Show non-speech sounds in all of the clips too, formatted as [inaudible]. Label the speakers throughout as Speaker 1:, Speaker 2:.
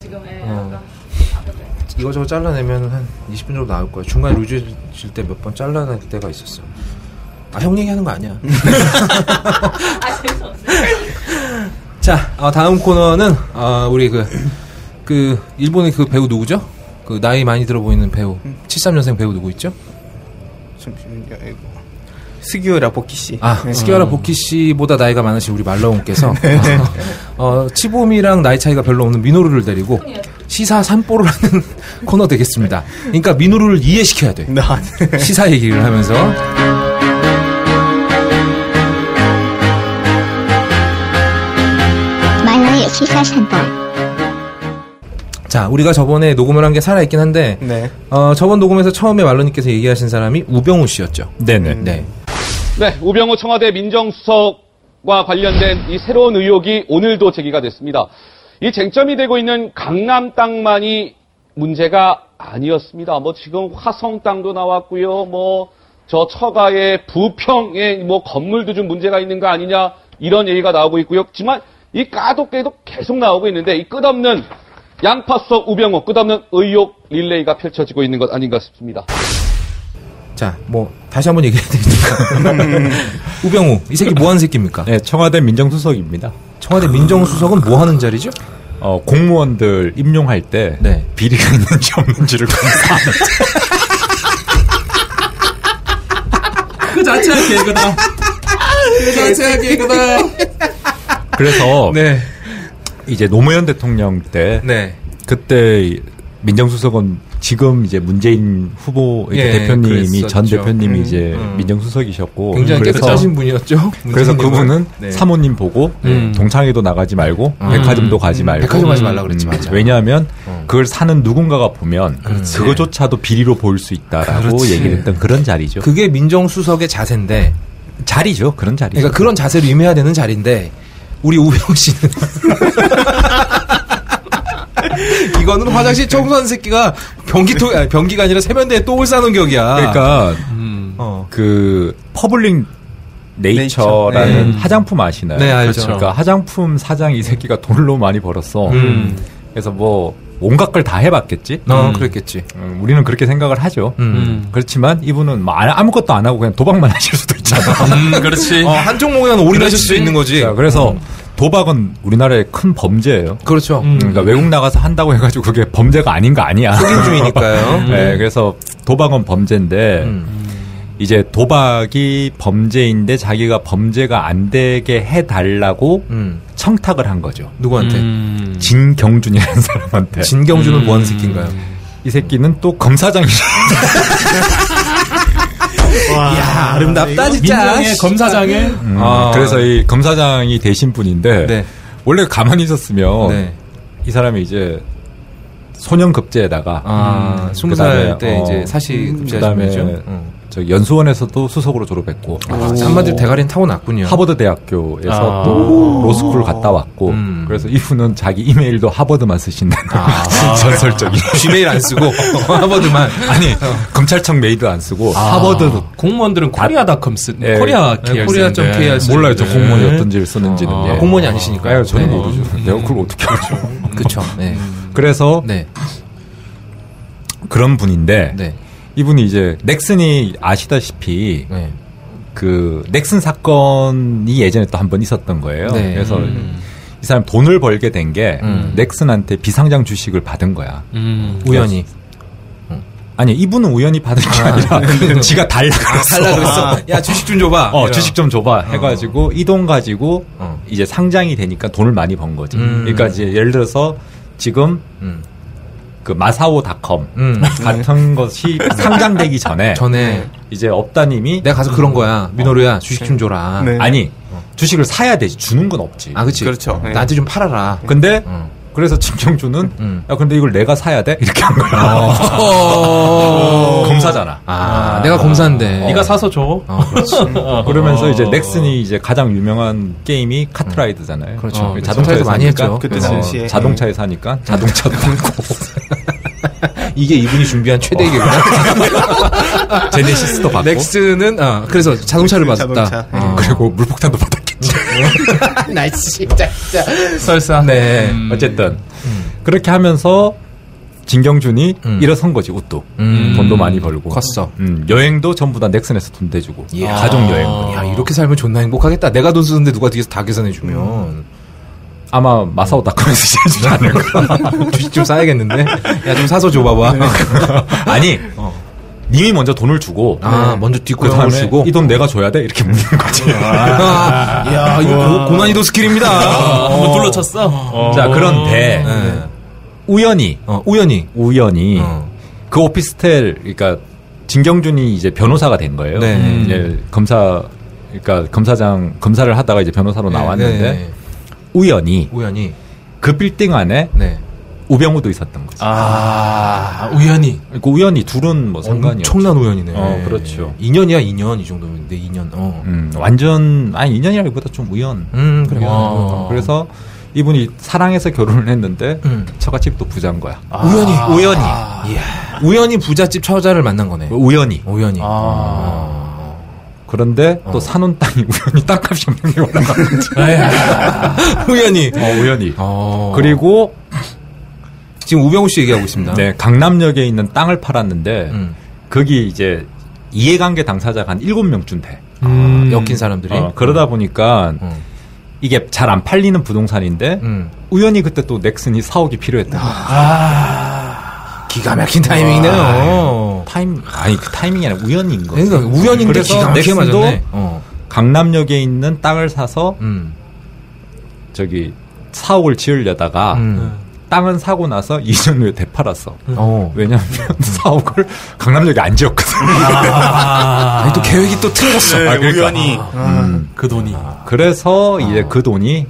Speaker 1: 지금 예,
Speaker 2: 어.
Speaker 1: 약간 안 그래.
Speaker 2: 이거저거 잘라내면 한 20분 정도 나올 거야. 중간에 루즈 질 때 몇 번 잘라낼 때가 있었어. 아, 형 얘기하는 거 아니야.
Speaker 1: 아 죄송해요.
Speaker 2: 자, 어, 다음 코너는, 어, 우리 그, 그, 일본의 그 배우 누구죠? 그, 나이 많이 들어 보이는 배우. 73년생 배우 누구 있죠?
Speaker 3: 잠시만요. 이거. 스기오라 [laughs] 복키 씨.
Speaker 2: 아,
Speaker 3: 네.
Speaker 2: 스키와라 보키 씨보다 나이가 많으신 우리 말러온께서 [laughs] 어, 치봄이랑 나이 차이가 별로 없는 미노루를 데리고 시사 산보를 하는 [laughs] 코너 되겠습니다. 그러니까 미노루를 이해시켜야 돼.
Speaker 3: 나.
Speaker 2: 시사 얘기를 하면서
Speaker 4: 말라의 시사 산보
Speaker 2: 자 우리가 저번에 녹음을 한 게 살아 있긴 한데
Speaker 3: 네.
Speaker 2: 어, 저번 녹음에서 처음에 말러님께서 얘기하신 사람이 우병우 씨였죠.
Speaker 5: 네네.
Speaker 2: 네.
Speaker 6: 네, 우병우 청와대 민정수석과 관련된 이 새로운 의혹이 오늘도 제기가 됐습니다. 이 쟁점이 되고 있는 강남 땅만이 문제가 아니었습니다. 뭐 지금 화성 땅도 나왔고요. 뭐 저 처가의 부평에 뭐 건물도 좀 문제가 있는 거 아니냐 이런 얘기가 나오고 있고요. 하지만 이 까독게도 계속 나오고 있는데 이 끝없는 양파석 우병우 끝없는 의혹 릴레이가 펼쳐지고 있는 것 아닌가 싶습니다.
Speaker 2: 자, 뭐 다시 한번 얘기해 [laughs] 드리니까 우병우 이 새끼 뭐 하는 새끼입니까?
Speaker 5: 네, 청와대 민정수석입니다.
Speaker 2: 청와대 민정수석은 뭐 하는 자리죠?
Speaker 5: 어, 공무원들 임용할 때
Speaker 2: 네.
Speaker 5: 비리가 있는지 없는지를
Speaker 2: [laughs]
Speaker 5: 검사하는
Speaker 2: 그 자체가 개그다. 그 자체가 개그다.
Speaker 5: 그래서
Speaker 2: 네.
Speaker 5: 이제 노무현 대통령 때
Speaker 2: 네.
Speaker 5: 그때 민정수석은 지금 이제 문재인 후보 이제
Speaker 2: 예,
Speaker 5: 대표님이 전
Speaker 2: 그랬었죠.
Speaker 5: 대표님이
Speaker 2: 음,
Speaker 5: 이제
Speaker 2: 음.
Speaker 5: 민정수석이셨고
Speaker 2: 굉장히 깨끗하신 분이었죠.
Speaker 5: 그래서
Speaker 2: 문재인님은.
Speaker 5: 그분은
Speaker 2: 네.
Speaker 5: 사모님 보고 네,
Speaker 2: 음.
Speaker 5: 동창회도 나가지 말고 백화점도 가지 말고 음.
Speaker 2: 백화점 가지 말라 그랬지 맞아. 어.
Speaker 5: 왜냐하면 그걸 사는 누군가가 보면 그거조차도 비리로 보일 수 있다라고
Speaker 2: 그렇지.
Speaker 5: 얘기를 했던 그런 자리죠.
Speaker 2: 그게 민정수석의 자세인데,
Speaker 5: 자리죠. 그런 자리.
Speaker 2: 그러니까 그런 자세로 임해야 되는 자리인데 우리 우병 씨는 [laughs] 이거는 화장실 청소하는 새끼가 변기통 아니, 변기가 아니라 세면대에 똥을 싸는 격이야. 아.
Speaker 5: 그러니까
Speaker 2: 어.
Speaker 5: 그 퍼블릭 네이처라는
Speaker 2: 네이처. 네.
Speaker 5: 화장품 아시나요?
Speaker 2: 네, 알죠.
Speaker 5: 그러니까 화장품 사장 이 새끼가 돈로 많이 벌었어.
Speaker 2: 음.
Speaker 5: 그래서 뭐 온갖 걸 다 해봤겠지.
Speaker 2: 어, 그랬겠지.
Speaker 5: 음, 우리는 그렇게 생각을 하죠.
Speaker 2: 음.
Speaker 5: 그렇지만 이분은 뭐 아- 아무것도 안 하고 그냥 도박만 [laughs] 하실 수도 있잖아.
Speaker 7: 그렇지.
Speaker 2: [laughs] 어, 한쪽 목에는 올인하실 수 있는 거지.
Speaker 5: 자, 그래서
Speaker 2: 음.
Speaker 5: 도박은 우리나라의 큰 범죄예요.
Speaker 2: 그렇죠.
Speaker 5: 그러니까 외국 나가서 한다고 해가지고 그게 범죄가 아닌 거 아니야.
Speaker 2: 중이니까요.
Speaker 5: [laughs]
Speaker 2: 음.
Speaker 5: 네, 그래서 도박은 범죄인데 이제 도박이 범죄인데 자기가 범죄가 안 되게 해달라고
Speaker 2: 음.
Speaker 5: 청탁을 한 거죠.
Speaker 2: 누구한테?
Speaker 5: 진경준이라는 사람한테.
Speaker 2: 진경준은 뭐 하는 새끼인가요?
Speaker 5: 이 새끼는 또 검사장이
Speaker 2: 야, 아름답다 진짜.
Speaker 7: 민정의 검사장의
Speaker 5: 음,
Speaker 2: 아.
Speaker 5: 그래서 이 검사장이 되신 분인데
Speaker 2: 네.
Speaker 5: 원래 가만히 있었으면
Speaker 2: 네.
Speaker 5: 이 사람이 이제 소년 급제에다가
Speaker 2: 아, 스무
Speaker 5: 그다음에,
Speaker 2: 살때
Speaker 5: 어,
Speaker 2: 이제 사시 급제하신
Speaker 5: 그다음에
Speaker 2: 분이죠. 아,
Speaker 5: 저 연수원에서도 수석으로 졸업했고
Speaker 2: 한마디로 대가리는 타고났군요. [laughs]
Speaker 5: 하버드 대학교에서
Speaker 7: 아.
Speaker 5: 또 로스쿨 갔다 왔고
Speaker 2: 음. 아,
Speaker 5: 그래서 이분은 자기 이메일도 하버드만 쓰신다는 [laughs] 전설적인
Speaker 2: 지메일 안 쓰고 하버드만.
Speaker 5: 아니 검찰청 메일도 안 쓰고 하버드
Speaker 7: 공무원들은 코리아닷컴 쓰는
Speaker 5: 예.
Speaker 7: 코리아
Speaker 2: 아. 네,
Speaker 7: KR
Speaker 2: 코리아 점
Speaker 7: 쓰는데.
Speaker 2: KR 쓰-
Speaker 5: 몰라요 예, 저
Speaker 2: 네.
Speaker 5: 공무원이 어떤지를 쓰는지는
Speaker 7: 아,
Speaker 5: 예.
Speaker 2: 공무원이 아니시니까요.
Speaker 5: 아, 저는
Speaker 2: 네.
Speaker 5: 모르죠 내가 그걸 어떻게 알죠
Speaker 2: 그쵸. 네.
Speaker 5: [laughs] 그래서
Speaker 2: 네.
Speaker 5: 그런 분인데
Speaker 2: 네.
Speaker 5: 이분이 이제 넥슨이 아시다시피
Speaker 2: 네.
Speaker 5: 그 넥슨 사건이 예전에 또 한 번 있었던 거예요.
Speaker 2: 네.
Speaker 5: 그래서 이 사람 돈을 벌게 된 게
Speaker 2: 음.
Speaker 5: 넥슨한테 비상장 주식을 받은 거야.
Speaker 7: 음.
Speaker 2: 우연히.
Speaker 5: 아니 이분은 우연히 받은 게 아, 니라 [laughs] 지가 달라 그랬어.
Speaker 2: 달라 아, 그랬어. 야, 주식 좀 줘봐.
Speaker 5: 아. 어
Speaker 2: 이런.
Speaker 5: 주식 좀 줘봐 해가지고 이 돈 가지고
Speaker 2: 어.
Speaker 5: 이제 상장이 되니까 돈을 많이 번 거지.
Speaker 2: 음.
Speaker 5: 그러니까 이제 예를 들어서 지금
Speaker 2: 음.
Speaker 5: 그 마사오닷컴
Speaker 2: 음. [laughs]
Speaker 5: 같은 것이 상장되기 전에
Speaker 2: 전에
Speaker 5: 이제 업다님이 음.
Speaker 2: 내가 가서 그런 거야. 민호루야, 주식 좀 줘라.
Speaker 3: 네.
Speaker 5: 아니 주식을 사야 되지 주는 건 없지.
Speaker 2: 아, 그치.
Speaker 3: 그렇죠. 네.
Speaker 2: 나한테 좀 팔아라.
Speaker 5: 근데
Speaker 2: 음.
Speaker 5: 그래서 진경준은
Speaker 2: 음.
Speaker 5: 야 근데 이걸 내가 사야 돼 이렇게 한 거야.
Speaker 2: 어.
Speaker 5: [laughs] 검사잖아.
Speaker 2: 아, 내가 검사인데.
Speaker 7: 네가 사서 줘.
Speaker 2: 어, 그렇지.
Speaker 5: 그러면서 이제 넥슨이 이제 가장 유명한 게임이 카트라이드잖아요.
Speaker 2: 그렇죠.
Speaker 5: 어,
Speaker 2: 카트라이드 많이
Speaker 5: 사니까
Speaker 2: 했죠. 네.
Speaker 3: 그때 네.
Speaker 5: 어,
Speaker 3: 당시에.
Speaker 5: 자동차에 사니까
Speaker 2: [laughs]
Speaker 5: 자동차도 고
Speaker 2: 이게 이분이 준비한 최대의 계획. 음.
Speaker 5: 제네시스도 받고
Speaker 2: 넥슨은 아, 그래서 자동차를
Speaker 3: 넥슨
Speaker 2: 받았다.
Speaker 3: 자동차.
Speaker 2: 어.
Speaker 5: 그리고 물폭탄도 받았겠지.
Speaker 2: 설사. 네.
Speaker 5: 어쨌든 그렇게 하면서 진경준이
Speaker 2: 음.
Speaker 5: 일어선 거지 웃도
Speaker 2: 음.
Speaker 5: 돈도 많이 벌고
Speaker 2: 컸어.
Speaker 5: 음, 여행도 전부 다 넥슨에서 돈 대주고
Speaker 2: 이야. 아.
Speaker 5: 가족 여행도
Speaker 2: 야, 이렇게 살면 존나 행복하겠다. 내가 돈 쓰는데 누가 뒤에서 다 계산해주면. [laughs]
Speaker 5: 아마 마사오닷컴에서 시작하지 않을까
Speaker 2: 주식 좀 사야겠는데? 야, 좀 사서 줘봐봐. [laughs]
Speaker 5: 아니 [laughs]
Speaker 2: 어.
Speaker 5: 님이 먼저 돈을 주고
Speaker 2: 아, 먼저
Speaker 5: 그
Speaker 2: 뒷고용을
Speaker 5: 다음에
Speaker 2: 쓰고.
Speaker 5: 이 돈 내가 줘야 돼 이렇게 묻는
Speaker 2: [laughs]
Speaker 5: 거지
Speaker 2: 아, 야, 이거 고- 고난이도 [laughs] 스킬입니다. 어.
Speaker 7: 한번 둘러쳤어.
Speaker 5: 자 그런데
Speaker 2: 네.
Speaker 5: 우연히
Speaker 2: 어, 우연히.
Speaker 5: 우연히
Speaker 2: 어.
Speaker 5: 그 오피스텔 그러니까 진경준이 이제 변호사가 된 거예요.
Speaker 2: 네.
Speaker 5: 음. 이제 검사 그러니까 검사장 검사를 하다가 이제 변호사로 나왔는데
Speaker 2: 네, 네.
Speaker 5: 우연히
Speaker 2: 우연히.
Speaker 5: 그 빌딩 안에
Speaker 2: 네.
Speaker 5: 우병우도 있었던 거죠.
Speaker 7: 아,
Speaker 2: 아.
Speaker 7: 우연히.
Speaker 5: 그러니까 우연히 둘은 뭐 상관이 없죠.
Speaker 2: 엄청난 우연이네.
Speaker 5: 어, 그렇죠.
Speaker 2: 2년이야, 2년. 이 정도면. 네, 2년. 어.
Speaker 5: 음, 완전 아니 인연이라기보다 좀 우연.
Speaker 2: 음, 그래요.
Speaker 7: 와.
Speaker 5: 어, 그래서 이분이 사랑해서 결혼을 했는데
Speaker 2: 음. 아.
Speaker 5: 처갓집도 부자인 거야.
Speaker 2: 우연히.
Speaker 5: 우연히
Speaker 2: 이야. 우연히 부잣집 처자를 만난 거네.
Speaker 5: 아. 우연히. 아.
Speaker 2: 우연히. 어.
Speaker 5: 그런데 또 사놓은 땅이 [laughs] 우연히 땅값이 엄청 올라가는지.
Speaker 2: 우연히.
Speaker 5: 어, [laughs] 우연히.
Speaker 2: 아, 예. 어.
Speaker 5: 그리고
Speaker 2: 지금 우병우 씨 얘기하고 있습니다.
Speaker 5: 네, 강남역에 있는 땅을 팔았는데
Speaker 2: 어. 음.
Speaker 5: 거기 이제 이해관계 당사자가 한 7명쯤 돼.
Speaker 7: 음.
Speaker 2: 엮인 사람들이.
Speaker 5: 어, 그러다 보니까
Speaker 2: 음.
Speaker 5: 이게 잘 안 팔리는 부동산인데
Speaker 2: 음. 아.
Speaker 5: 우연히 그때 또 넥슨이 사옥이 필요했다.
Speaker 2: 기가 막힌
Speaker 5: 아,
Speaker 2: 타이밍이네요.
Speaker 5: 타임 아니 그 타이밍이 아니라 우연인 거.
Speaker 2: 그러니까 우연인데
Speaker 5: 그래서
Speaker 2: 기가 막히게
Speaker 5: 넥슨도
Speaker 2: 맞았네. 어.
Speaker 5: 강남역에 있는 땅을 사서
Speaker 2: 음.
Speaker 5: 저기 사옥을 지으려다가 네.
Speaker 2: 음.
Speaker 5: 땅은 사고 나서 [laughs] 2년 후에 되팔았어.
Speaker 2: 어.
Speaker 5: 왜냐하면 [laughs] 사옥을 강남역에 안 지었거든.
Speaker 2: 음. 아니, 또 계획이 또 틀렸어. 아,
Speaker 5: 아, 그러니까.
Speaker 4: 우연히
Speaker 2: 음,
Speaker 7: 그 돈이.
Speaker 5: 그래서 이제 그 돈이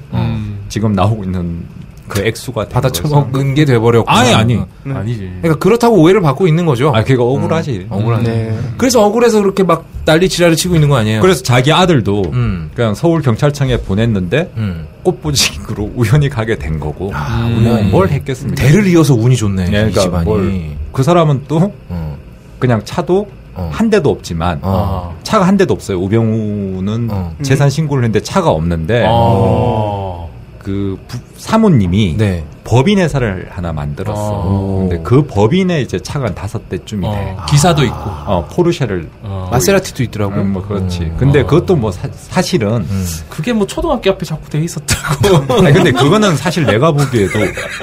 Speaker 5: 지금 나오고 있는 그 액수가 된
Speaker 2: 받아
Speaker 5: 거죠.
Speaker 2: 처먹은 게 돼버렸고.
Speaker 5: 아니 네. 아니.
Speaker 7: 아니지.
Speaker 2: 그러니까 그렇다고 오해를 받고 있는 거죠. 음.
Speaker 5: 아 그게 억울하지.
Speaker 2: 억울하네.
Speaker 3: 네.
Speaker 2: 그래서 억울해서 그렇게 막 난리 지랄을 치고 있는 거 아니에요?
Speaker 5: 그래서 자기 아들도
Speaker 2: 음.
Speaker 5: 그냥 서울 경찰청에 보냈는데
Speaker 2: 음.
Speaker 5: 꽃보직으로 [laughs] 우연히 가게 된 거고
Speaker 2: 아,
Speaker 7: 음.
Speaker 2: 우연히.
Speaker 5: 뭘 했겠습니까?
Speaker 2: 음. 대를 이어서 운이 좋네.
Speaker 5: 예,
Speaker 7: 그러니까
Speaker 2: 이 집안이.
Speaker 5: 뭘- 그 사람은 또
Speaker 2: 어.
Speaker 5: 그냥 차도
Speaker 2: 어.
Speaker 5: 한 대도 없지만
Speaker 2: 어.
Speaker 5: 차가 한 대도 없어요. 우병우는
Speaker 2: 어.
Speaker 5: 재산 신고를 했는데 차가 없는데
Speaker 7: 어.
Speaker 5: 그 부- 사모님이
Speaker 2: 네.
Speaker 5: 법인 회사를 하나 만들었어.
Speaker 2: 어.
Speaker 5: 근데 그 법인에 이제 차가 한 다섯 대쯤이 돼.
Speaker 7: 어. 기사도 있고.
Speaker 5: 어, 포르쉐를 뭐
Speaker 7: 어.
Speaker 2: 아. 마세라티도 있더라고.
Speaker 5: 음, 뭐 그렇지.
Speaker 2: 음.
Speaker 5: 근데 그것도 뭐 사, 실은
Speaker 7: 그게 뭐 초등학교 앞에 자꾸 돼 있었다고.
Speaker 5: [laughs] 아니, 근데 그거는 사실 내가 보기에도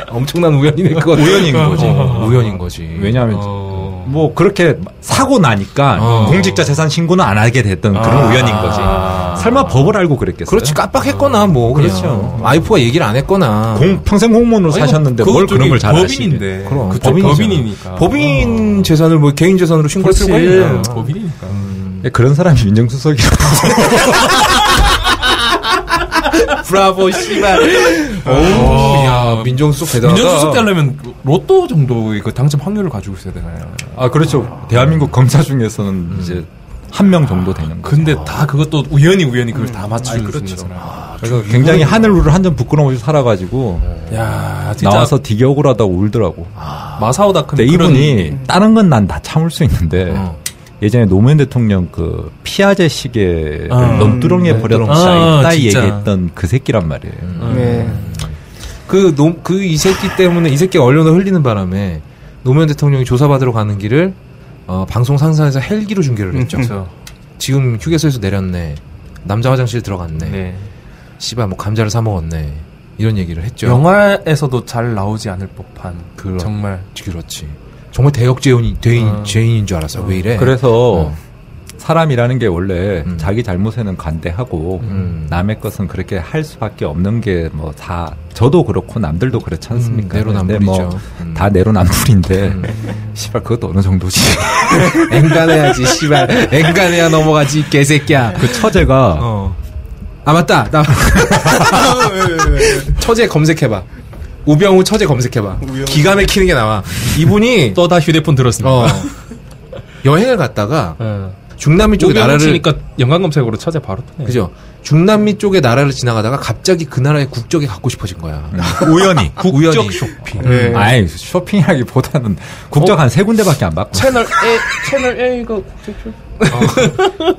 Speaker 2: 엄청난 우연이네. 그건
Speaker 5: 우연인 거지.
Speaker 2: 어, 우연인 거지.
Speaker 5: 왜냐하면
Speaker 7: 어.
Speaker 5: 뭐 그렇게 사고 나니까
Speaker 2: 어. 아.
Speaker 5: 공직자 재산 신고는 안 하게 됐던 그런 우연인 거지. 설마 법을 알고 그랬겠어요?
Speaker 2: 그렇지 깜빡했거나 뭐 그냥
Speaker 5: 그렇죠.
Speaker 2: 와이프가 얘기를 안 했거나
Speaker 5: 공, 평생 공무원으로
Speaker 2: 뭐
Speaker 7: 아니,
Speaker 5: 사셨는데
Speaker 7: 음. 그건
Speaker 5: 뭘 그런
Speaker 7: 저기
Speaker 5: 걸 잘하시게. 아.
Speaker 7: 법인인데.
Speaker 2: 그럼.
Speaker 7: 그쪽
Speaker 2: 법인이잖아.
Speaker 7: 법인이니까.
Speaker 2: 법인 재산을 뭐 개인 재산으로 신고할
Speaker 7: 그렇지.
Speaker 2: 필요가 있나
Speaker 7: 법인이니까.
Speaker 5: 예, 그런 사람이 민정수석이라고.
Speaker 2: 브라보 씨발 아, 오야
Speaker 5: 아,
Speaker 2: 민정수석 대단하다
Speaker 7: 민정수석 되려면 로또 정도의 그 당첨 확률을 가지고 있어야 되나요?
Speaker 5: 아, 그렇죠. 대한민국 검사 중에서는
Speaker 2: 음.
Speaker 5: 이제 한 명 정도 되는 거.
Speaker 7: 근데
Speaker 2: 아.
Speaker 7: 다 그것도 우연히 우연히 그걸
Speaker 2: 음.
Speaker 7: 다 맞추는
Speaker 2: 그렇죠.
Speaker 7: 순간.
Speaker 5: 그래서 굉장히 하늘우를 한 점 부끄러움없이 살아가지고
Speaker 7: 야, 진짜
Speaker 5: 나와서 되게 억울하다고 울더라고.
Speaker 7: 마사오다크
Speaker 5: 근데 네, 이분이 다른 건 난 다 참을 수 있는데
Speaker 2: 음. 어.
Speaker 5: 예전에 노무현 대통령 그 피아제 시계를
Speaker 2: 어.
Speaker 7: 아,
Speaker 5: 넌두렁에
Speaker 2: 음.
Speaker 5: 버렸다
Speaker 7: 아,
Speaker 5: 이따
Speaker 7: 진짜.
Speaker 5: 얘기했던 그 새끼란 말이에요.
Speaker 3: 네.
Speaker 2: 그그 이 새끼 때문에 이 새끼가 얼려나 흘리는 바람에 노무현 대통령이 조사받으러 가는 길을 어, 방송 상사에서 헬기로 중계를 했죠 지금 휴게소에서 내렸네 남자 화장실 들어갔네
Speaker 7: 네.
Speaker 2: 씨발 뭐 감자를 사 먹었네 이런 얘기를 했죠
Speaker 7: 영화에서도 잘 나오지 않을 법한
Speaker 2: 그런-
Speaker 7: 정말
Speaker 2: 그렇지 정말 대역죄인 죄인, 죄인인 줄 알았어 왜 이래
Speaker 5: 네. 그래서
Speaker 2: 어.
Speaker 5: 사람이라는 게 원래
Speaker 2: 음.
Speaker 5: 자기 잘못에는 관대하고
Speaker 2: 음.
Speaker 5: 남의 것은 그렇게 할 수밖에 없는 게 뭐 다 저도 그렇고 남들도 그렇지
Speaker 2: 음,
Speaker 5: 않습니까?
Speaker 2: 내로남불이죠.
Speaker 5: 근데 뭐
Speaker 2: 음.
Speaker 5: 다 내로남불인데 [laughs] 씨발 그것도 어느 정도지.
Speaker 2: 앵간해야지, 씨발. 앵간해야 넘어가지, 이 개새끼야.
Speaker 5: 그 처제가
Speaker 2: 어. 아, 맞다.
Speaker 7: [laughs]
Speaker 2: 나. 처제 검색해봐. 우병우 처제 검색해봐. 기가
Speaker 7: [laughs]
Speaker 2: 막히는 게 나와. 이분이,
Speaker 7: 또 다 휴대폰 들었습니다.
Speaker 2: 어, 여행을 갔다가 중남미 쪽에
Speaker 7: 오병
Speaker 2: 나라를
Speaker 7: 치니까 연관 검색으로 찾아 바로 뜨네.
Speaker 2: 그죠? 중남미 쪽에 나라를 지나가다가 갑자기 그 나라의 국적이 갖고 싶어진 거야.
Speaker 5: [laughs] 우연히.
Speaker 2: 우연히.
Speaker 7: 쇼핑.
Speaker 3: 네.
Speaker 5: 음. 아이 쇼핑하기보다는
Speaker 2: 어,
Speaker 5: 국적 한 세 군데밖에 안 받고.
Speaker 7: 채널 A 채널 A가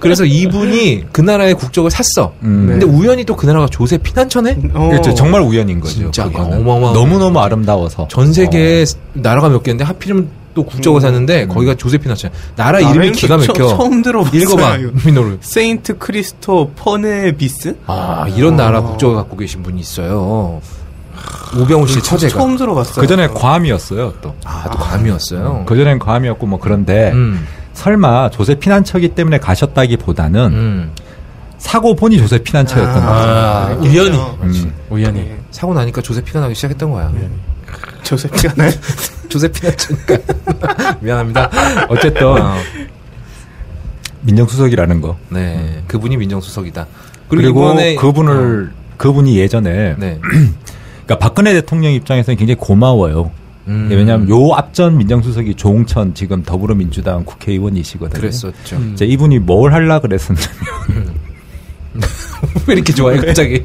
Speaker 2: 그래서 이분이 그 나라의 국적을 샀어.
Speaker 5: 음.
Speaker 2: 근데 우연히 또 그 나라가 조세 피난처네?
Speaker 3: 어.
Speaker 5: 그렇죠. 정말 우연인 거죠.
Speaker 2: 진짜
Speaker 5: 그거는.
Speaker 2: 어마어마한
Speaker 5: 너무너무 아름다워서. 어.
Speaker 2: 전 세계에 나라가 몇 개인데 하필이면 또 국적을 샀는데 거기가 조세 피난처야. 나라 이름이
Speaker 3: 나라는
Speaker 2: 기가
Speaker 3: 처-
Speaker 2: 막혀.
Speaker 3: 처음 들어봤어요,
Speaker 2: 읽어봐.
Speaker 3: 이거.
Speaker 2: 민호를.
Speaker 3: [laughs] 세인트 크리스토 퍼네비스?
Speaker 2: 아, 이런 나라 국적을 갖고 계신 분이 있어요. 우병우 씨 처제가.
Speaker 3: 그 처음 들어봤어요.
Speaker 5: 그 전에 괌이었어요, 또.
Speaker 2: 아, 또 감이었어요.
Speaker 5: 그 전엔 괌이었고 뭐 그런데
Speaker 2: 음.
Speaker 5: 설마 조세 피난처기 때문에 가셨다기보다는
Speaker 2: 음.
Speaker 5: 사고 보니 조세 피난처였던
Speaker 3: 아.
Speaker 5: 거죠.
Speaker 2: 아,
Speaker 3: 그렇군요.
Speaker 2: 우연히.
Speaker 5: 음.
Speaker 7: 우연히.
Speaker 3: 예.
Speaker 2: 사고 나니까 조세피가 나기 시작했던 거야.
Speaker 3: 조세피가 네.
Speaker 4: [laughs]
Speaker 3: 나요?
Speaker 2: 조세피가 나니까. [laughs] 미안합니다.
Speaker 5: 어쨌든
Speaker 2: 어,
Speaker 5: 민정수석이라는 거.
Speaker 2: 네. 그분이 민정수석이다.
Speaker 5: 그리고,
Speaker 2: 이번에-
Speaker 5: 그분을 그분이 예전에
Speaker 2: 어, 네. [laughs]
Speaker 5: 그러니까 박근혜 대통령 입장에서는 굉장히 고마워요. 네,
Speaker 2: 음.
Speaker 5: 왜냐하면 요 앞전 민정수석이 조홍천 지금 더불어민주당 국회의원이시거든요.
Speaker 2: 그랬었죠.
Speaker 5: 이제 이분이 뭘 할라 그랬었냐면
Speaker 2: 왜 이렇게 좋아해, 갑자기?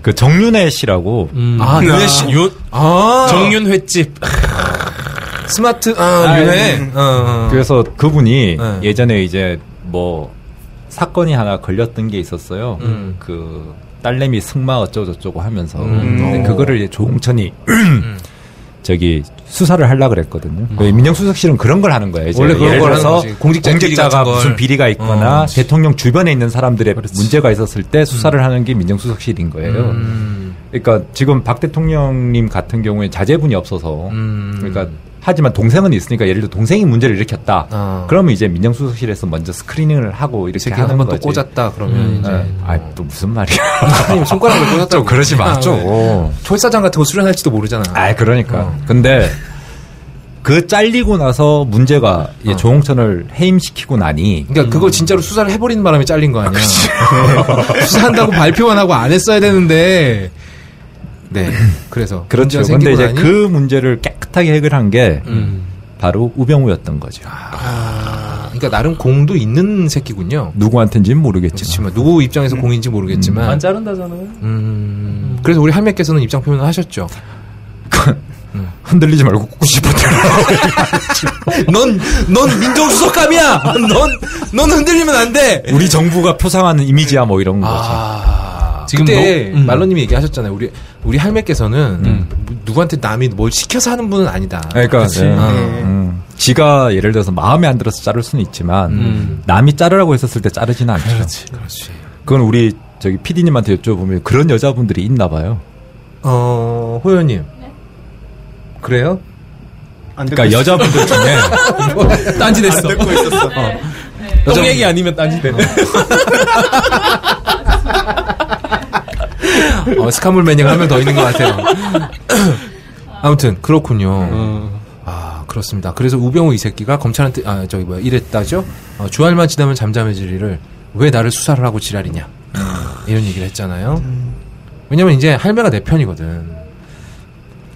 Speaker 5: 그 정윤혜 씨라고
Speaker 2: 아,
Speaker 7: 윤회
Speaker 2: 나-
Speaker 7: 씨, 요
Speaker 2: 아,
Speaker 7: 정윤 횟집.
Speaker 2: 스마트, 아,
Speaker 5: 아,
Speaker 2: 윤회. 어, 어.
Speaker 5: 그래서 그분이
Speaker 2: 네.
Speaker 5: 예전에 이제 뭐 사건이 하나 걸렸던 게 있었어요.
Speaker 2: 음.
Speaker 5: 그 딸내미 승마 어쩌고저쩌고 하면서
Speaker 2: 음.
Speaker 5: 근데
Speaker 3: 어.
Speaker 5: 그거를 이제 조홍천이 [clears throat] 저기 수사를 하려 그랬거든요. 왜 민정수석실은 그런 걸 하는 거예요. 이제.
Speaker 2: 음. 원래 그런
Speaker 5: 예를
Speaker 2: 걸
Speaker 5: 들어서
Speaker 2: 하는 거지. 공직자 비리
Speaker 5: 공직자가
Speaker 2: 같은 걸.
Speaker 5: 무슨 비리가 있거나
Speaker 2: 어.
Speaker 5: 대통령 주변에 있는 사람들의 문제가 있었을 때 수사를 하는 게 민정수석실인 거예요.
Speaker 2: 음.
Speaker 5: 그러니까 지금 박 대통령님 같은 경우에 자제분이 없어서
Speaker 2: 음.
Speaker 5: 그러니까 하지만 동생은 있으니까 예를 들어 동생이 문제를 일으켰다.
Speaker 2: 아.
Speaker 5: 그러면 이제 민정수석실에서 먼저 스크리닝을 하고 이렇게
Speaker 2: 새끼
Speaker 5: 하는
Speaker 2: 한번 또
Speaker 5: 거지.
Speaker 2: 꽂았다, 그러면 이제.
Speaker 5: 아, 또 무슨 말이야.
Speaker 2: 아니, 손가락을 꽂았다. 좀 그러지
Speaker 5: 아, 좀.
Speaker 2: 철사장 네. 같은 거 수련할지도 모르잖아.
Speaker 5: [laughs] 아, 그러니까.
Speaker 2: 어.
Speaker 5: 근데 그 잘리고 나서 문제가
Speaker 2: 어.
Speaker 5: 이 조홍천을 해임시키고 나니
Speaker 2: 그러니까 그걸 진짜로 수사를 해버리는 바람에 잘린 거 아니야. [laughs] 수사한다고 발표만 하고 안 했어야 되는데. 네. 그래서.
Speaker 5: 그렇죠.
Speaker 2: 문제가
Speaker 5: 근데
Speaker 2: 생기고
Speaker 5: 이제
Speaker 2: 나니
Speaker 5: 그 문제를 깨끗하게 해결한 게
Speaker 2: 음. 아.
Speaker 5: 바로 우병우였던 거죠.
Speaker 2: 그러니까 나름 공도 있는 새끼군요.
Speaker 5: 음. 누구한텐지는 모르겠지만.
Speaker 2: 그렇지만 누구 입장에서 공인지 모르겠지만.
Speaker 7: 안 자른다잖아요.
Speaker 2: 음. 그래서 우리 할매께서는 입장 표현을 하셨죠.
Speaker 5: 흔들리지 말고 꿋꿋이 버텨라.
Speaker 2: 넌, 넌 민정수석감이야! 넌, 넌 흔들리면 안 돼!
Speaker 5: 우리 정부가 표상하는 이미지야 뭐 이런 거죠.
Speaker 2: 아,
Speaker 7: 지금
Speaker 2: 그때
Speaker 7: 너- 음.
Speaker 2: 말로님이 얘기하셨잖아요. 우리 우리 할매께서는 누구한테 남이 뭘 시켜서 하는 분은 아니다.
Speaker 5: 그러니까 네.
Speaker 2: 어.
Speaker 5: 음. 지가 예를 들어서 마음에 안 들어서 자를 수는 있지만 남이 자르라고 했었을 때 자르지는 않죠.
Speaker 2: 음. 그렇지.
Speaker 5: 그건 우리 저기 PD님한테 여쭤보면 그런 여자분들이 있나 봐요.
Speaker 2: 어, 호연님. 그래요?
Speaker 3: 안 듣고
Speaker 5: 그러니까
Speaker 3: 있-
Speaker 5: 여자분들
Speaker 2: [laughs]
Speaker 5: 중에
Speaker 7: 딴지
Speaker 3: 안
Speaker 7: 됐어.
Speaker 3: 듣고 있었어. 음.
Speaker 7: 똥 얘기 아니면 딴지 됐.
Speaker 2: [laughs] 어, 스카물 매니가 한 명 더 있는 것 같아요. [laughs] 아무튼 그렇군요.
Speaker 7: 어.
Speaker 2: 아 그렇습니다. 그래서 우병우 이 새끼가 검찰한테 아 저기 뭐야 이랬다죠. 어, 주말만 지나면 잠잠해질 일을 왜 나를 수사를 하고 지랄이냐 [laughs] 이런 얘기를 했잖아요. 왜냐면 이제 할매가 내 편이거든.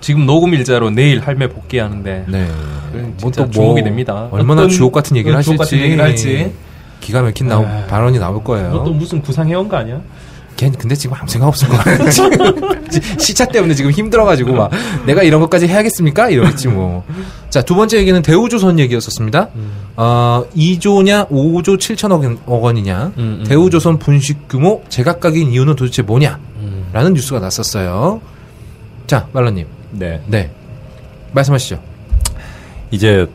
Speaker 7: 지금 녹음 일자로 내일 할매 복귀하는데
Speaker 2: 네.
Speaker 7: 그건
Speaker 2: 뭐
Speaker 7: 진짜
Speaker 2: 또
Speaker 7: 주목이 됩니다.
Speaker 2: 얼마나
Speaker 7: 어떤
Speaker 2: 주옥 같은 얘기를 하실지. 네.
Speaker 7: 주옥 같은 얘기를 할지.
Speaker 2: 기가 막힌 나오,
Speaker 7: 아.
Speaker 2: 발언이 나올
Speaker 7: 그것도
Speaker 2: 거예요.
Speaker 7: 무슨 구상해온 거 아니야?
Speaker 2: 걘 근데 지금 아무 생각 없을 것 같아요. [laughs] 지금 시차 때문에 지금 힘들어가지고 막 내가 이런 것까지 해야겠습니까? 이러겠지 뭐. 자, 두 번째 얘기는 대우조선 얘기였었습니다.
Speaker 7: 음.
Speaker 2: 어, 2조냐 5조 7천억 원- 억 원이냐
Speaker 7: 음, 음.
Speaker 2: 대우조선 분식 규모 제각각인 이유는 도대체 뭐냐
Speaker 7: 음.
Speaker 2: 라는 뉴스가 났었어요. 자, 말라님.
Speaker 5: 네.
Speaker 2: 네. 말씀하시죠.
Speaker 5: 이제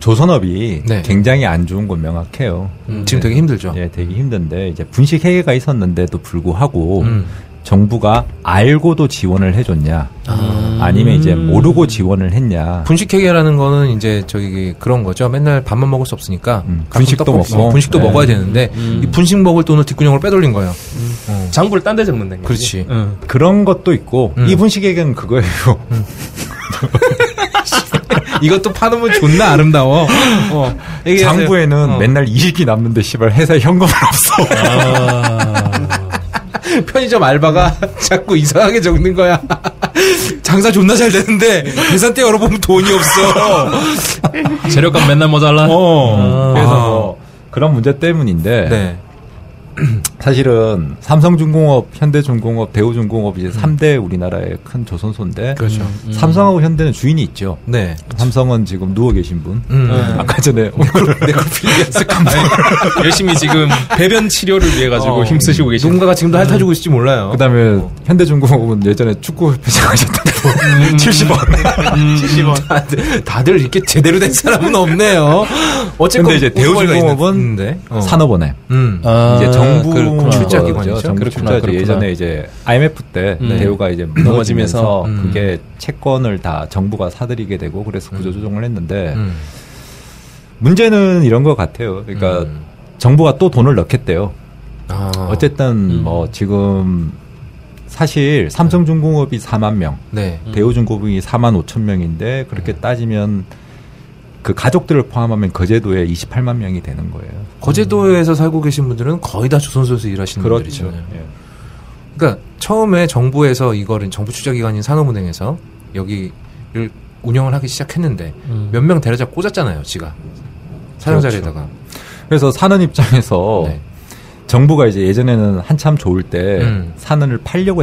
Speaker 5: 조선업이
Speaker 2: 네. 음,
Speaker 5: 굉장히 안 좋은 건 명확해요.
Speaker 7: 음,
Speaker 2: 지금
Speaker 7: 네.
Speaker 2: 되게 힘들죠.
Speaker 5: 예, 되게 힘든데 이제 분식 회계가 있었는데도 불구하고
Speaker 2: 음.
Speaker 5: 정부가 알고도 지원을 해줬냐, 아니면 이제 모르고
Speaker 2: 음.
Speaker 5: 지원을 했냐.
Speaker 2: 분식회계라는 거는 이제 저기 그런 거죠. 맨날 밥만 먹을 수 없으니까
Speaker 5: 음,
Speaker 2: 가끔
Speaker 5: 분식도
Speaker 2: 떡볶이,
Speaker 5: 먹고.
Speaker 2: 분식도
Speaker 5: 네.
Speaker 2: 먹어야 되는데 이 분식 먹을 돈을 뒷구녕으로 빼돌린 거예요. 어.
Speaker 7: 장부를 딴 데 적는다. 이거지?
Speaker 2: 그렇지.
Speaker 7: 응.
Speaker 5: 그런 것도 있고
Speaker 2: 음.
Speaker 5: 이 분식에게는 그거예요.
Speaker 2: [laughs] 이것도 파놓으면 존나 아름다워. [laughs] 어, 얘기하세요.
Speaker 5: 장부에는
Speaker 2: 어.
Speaker 5: 맨날 이익이 남는데 시발 회사에 현금은 [laughs] 없어.
Speaker 2: 편의점 알바가 [laughs] 자꾸 이상하게 적는 거야. [laughs] 장사 존나 잘 되는데 계산대 [laughs] 열어보면 돈이 없어.
Speaker 7: 네. 재료값 맨날 모자라.
Speaker 5: 그래서
Speaker 2: 아.
Speaker 5: 뭐 그런 문제 때문인데
Speaker 2: 네.
Speaker 5: 사실은 삼성중공업, 현대중공업, 대우중공업 이제 삼 3대 우리나라의 큰 조선소인데 음.
Speaker 2: 그렇죠.
Speaker 5: 삼성하고 현대는 주인이 있죠.
Speaker 2: 네.
Speaker 5: 삼성은 지금 누워 계신 분.
Speaker 2: 음.
Speaker 5: 아까 전에
Speaker 2: [laughs]
Speaker 4: 네크로필리아스 감독 열심히 지금 배변 치료를 위해 가지고
Speaker 2: 어,
Speaker 4: 힘쓰시고 계신
Speaker 2: 누군가가 지금도 핥아주고 있을지 몰라요.
Speaker 5: 그다음에
Speaker 2: 어.
Speaker 5: 현대중공업은 예전에 축구
Speaker 2: [laughs]
Speaker 5: 회장하셨다고
Speaker 2: 음.
Speaker 5: 70원.
Speaker 4: 음.
Speaker 3: 70원.
Speaker 2: 다들, 다들 이렇게 제대로 된 사람은 없네요. 어쨌건
Speaker 5: 근데 이제
Speaker 2: 오토바이가
Speaker 5: 대우중공업은
Speaker 2: 있는데. 어.
Speaker 5: 산업은행.
Speaker 2: 음.
Speaker 5: 이제 정부
Speaker 2: 그렇구나. 출자기관이죠.
Speaker 5: 거죠. 아, 정부
Speaker 4: 그렇구나,
Speaker 5: 출자죠.
Speaker 4: 그렇구나.
Speaker 5: 예전에 이제 IMF 때 네.
Speaker 4: 음.
Speaker 5: 대우가 이제
Speaker 4: 넘어지면서,
Speaker 5: 무너지면서
Speaker 2: 음.
Speaker 5: 그게 채권을 다 정부가 사들이게 되고 그래서 구조조정을 했는데
Speaker 2: 음.
Speaker 5: 문제는 이런 것 같아요. 그러니까
Speaker 2: 음.
Speaker 5: 정부가 또 돈을 넣겠대요.
Speaker 2: 아.
Speaker 5: 어쨌든 뭐 지금 사실 삼성중공업이 4만 명,
Speaker 2: 네.
Speaker 5: 대우중공업이 4만 5천 명인데 그렇게 따지면 그 가족들을 포함하면 거제도에 28만 명이 되는 거예요.
Speaker 2: 음, 거제도에서 살고 계신 분들은 거의 다 조선소에서 일하시는 분들이잖아요.
Speaker 5: 예.
Speaker 2: 그러니까 처음에 정부에서 이거를 정부 투자기관인 산업은행에서 여기를 운영을 하기 시작했는데 몇 명 데려다 꽂았잖아요, 지가 사장자리에다가.
Speaker 5: 그래서 사는 입장에서
Speaker 2: 네.
Speaker 5: 정부가 이제 예전에는 한참 좋을 때
Speaker 2: 음.
Speaker 5: 산을 팔려고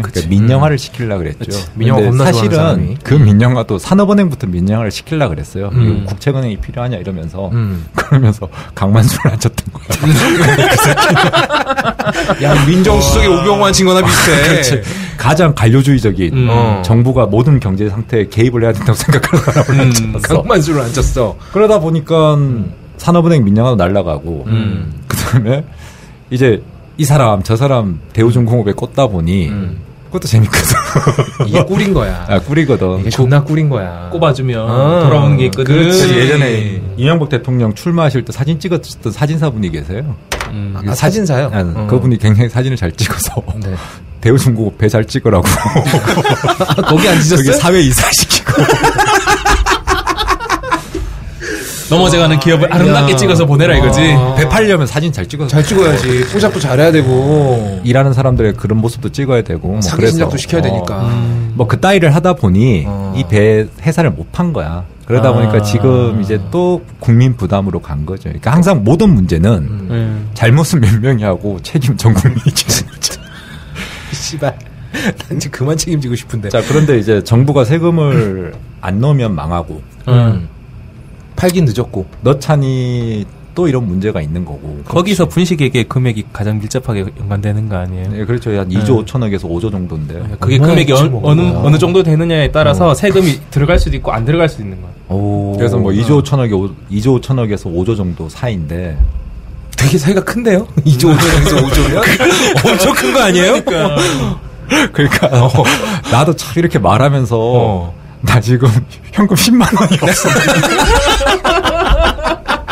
Speaker 2: 그치. 음.
Speaker 5: 그러니까 민영화를 시키려고 그랬죠.
Speaker 2: 그치. 민영화
Speaker 5: 근데
Speaker 2: 겁나
Speaker 5: 사실은
Speaker 2: 좋아하는 사람이.
Speaker 5: 그 민영화도 산업은행부터 민영화를 시키려고 그랬어요.
Speaker 2: 음.
Speaker 5: 이거 국채은행이 필요하냐 이러면서
Speaker 2: 음.
Speaker 5: [laughs] 그러면서 강만수를 [laughs] 앉혔던 거예요.
Speaker 2: 야, 민정수석의 오병환 친거나 [laughs] 비슷해.
Speaker 5: 가장 관료주의적인
Speaker 4: 음.
Speaker 5: 어, 정부가 모든 경제 상태에 개입을 해야 된다고 [laughs] 생각하는 사람을 앉혔어.
Speaker 2: 음. 강만수를 앉혔어.
Speaker 5: 그러다 보니까 산업은행 민영화도 날라가고
Speaker 2: 음.
Speaker 5: 그다음에 이제 이 사람 저 사람 대우중공업에 꽂다 보니
Speaker 2: 음.
Speaker 5: 그것도 재밌거든. [laughs]
Speaker 2: 이게 꿀인 거야.
Speaker 5: 아, 꿀이거든.
Speaker 2: 이게 존나 꿀인 거야.
Speaker 4: 꼽아주면
Speaker 2: 아,
Speaker 4: 돌아오는 게 있거든.
Speaker 7: 네.
Speaker 2: 그렇지.
Speaker 5: 그래서 예전에 이명박 대통령 출마하실 때 사진 찍었던 사진사분이 계세요.
Speaker 4: 음.
Speaker 2: 아, 사진사요?
Speaker 5: 아,
Speaker 2: 어.
Speaker 5: 그분이 굉장히 사진을 잘 찍어서
Speaker 2: 네.
Speaker 5: [laughs] 대우중공업 배 잘 찍으라고
Speaker 2: 아, 거기
Speaker 5: 저기
Speaker 2: 앉으셨어요?
Speaker 5: 사회 이사시키고
Speaker 4: 넘어져가는 기업을 아름답게 찍어서 보내라 이거지.
Speaker 5: 배 팔려면 사진 잘 찍어서
Speaker 2: 아. 잘 찍어야지. 포잡도 잘해야 되고.
Speaker 5: 일하는 사람들의 그런 모습도 찍어야 되고 뭐
Speaker 2: 사기
Speaker 5: 그래서,
Speaker 2: 신작도 시켜야
Speaker 5: 어,
Speaker 2: 되니까.
Speaker 5: 뭐 그 따위를 하다 보니
Speaker 2: 어.
Speaker 5: 이 배 회사를 못 판 거야. 그러다
Speaker 4: 아.
Speaker 5: 보니까 지금 이제 또 국민 부담으로 간 거죠. 그러니까 항상 모든 문제는
Speaker 4: 음.
Speaker 5: 잘못은 몇 명이 하고 책임 전 [laughs] 국민이 지는 거죠.
Speaker 2: 씨발. [laughs] 난 지금 그만 책임지고 싶은데.
Speaker 5: 자 그런데 이제 정부가 세금을 안 넣으면 망하고
Speaker 2: 음. 팔긴 늦었고.
Speaker 5: 넣자니 또 이런 문제가 있는 거고.
Speaker 4: 거기서 분식에게 금액이 가장 밀접하게 연관되는 거 아니에요?
Speaker 5: 네, 그렇죠. 한
Speaker 4: 음.
Speaker 5: 2조 5천억에서 5조 정도인데.
Speaker 4: 그게
Speaker 2: 얼마나
Speaker 4: 금액이
Speaker 2: 있지 뭐.
Speaker 4: 어,
Speaker 2: 먹은
Speaker 4: 어느
Speaker 2: 거야.
Speaker 4: 어느 정도 되느냐에 따라서 세금이 들어갈 수도 있고 안 들어갈 수도 있는 거야.
Speaker 2: 음.
Speaker 5: 그래서 뭐 2조 5천억에 2조 5천억에서 5조 정도 사이인데
Speaker 2: 되게 사이가 큰데요? [laughs] 2조 5조에서
Speaker 5: [laughs]
Speaker 2: 5조면? [laughs] 엄청 큰 거 아니에요?
Speaker 5: 그러니까 어, [laughs] 나도 참 이렇게 말하면서 나 지금 현금 10만 원이 없어.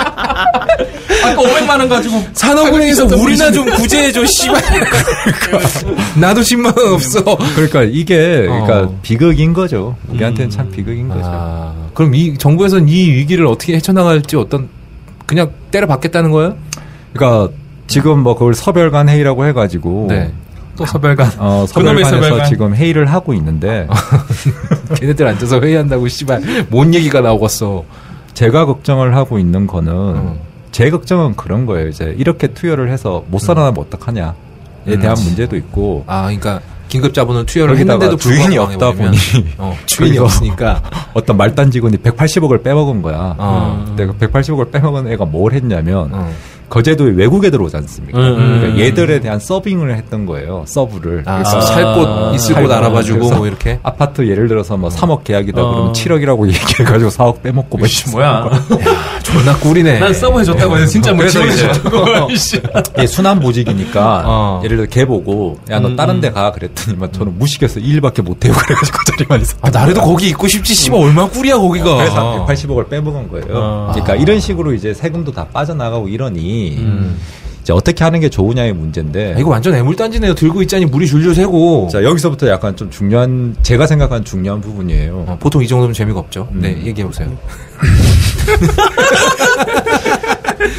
Speaker 4: 아까 500만 원 가지고
Speaker 2: 산업은행에서 우리나 좀 구제해줘,
Speaker 4: [laughs]
Speaker 2: 씨발. 그러니까. 나도 10만원 없어.
Speaker 5: 그러니까 이게 그러니까
Speaker 2: 어.
Speaker 5: 비극인 거죠. 우리한테는 참 비극인 거죠.
Speaker 2: 아, 그럼 이, 정부에서는 이 위기를 어떻게 헤쳐나갈지 어떤, 그냥 때려 박겠다는 거예요?
Speaker 5: 그러니까 지금 뭐 그걸 서별관 회의라고 해가지고
Speaker 2: 또 네. 서별관.
Speaker 5: [laughs] 어,
Speaker 4: 그놈의
Speaker 5: 서별관에서
Speaker 4: 서별관.
Speaker 5: 지금 회의를 하고 있는데
Speaker 2: 걔네들 앉아서 회의한다고, 씨발. 뭔 얘기가 나오겠어.
Speaker 5: 제가 걱정을 하고 있는 거는
Speaker 2: 음.
Speaker 5: 제 걱정은 그런 거예요. 이제 이렇게 투여를 해서 못 살아나면 어떡하냐에 대한 문제도 있고
Speaker 2: 아, 그러니까, 긴급 자본을 투여를
Speaker 5: 거기다가
Speaker 2: 했는데도 불구하고
Speaker 5: 주인이 없다
Speaker 2: 망해버리면,
Speaker 5: 보니
Speaker 2: [laughs]
Speaker 5: [laughs]
Speaker 2: 어, 주인이
Speaker 5: 그래서
Speaker 2: 없으니까.
Speaker 5: 어떤 말단 직원이 180억을 빼먹은 거야.
Speaker 2: 어.
Speaker 5: 근데 그 180억을 빼먹은 애가 뭘 했냐면
Speaker 2: 어.
Speaker 5: 거제도에 외국에 들어오지 않습니까?
Speaker 4: 음, 음,
Speaker 5: 그러니까
Speaker 4: 음.
Speaker 5: 얘들에 대한 서빙을 했던 거예요. 서브를.
Speaker 2: 아,
Speaker 5: 그래서
Speaker 2: 살곳 있을 곳
Speaker 5: 살고
Speaker 2: 알아봐주고
Speaker 5: 그래서
Speaker 2: 뭐 이렇게.
Speaker 5: 아파트 예를 들어서 뭐 3억 계약이다
Speaker 4: 어.
Speaker 5: 그러면 7억이라고 [laughs] 얘기해가지고 4억 빼먹고 뭐
Speaker 2: [laughs]
Speaker 5: 이런
Speaker 4: 뭐야?
Speaker 2: 네. 아, 존나 꿀이네.
Speaker 4: 난 서브해줬다고 해서 진짜 뭐
Speaker 5: 그래서
Speaker 4: 지원해줘.
Speaker 5: 이제-
Speaker 2: [laughs]
Speaker 5: 예, 순환 보직이니까
Speaker 2: 어. 음,
Speaker 5: 예를 들어 걔 보고 야 너 다른 데 가 그랬더니 막 저는 무식해서 일밖에 못 해요 그래가지고 자리만 있어.
Speaker 2: 아, 나라도 거기 있고 싶지, 씨발, 얼마나 꿀이야, 거기가.
Speaker 5: 그래서 180억을 빼먹은 거예요.
Speaker 4: 어.
Speaker 5: 그러니까 이런 식으로 이제 세금도 다 빠져나가고 이러니 이제 어떻게 하는 게 좋으냐의 문제인데.
Speaker 2: 아, 이거 완전 애물단지네요. 들고 있자니 물이 줄줄 새고.
Speaker 5: 자 여기서부터 약간 좀 중요한 제가 생각한 중요한 부분이에요.
Speaker 2: 어,
Speaker 5: 음.
Speaker 2: 보통 이 정도면 재미가 없죠. 네, 얘기해보세요.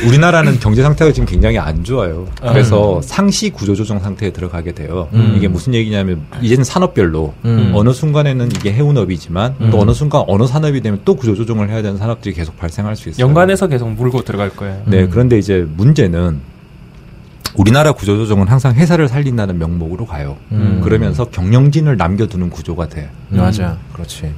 Speaker 5: 우리나라는 경제 상태가 지금 굉장히 안 좋아요. 그래서 상시 구조조정 상태에 들어가게 돼요. 이게 무슨 얘기냐면 이제는 산업별로
Speaker 2: 음.
Speaker 5: 어느 순간에는 이게 해운업이지만
Speaker 2: 음.
Speaker 5: 또 어느 순간 어느 산업이 되면 또 구조조정을 해야 되는 산업들이 계속 발생할 수 있어요.
Speaker 4: 연관해서 계속 물고 들어갈
Speaker 2: 음.
Speaker 4: 거예요.
Speaker 5: 네, 그런데 이제 문제는 우리나라 구조조정은 항상 회사를 살린다는 명목으로 가요.
Speaker 2: 음.
Speaker 5: 그러면서 경영진을 남겨두는 구조가 돼.
Speaker 2: 맞아. 그렇지.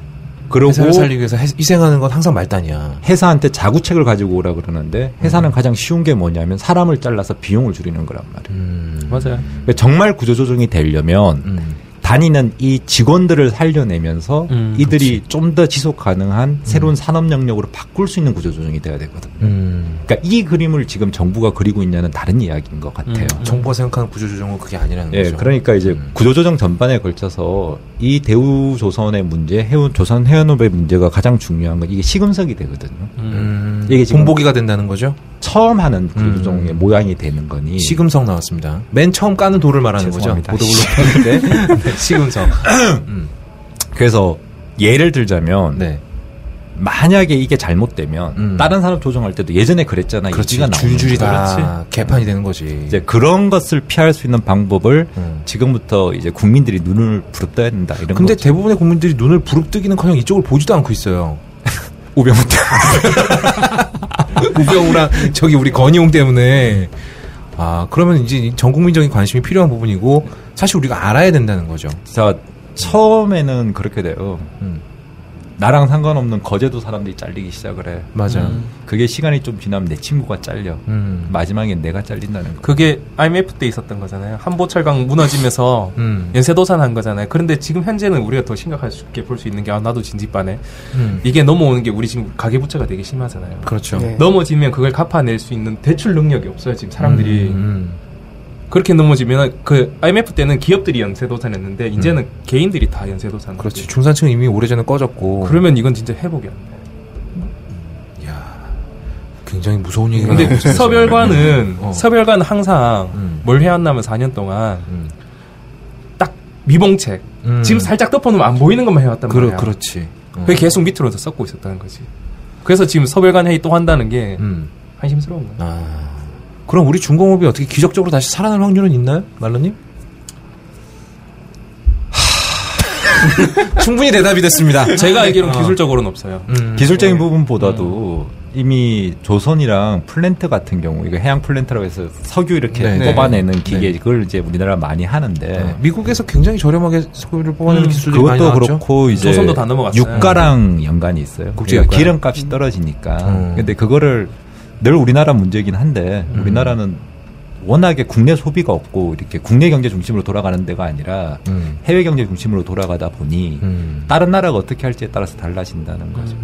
Speaker 5: 그리고
Speaker 2: 회사를 살리기 위해서 해- 희생하는 건 항상 말단이야.
Speaker 5: 회사한테 자구책을 가지고 오라 그러는데
Speaker 2: 음.
Speaker 5: 회사는 가장 쉬운 게 뭐냐면 사람을 잘라서 비용을 줄이는 거란 말이에요.
Speaker 2: 음.
Speaker 4: 맞아요.
Speaker 5: 그러니까 정말 구조조정이 되려면
Speaker 2: 음.
Speaker 5: 다니는 이 직원들을 살려내면서
Speaker 4: 음,
Speaker 5: 이들이 좀 더 지속 가능한 새로운 산업 영역으로 바꿀 수 있는 구조조정이 돼야 되거든. 요
Speaker 2: 음.
Speaker 5: 그러니까 이 그림을 지금 정부가 그리고 있냐는 다른 이야기인 것 같아요.
Speaker 4: 음.
Speaker 2: 정부가 생각하는 구조조정은 그게 아니라는
Speaker 5: 예,
Speaker 2: 거죠.
Speaker 5: 그러니까 이제
Speaker 2: 음.
Speaker 5: 구조조정 전반에 걸쳐서 이 대우조선의 문제, 해운 조선 해운업의 문제가 가장 중요한 건 이게 시금석이 되거든요.
Speaker 2: 음.
Speaker 5: 이게 지금-
Speaker 2: 본보기가 된다는 거죠?
Speaker 5: 처음 하는 구조조정의 모양이 되는 거니
Speaker 2: 시금석 나왔습니다. 맨 처음 까는 돌을 말하는
Speaker 5: 예. [laughs] 죄송합니다. 아,
Speaker 2: 거죠. [laughs] 보도블록 때 시금석.
Speaker 5: 그래서 예를 들자면
Speaker 2: 네.
Speaker 5: 만약에 이게 잘못되면
Speaker 2: 음.
Speaker 5: 다른 산업 조정할 때도 예전에 그랬잖아.
Speaker 2: 그렇지.
Speaker 5: 얘기가 나오는
Speaker 2: 줄줄이
Speaker 5: 거야.
Speaker 2: 다 개판이 되는 거지.
Speaker 5: 이제 그런 것을 피할 수 있는 방법을
Speaker 2: 음.
Speaker 5: 지금부터 이제 국민들이 눈을 부릅떠야 된다. 이런
Speaker 2: 근데
Speaker 5: 거죠.
Speaker 2: 대부분의 국민들이 눈을 부릅뜨기는커녕 이쪽을 보지도 않고 있어요. [laughs]
Speaker 5: 우병우
Speaker 2: 우병우랑 저기 우리 건희용 때문에 아 그러면 이제 전 국민적인 관심이 필요한 부분이고 사실 우리가 알아야 된다는 거죠.
Speaker 5: 자 처음에는 그렇게 돼요.
Speaker 2: 음.
Speaker 5: 나랑 상관없는 거제도 사람들이 잘리기 시작을 해.
Speaker 2: 맞아. 음.
Speaker 4: 음.
Speaker 5: 그게 시간이 좀 지나면 내 친구가 잘려. 마지막에 내가 잘린다는 거.
Speaker 4: [laughs] 그게 IMF 때 있었던 거잖아요. 한보철강 무너지면서
Speaker 2: 음.
Speaker 4: 연쇄도산 한 거잖아요. 그런데 지금 현재는 우리가 더 심각하게 볼 수 있는 게, 아, 나도 진지빠네.
Speaker 2: 음.
Speaker 4: 이게 넘어오는 게 우리 지금 가계부채가 되게 심하잖아요.
Speaker 2: 그렇죠.
Speaker 3: 네.
Speaker 4: 넘어지면 그걸 갚아낼 수 있는 대출 능력이 없어요, 지금 사람들이.
Speaker 2: 음.
Speaker 4: 그렇게 넘어지면 그 IMF 때는 기업들이 연쇄도산했는데, 이제는 개인들이 다 연쇄도산.
Speaker 2: 음. 그렇지. 중산층 이미 오래전에 꺼졌고.
Speaker 4: 그러면 이건 진짜 회복이 안 돼.
Speaker 2: 야 굉장히 무서운 얘기가.
Speaker 4: 근데
Speaker 2: 나오고 있어요.
Speaker 4: 서별관은,
Speaker 2: 아, 그렇죠. 어.
Speaker 4: 서별관은 항상
Speaker 2: 음.
Speaker 4: 뭘 해왔나면 4년 동안
Speaker 2: 음.
Speaker 4: 딱 미봉책.
Speaker 2: 음.
Speaker 4: 지금 살짝 덮어놓으면 안 보이는 것만 해왔단
Speaker 2: 그러
Speaker 4: 말이야.
Speaker 2: 그렇지. 어.
Speaker 4: 그게 계속 밑으로 더 썩고 있었다는 거지. 그래서 지금 서별관 회의 또 한다는 게
Speaker 2: 음.
Speaker 4: 한심스러운 거야.
Speaker 2: 아 그럼 우리 중공업이 어떻게 기적적으로 다시 살아날 확률은 있나요, 말러님? 하... 충분히 대답이 됐습니다.
Speaker 4: 제가 알기로는 기술적으로는 없어요.
Speaker 2: 아. 음.
Speaker 5: 기술적인 부분보다도 이미 조선이랑 플랜트 같은 경우 이거 해양 플랜트라고 해서 석유 이렇게
Speaker 2: 네.
Speaker 5: 뽑아내는 기계 그걸 이제 우리나라 많이 하는데
Speaker 2: 네. 미국에서 굉장히 저렴하게 석유를 뽑아내는
Speaker 4: 음,
Speaker 2: 기술들이 많이
Speaker 5: 그것도
Speaker 2: 나왔죠.
Speaker 5: 그렇고 이제
Speaker 4: 조선도 다 넘어갔어요.
Speaker 5: 유가랑 연관이 있어요.
Speaker 2: 국제
Speaker 5: 그러니까
Speaker 2: 유가.
Speaker 5: 기름값이 떨어지니까.
Speaker 2: 음.
Speaker 5: 근데 그거를 늘 우리나라 문제긴 한데 우리나라는 워낙에 국내 소비가 없고 이렇게 국내 경제 중심으로 돌아가는 데가 아니라
Speaker 2: 음.
Speaker 5: 해외 경제 중심으로 돌아가다 보니
Speaker 2: 음.
Speaker 5: 다른 나라가 어떻게 할지에 따라서 달라진다는 거죠.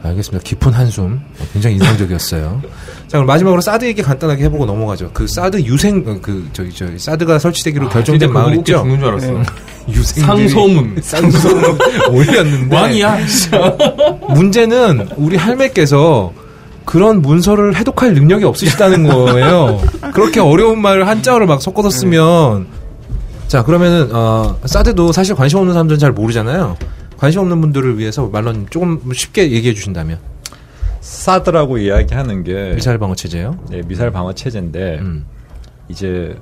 Speaker 2: 알겠습니다. 깊은 한숨. 어, 굉장히 인상적이었어요. 자, 그럼 마지막으로 사드 얘기 간단하게 해보고 넘어가죠. 그 사드 유생, 어, 그, 저기, 저 사드가 설치되기로
Speaker 4: 아,
Speaker 2: 결정된 마을
Speaker 4: 웃겨
Speaker 2: 있죠?
Speaker 4: 죽는 줄 알았어.
Speaker 2: 유생들이
Speaker 4: 그 상소문.
Speaker 2: 상소문 [laughs] 올렸는데.
Speaker 4: 왕이야.
Speaker 2: 문제는 우리 할매께서 그런 문서를 해독할 능력이 없으시다는 거예요. 그렇게 어려운 말을 한자어를 막 섞어서 쓰면
Speaker 4: 네.
Speaker 2: 자 그러면은 어, 사드도 사실 관심 없는 사람들은 잘 모르잖아요. 관심 없는 분들을 위해서 말론 조금 쉽게 얘기해 주신다면
Speaker 5: 사드라고 이야기하는 게
Speaker 2: 미사일 방어 체제요.
Speaker 5: 네, 미사일 방어 체제인데
Speaker 2: 음.
Speaker 5: 이제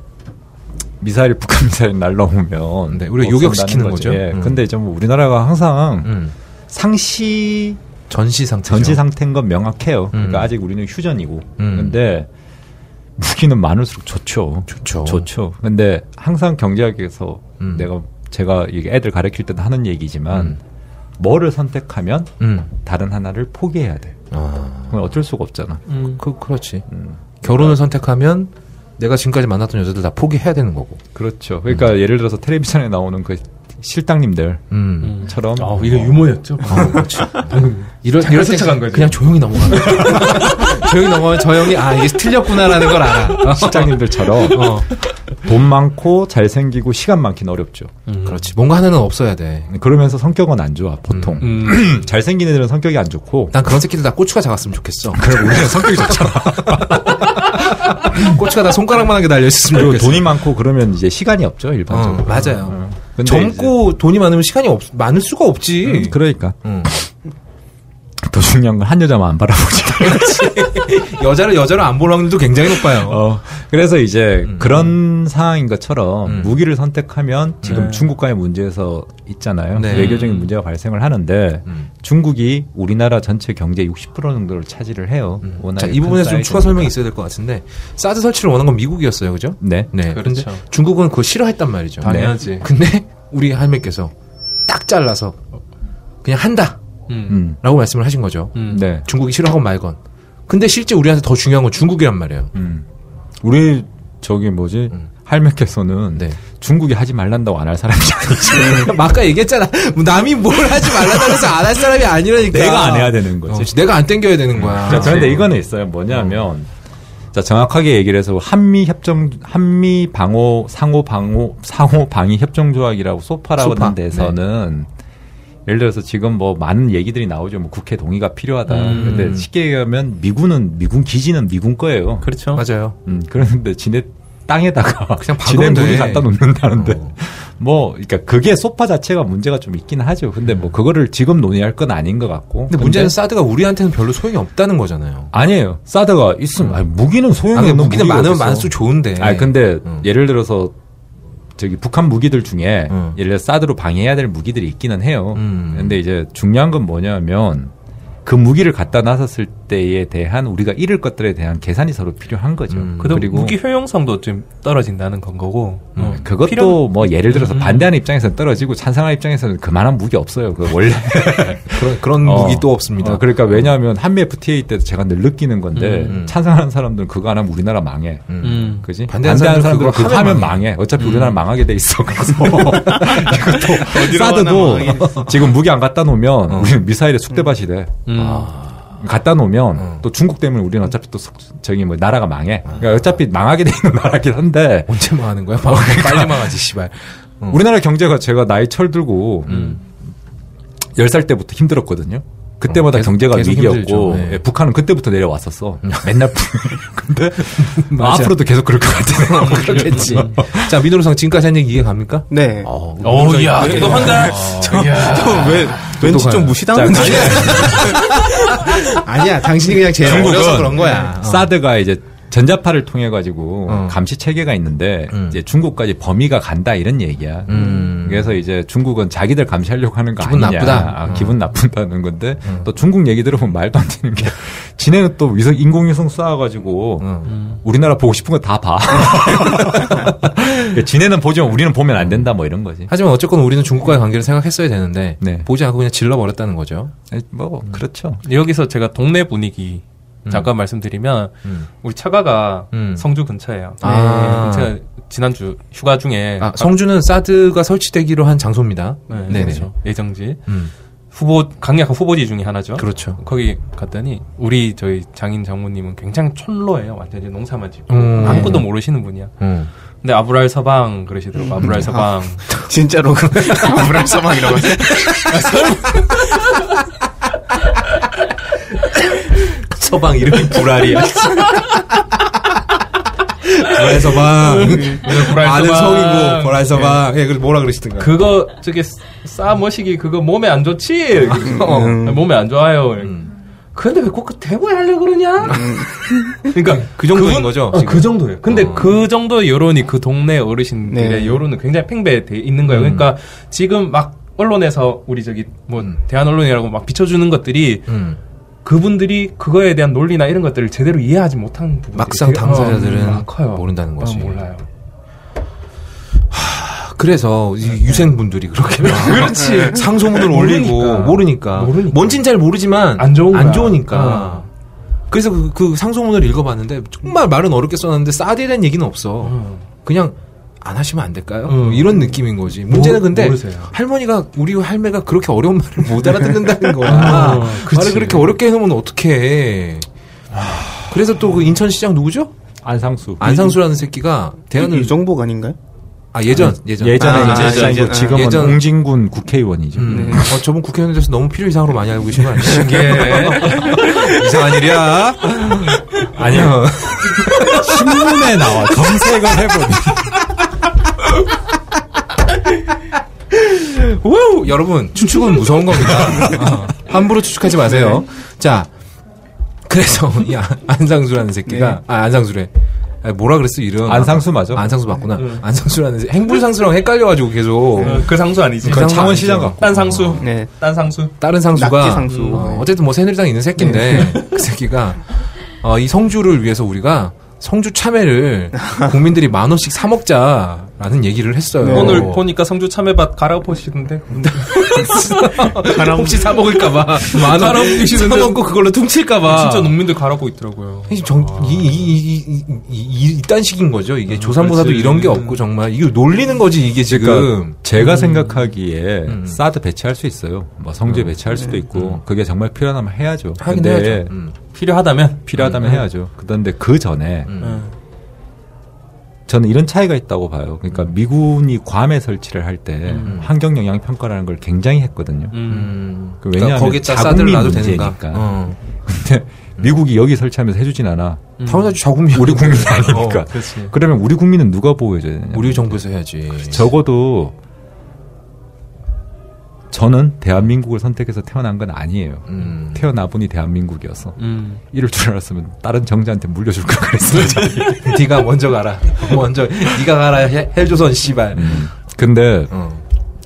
Speaker 5: 미사일 [laughs] 북한 미사일 날라오면
Speaker 2: 네, 우리가
Speaker 5: 못
Speaker 2: 요격시키는
Speaker 5: 쏜다는
Speaker 2: 거죠.
Speaker 5: 예,
Speaker 2: 음.
Speaker 5: 근데 좀 우리나라가 항상
Speaker 2: 음.
Speaker 5: 상시
Speaker 2: 전시 상태.
Speaker 5: 전시 상태인 건 명확해요.
Speaker 2: 음.
Speaker 5: 그러니까 아직 우리는 휴전이고.
Speaker 2: 음.
Speaker 5: 근데 무기는 많을수록 좋죠.
Speaker 2: 좋죠.
Speaker 5: 좋죠. 근데 항상 경제학에서
Speaker 2: 음.
Speaker 5: 내가 제가 이게 애들 가르칠 때도 하는 얘기지만
Speaker 2: 음.
Speaker 5: 뭐를 선택하면
Speaker 2: 음.
Speaker 5: 다른 하나를 포기해야 돼.
Speaker 2: 아,
Speaker 5: 그건 어쩔 수가 없잖아.
Speaker 2: 그 그렇지.
Speaker 5: 음.
Speaker 2: 결혼을 선택하면 내가 지금까지 만났던 여자들 다 포기해야 되는 거고.
Speaker 5: 그렇죠. 그러니까 예를 들어서 텔레비전에 나오는 그 실당님들처럼
Speaker 2: 음.
Speaker 4: 아, 이거 유머였죠.
Speaker 2: 이럴,
Speaker 4: 잠깐
Speaker 2: 이럴 때
Speaker 4: 스쳐간 거지.
Speaker 2: 그냥 조용히 넘어가는 거야. 조용히 넘어가면 저 형이 아 이게 틀렸구나라는 걸 알아. 어.
Speaker 5: [laughs] 실장님들처럼
Speaker 2: 어.
Speaker 5: 돈 많고 잘생기고 시간 많긴 어렵죠.
Speaker 2: [laughs] 그렇지. 뭔가 하나는 없어야 돼.
Speaker 5: 그러면서 성격은 안 좋아 보통.
Speaker 4: 음.
Speaker 5: [clears throat] 잘생긴 애들은 성격이 안 좋고
Speaker 2: 난 그런 새끼들 다 고추가 작았으면 좋겠어.
Speaker 5: 아, 그럼 우리는 성격이 좋잖아.
Speaker 2: [laughs] 고추가 다 손가락만하게 달려 있었으면
Speaker 5: 그리고
Speaker 2: 좋겠어.
Speaker 5: 돈이 많고 그러면 이제 시간이 없죠 일반적으로.
Speaker 2: 어, 맞아요.
Speaker 5: 근데
Speaker 2: 젊고 돈이 많으면 시간이 없, 많을 수가 없지.
Speaker 5: 이제- 음, 그러니까
Speaker 2: 음.
Speaker 5: 더 중요한 음, 건 한 여자만 안 바라보지.
Speaker 2: [laughs] 여자를 여자로 안 볼 확률도 굉장히 높아요.
Speaker 5: 어, 그래서 이제 그런 상황인 것처럼
Speaker 2: 음.
Speaker 5: 무기를 선택하면 지금
Speaker 4: 네.
Speaker 5: 중국과의 문제에서 있잖아요.
Speaker 2: 네.
Speaker 5: 외교적인 문제가 발생을 하는데
Speaker 2: 음.
Speaker 5: 중국이 우리나라 전체 경제 60% 정도를 차지를 해요. 워낙에
Speaker 2: 음. 자, 이
Speaker 5: 큰
Speaker 2: 부분에서 좀
Speaker 5: 네, 사이즈니까.
Speaker 2: 추가 설명이 있어야 될 것 같은데 사드 설치를 원한 건 미국이었어요, 그죠?
Speaker 5: 네.
Speaker 2: 네.
Speaker 4: 그렇죠.
Speaker 2: 근데 중국은 그거 싫어했단 말이죠. 네.
Speaker 4: 당연하지.
Speaker 2: 근데 우리 할매께서 딱 잘라서 그냥 한다라고
Speaker 4: 음.
Speaker 5: 음.
Speaker 2: 말씀을 하신 거죠.
Speaker 4: 음.
Speaker 5: 네.
Speaker 2: 중국이 싫어하건 말건. 근데 실제 우리한테 더 중요한 건 중국이란 말이에요.
Speaker 5: 음. 우리 저기 뭐지? 할매께서는
Speaker 2: 음. 네. [laughs]
Speaker 5: 중국이 하지 말란다고 안 할 사람이 아니지.
Speaker 2: 막 아까 얘기했잖아. 뭐 남이 뭘 하지 말라고 해서 안 할 사람이 아니라니까.
Speaker 5: [laughs] 내가 안 해야 되는
Speaker 2: 어,
Speaker 5: 거지.
Speaker 2: 그렇지. 내가 안 땡겨야 되는 거야.
Speaker 5: 자, 그런데 이거는 있어요. 뭐냐면, 자, 정확하게 얘기를 해서 한미 협정, 한미 방호, 상호 방호, 상호 방위 협정 조약이라고 소파라고 네.
Speaker 2: 소파,
Speaker 5: 하는 데서는 예를 들어서 지금 뭐 많은 얘기들이 나오죠. 뭐 국회 동의가 필요하다. 근데 쉽게 얘기하면 미군은, 미군 기지는 미군 거예요.
Speaker 4: 그렇죠.
Speaker 2: 맞아요.
Speaker 5: 음, 그런데 지네 땅에다가
Speaker 2: [laughs] 그냥
Speaker 5: [laughs] 지네
Speaker 2: 박으면 돼.
Speaker 5: 물이 갖다 놓는다는데
Speaker 2: 어.
Speaker 5: [laughs] 뭐 그러니까 그게 소파 자체가 문제가 좀 있긴 하죠. 근데 뭐 그거를 지금 논의할 건 아닌 것 같고.
Speaker 2: 근데 문제는 사드가 우리한테는 별로 소용이 없다는 거잖아요.
Speaker 5: 아니에요. 사드가 있으면 아니, 무기는
Speaker 2: 아,
Speaker 5: 소용이
Speaker 2: 그
Speaker 5: 없는
Speaker 2: 무기는
Speaker 5: 무기가
Speaker 2: 많으면
Speaker 5: 어딨어.
Speaker 2: 많을수록 좋은데.
Speaker 5: 아니 근데
Speaker 2: 음.
Speaker 5: 예를 들어서 저기 북한 무기들 중에
Speaker 2: 음.
Speaker 5: 예를 들어 사드로 방해해야 될 무기들이 있기는 해요.
Speaker 2: 음.
Speaker 5: 근데 이제 중요한 건 뭐냐면 그 무기를 갖다 놨었을 때에 대한 우리가 잃을 것들에 대한 계산이 서로 필요한 거죠.
Speaker 2: 음.
Speaker 4: 그다음 무기 효용성도 좀 떨어진다는 건 거고. 어.
Speaker 5: 그것도
Speaker 4: 필요한-
Speaker 5: 뭐 예를 들어서
Speaker 2: 음,
Speaker 5: 반대하는 입장에서는 떨어지고 찬성하는 입장에서는 그만한 무기 없어요. 그
Speaker 2: [laughs]
Speaker 5: 원래
Speaker 2: 그런, 그런
Speaker 5: 어,
Speaker 2: 음, 무기 또 없습니다.
Speaker 5: 어, 그러니까 왜냐하면 한미 FTA 때도 제가 늘 느끼는 건데
Speaker 2: 음, 음.
Speaker 5: 찬성하는 사람들은 그거 안 하면 우리나라 망해.
Speaker 4: 음.
Speaker 5: 그지?
Speaker 2: 반대하는 사람들은
Speaker 5: 반대하는 사람들은
Speaker 2: 그거
Speaker 5: 그거
Speaker 2: 하면 음.
Speaker 5: 하면 망해. 어차피 우리나라 망하게
Speaker 2: [laughs]
Speaker 5: 돼 있어. 그래서 [laughs] 이것도
Speaker 3: 어디로 하나 망하게 돼
Speaker 5: 사드도 지금 무기 안 갖다 놓으면
Speaker 2: 어.
Speaker 5: 우리는 미사일의 숙대밭이 돼. 아.
Speaker 4: 음.
Speaker 5: 갖다 놓으면
Speaker 2: 어.
Speaker 5: 또 중국 때문에 우리는 어차피 또 속- 저기 뭐 나라가 망해. 그러니까 어차피 망하게 돼 있는 나라긴 한데
Speaker 2: 언제 망하는
Speaker 5: 어,
Speaker 2: 거야? 망-
Speaker 5: 그러니까
Speaker 2: 빨리 망하지, 씨발. 어. 음.
Speaker 5: 우리나라 경제가 제가 나이 철들고 열 10살 때부터 힘들었거든요. 그때마다
Speaker 2: 어, 계속-
Speaker 5: 경제가
Speaker 2: 계속
Speaker 5: 위기였고
Speaker 2: 힘들죠. 음. 네.
Speaker 5: 예, 북한은 그때부터 내려왔었어. 맨날 근데
Speaker 2: 맞아.
Speaker 5: 뭐
Speaker 2: 어,
Speaker 5: 앞으로도 계속 그럴 것 같아요.
Speaker 2: 그렇겠지. 자, 민호루상 지금까지 한 얘기 이해 갑니까? 어,
Speaker 3: 네.
Speaker 5: 어,
Speaker 4: 오, 야, 또 한다.
Speaker 3: 왜, 왠지 좀 무시당하는 느낌. [laughs]
Speaker 2: 아니야, 당신이 그냥 제일
Speaker 5: 중국은
Speaker 2: 어려서 그런 거야.
Speaker 5: 사드가 이제 전자파를 통해 가지고
Speaker 2: 어.
Speaker 5: 감시 체계가 있는데
Speaker 2: 음.
Speaker 5: 이제 중국까지 범위가 간다 이런 얘기야.
Speaker 2: 음.
Speaker 5: 그래서 이제 중국은 자기들 감시하려고 하는 거
Speaker 2: 기분
Speaker 5: 아니냐.
Speaker 2: 나쁘다.
Speaker 5: 아, 기분 나쁜다는 건데 또 중국 얘기 들어보면 말도 안 되는 게 [laughs] 지네는 또 위성 인공위성 쏴가지고 우리나라 보고 싶은 거 다 봐. [laughs] 지네는 보지만 우리는 보면 안 된다 뭐 이런 거지.
Speaker 2: 하지만 어쨌건 우리는 중국과의 관계를 생각했어야 되는데
Speaker 5: 네.
Speaker 2: 보지 않고 그냥 질러버렸다는 거죠.
Speaker 5: 아니, 뭐 그렇죠.
Speaker 4: 여기서 제가 동네 분위기 잠깐 말씀드리면
Speaker 2: 음.
Speaker 4: 우리 차가가
Speaker 2: 음.
Speaker 4: 성주 근처예요.
Speaker 2: 아.
Speaker 4: 네, 제가 지난주 휴가 중에
Speaker 2: 아, 성주는 사드가 설치되기로 한 장소입니다.
Speaker 4: 네,
Speaker 2: 네네.
Speaker 4: 그렇죠. 예정지
Speaker 2: 음,
Speaker 4: 후보 강력한 후보지 중에 하나죠.
Speaker 2: 그렇죠.
Speaker 4: 거기 갔더니 우리 저희 장인 장모님은 굉장히 촌로예요. 완전히 농사만 짓고
Speaker 2: 음.
Speaker 4: 아무것도 모르시는 분이야.
Speaker 2: 음.
Speaker 4: 근데 아브랄 서방 그러시더라고. 아브랄 서방.
Speaker 3: 진짜로. [laughs] 아브랄 서방이라고. 하죠.
Speaker 5: 아, 서방 이름이 불알이야.
Speaker 2: 보라에서 막 아는
Speaker 5: 네.
Speaker 2: 성이고 보라에서 막 예, 그래서 뭐라 그러시던가.
Speaker 4: 그거 저기 싸머시기 그거 몸에 안 좋지.
Speaker 3: 음.
Speaker 4: 어, 몸에 안 좋아요.
Speaker 2: 음.
Speaker 4: 근데 왜 꼭 대구에 하려고 그러냐?
Speaker 3: 음.
Speaker 4: 그러니까
Speaker 2: 그 정도인
Speaker 4: 그분-
Speaker 2: 거죠,
Speaker 4: 어,
Speaker 2: 지금?
Speaker 4: 그 정도예요. 근데 그 정도의 여론이 그 동네 어르신들의
Speaker 3: 네.
Speaker 4: 여론은 굉장히 팽배돼 있는 거예요.
Speaker 2: 음.
Speaker 4: 그러니까 지금 막 언론에서 우리 저기 뭐 대한 언론이라고 막 비춰주는 것들이
Speaker 2: 음.
Speaker 4: 그분들이 그거에 대한 논리나 이런 것들을 제대로 이해하지 어, 음, 못한 부분
Speaker 2: 막상 당사자들은 모른다는
Speaker 4: 거
Speaker 2: 거지.
Speaker 4: 아, 몰라요.
Speaker 2: 그래서 이 유생분들이 그렇게
Speaker 4: 네,
Speaker 2: [laughs]
Speaker 4: 그렇지.
Speaker 2: 상소문을 올리고 모르니까.
Speaker 4: 모르니까. 모르니까.
Speaker 2: 뭔진 잘 모르지만
Speaker 4: 안 좋은 거야. 어.
Speaker 2: 좋으니까. 그래서 그, 그 상소문을 읽어봤는데 정말 말은 어렵게 써놨는데 싸대에 대한 얘기는 없어. 그냥 안 하시면 안 될까요?
Speaker 4: 음.
Speaker 2: 이런 느낌인 거지. 문제는 근데
Speaker 4: 모르세요.
Speaker 2: 할머니가 우리 할매가 그렇게 어려운 말을 못
Speaker 4: [laughs]
Speaker 2: 알아듣는다는 거야.
Speaker 4: 어, 그치. 아.
Speaker 2: 말을 그렇게 어렵게 해놓으면 어떡해. 그래서 또 그 인천시장 누구죠?
Speaker 4: 예,
Speaker 5: 안상수.
Speaker 2: 안상수라는 새끼가 대안을
Speaker 3: 유정복 아닌가요?
Speaker 2: 아 예전 예전
Speaker 5: 예전에
Speaker 3: 아,
Speaker 5: 이제
Speaker 3: 예전, 예전.
Speaker 5: 시장이고 지금은
Speaker 2: 예전.
Speaker 5: 웅진군 국회의원이죠.
Speaker 2: 음. 어, 저분 국회의원에 대해서 너무 필요 이상으로 많이 알고 계신 거 아니에요? [laughs]
Speaker 5: 예.
Speaker 2: 이상한 일이야. 아니요.
Speaker 5: 네, [laughs] 신문에 나와 검색을 해보니
Speaker 2: 우! 여러분, 추측은 무서운 겁니다. 어, 함부로 추측하지 마세요.
Speaker 5: 네.
Speaker 2: 자,
Speaker 5: [laughs]
Speaker 2: 그래서 이 아, 안- 안상수라는 새끼가, 아, 안상수래. 아, 뭐라 그랬어, 이름?
Speaker 5: 네. 안상수 네. 맞아?
Speaker 2: 아, 안상수 맞구나. 안상수라는 새 행불상수랑 헷갈려가지고 계속.
Speaker 4: 어, 그 상수 아니지.
Speaker 2: 그 상수
Speaker 5: 네. 창원시장
Speaker 2: 아니죠.
Speaker 5: 갖고.
Speaker 4: 딴 상수.
Speaker 3: 네.
Speaker 4: 딴 상수.
Speaker 2: 다른 상수가
Speaker 3: 낙지 상수.
Speaker 5: 네.
Speaker 2: 어, 쨌든뭐 새누리당 있는 새끼인데 [laughs] 그 새끼가 어, 이 성주를 위해서 우리가 성주
Speaker 5: [laughs]
Speaker 2: 참외를 국민들이 만 원씩 사 먹자라는 얘기를 했어요.
Speaker 5: 네.
Speaker 4: 오늘 보니까 성주 참외밭 갈아엎으시던데.
Speaker 2: [laughs] 혹시 사 먹을까봐 만원 사 먹고 그걸로
Speaker 5: 아,
Speaker 2: 퉁칠까봐
Speaker 4: 진짜 농민들 갈아엎고 있더라고요.
Speaker 2: 이이이이딴 식인 거죠. 이게 조산모사도
Speaker 4: 그렇지.
Speaker 2: 이런 게 없고 정말 이거 놀리는 거지 이게 지금.
Speaker 5: 아, 그러니까 제가 생각하기에
Speaker 2: 음.
Speaker 5: 사드 배치할 수 있어요. 뭐 성주에 배치할 수도 있고 그게 정말 필요하면 해야죠.
Speaker 2: 네. 하긴
Speaker 5: 근데
Speaker 2: 해야죠. 음.
Speaker 4: 필요하다면.
Speaker 5: 필요하다면 해야죠. 그런데 그 전에
Speaker 2: 음.
Speaker 4: 어.
Speaker 5: 저는 이런 차이가 있다고 봐요. 그러니까
Speaker 2: 음.
Speaker 5: 미군이 괌에 설치를 할 때 환경 영향 평가라는 걸 굉장히 했거든요.
Speaker 2: 음.
Speaker 5: 그
Speaker 2: 그러니까
Speaker 5: 왜냐하면
Speaker 2: 거기다
Speaker 5: 자국민
Speaker 2: 싸들을 놔도
Speaker 5: 문제니까.
Speaker 2: 되는가. 어.
Speaker 5: [laughs] 근데 미국이 여기 설치하면서 해주진 않아.
Speaker 2: 당연하지 자국민
Speaker 5: [laughs] 우리 국민 아니니까.
Speaker 2: 음. 어,
Speaker 4: 그렇지.
Speaker 5: 그러면 우리 국민은 누가 보호해줘야 되냐?
Speaker 2: 우리 정부에서 해야지.
Speaker 5: 그렇죠. 적어도 저는 대한민국을 선택해서 태어난 건 아니에요.
Speaker 2: 음.
Speaker 5: 태어나 보니 대한민국이어서
Speaker 4: 음.
Speaker 5: 이럴 줄 알았으면 다른 정자한테 물려줄 걸 그랬어요. [laughs] 저는.
Speaker 2: 음. 네가 먼저 가라. 먼저 네가 가라. 해- 헬조선 씨발.
Speaker 5: 음. 근데
Speaker 2: 어.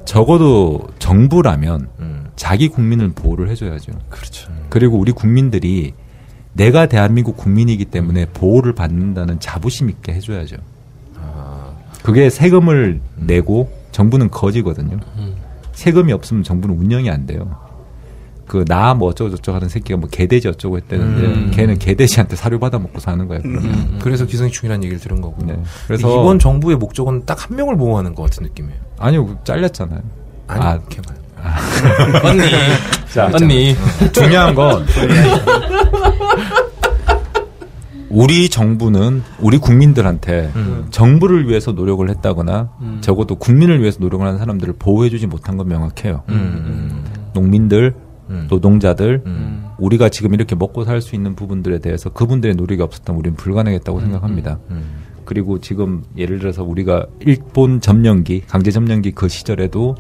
Speaker 5: 적어도 정부라면
Speaker 2: 음.
Speaker 5: 자기 국민을 보호를 해줘야죠. 그렇죠. 그리고 우리 국민들이 내가 대한민국 국민이기 때문에 보호를 받는다는 자부심 있게 해줘야죠. 그게 세금을 내고 정부는 거지거든요. 세금이 없으면 정부는 운영이 안 돼요. 그 나 뭐 어쩌고저쩌고 하는 새끼가 뭐 개돼지 어쩌고 했다는데 걔는 개돼지한테 사료 받아 먹고 사는 거예요. 그러면.
Speaker 2: 그래서 기생충이라는 얘기를 들은 거고.
Speaker 5: 음, 네.
Speaker 2: 그래서
Speaker 5: 그래서
Speaker 2: 이번 정부의 목적은 딱 한 명을 보호하는 것 같은 느낌이에요.
Speaker 5: 아니요 잘렸잖아요.
Speaker 2: 아니,
Speaker 5: 아,
Speaker 2: 개발.
Speaker 4: 언니.
Speaker 5: [laughs]
Speaker 4: 자, 언니.
Speaker 5: 중요한 건 우리 정부는 우리 국민들한테
Speaker 2: 음.
Speaker 5: 정부를 위해서 노력을 했다거나 적어도 국민을 위해서 노력을 하는 사람들을 보호해주지 못한 건 명확해요.
Speaker 2: 음.
Speaker 5: 농민들, 노동자들,
Speaker 2: 음.
Speaker 5: 우리가 지금 이렇게 먹고 살 수 있는 부분들에 대해서 그분들의 노력이 없었다면 우리는 불가능했다고
Speaker 2: 음.
Speaker 5: 생각합니다. 그리고 지금 예를 들어서 우리가 일본 점령기, 강제 점령기 그 시절에도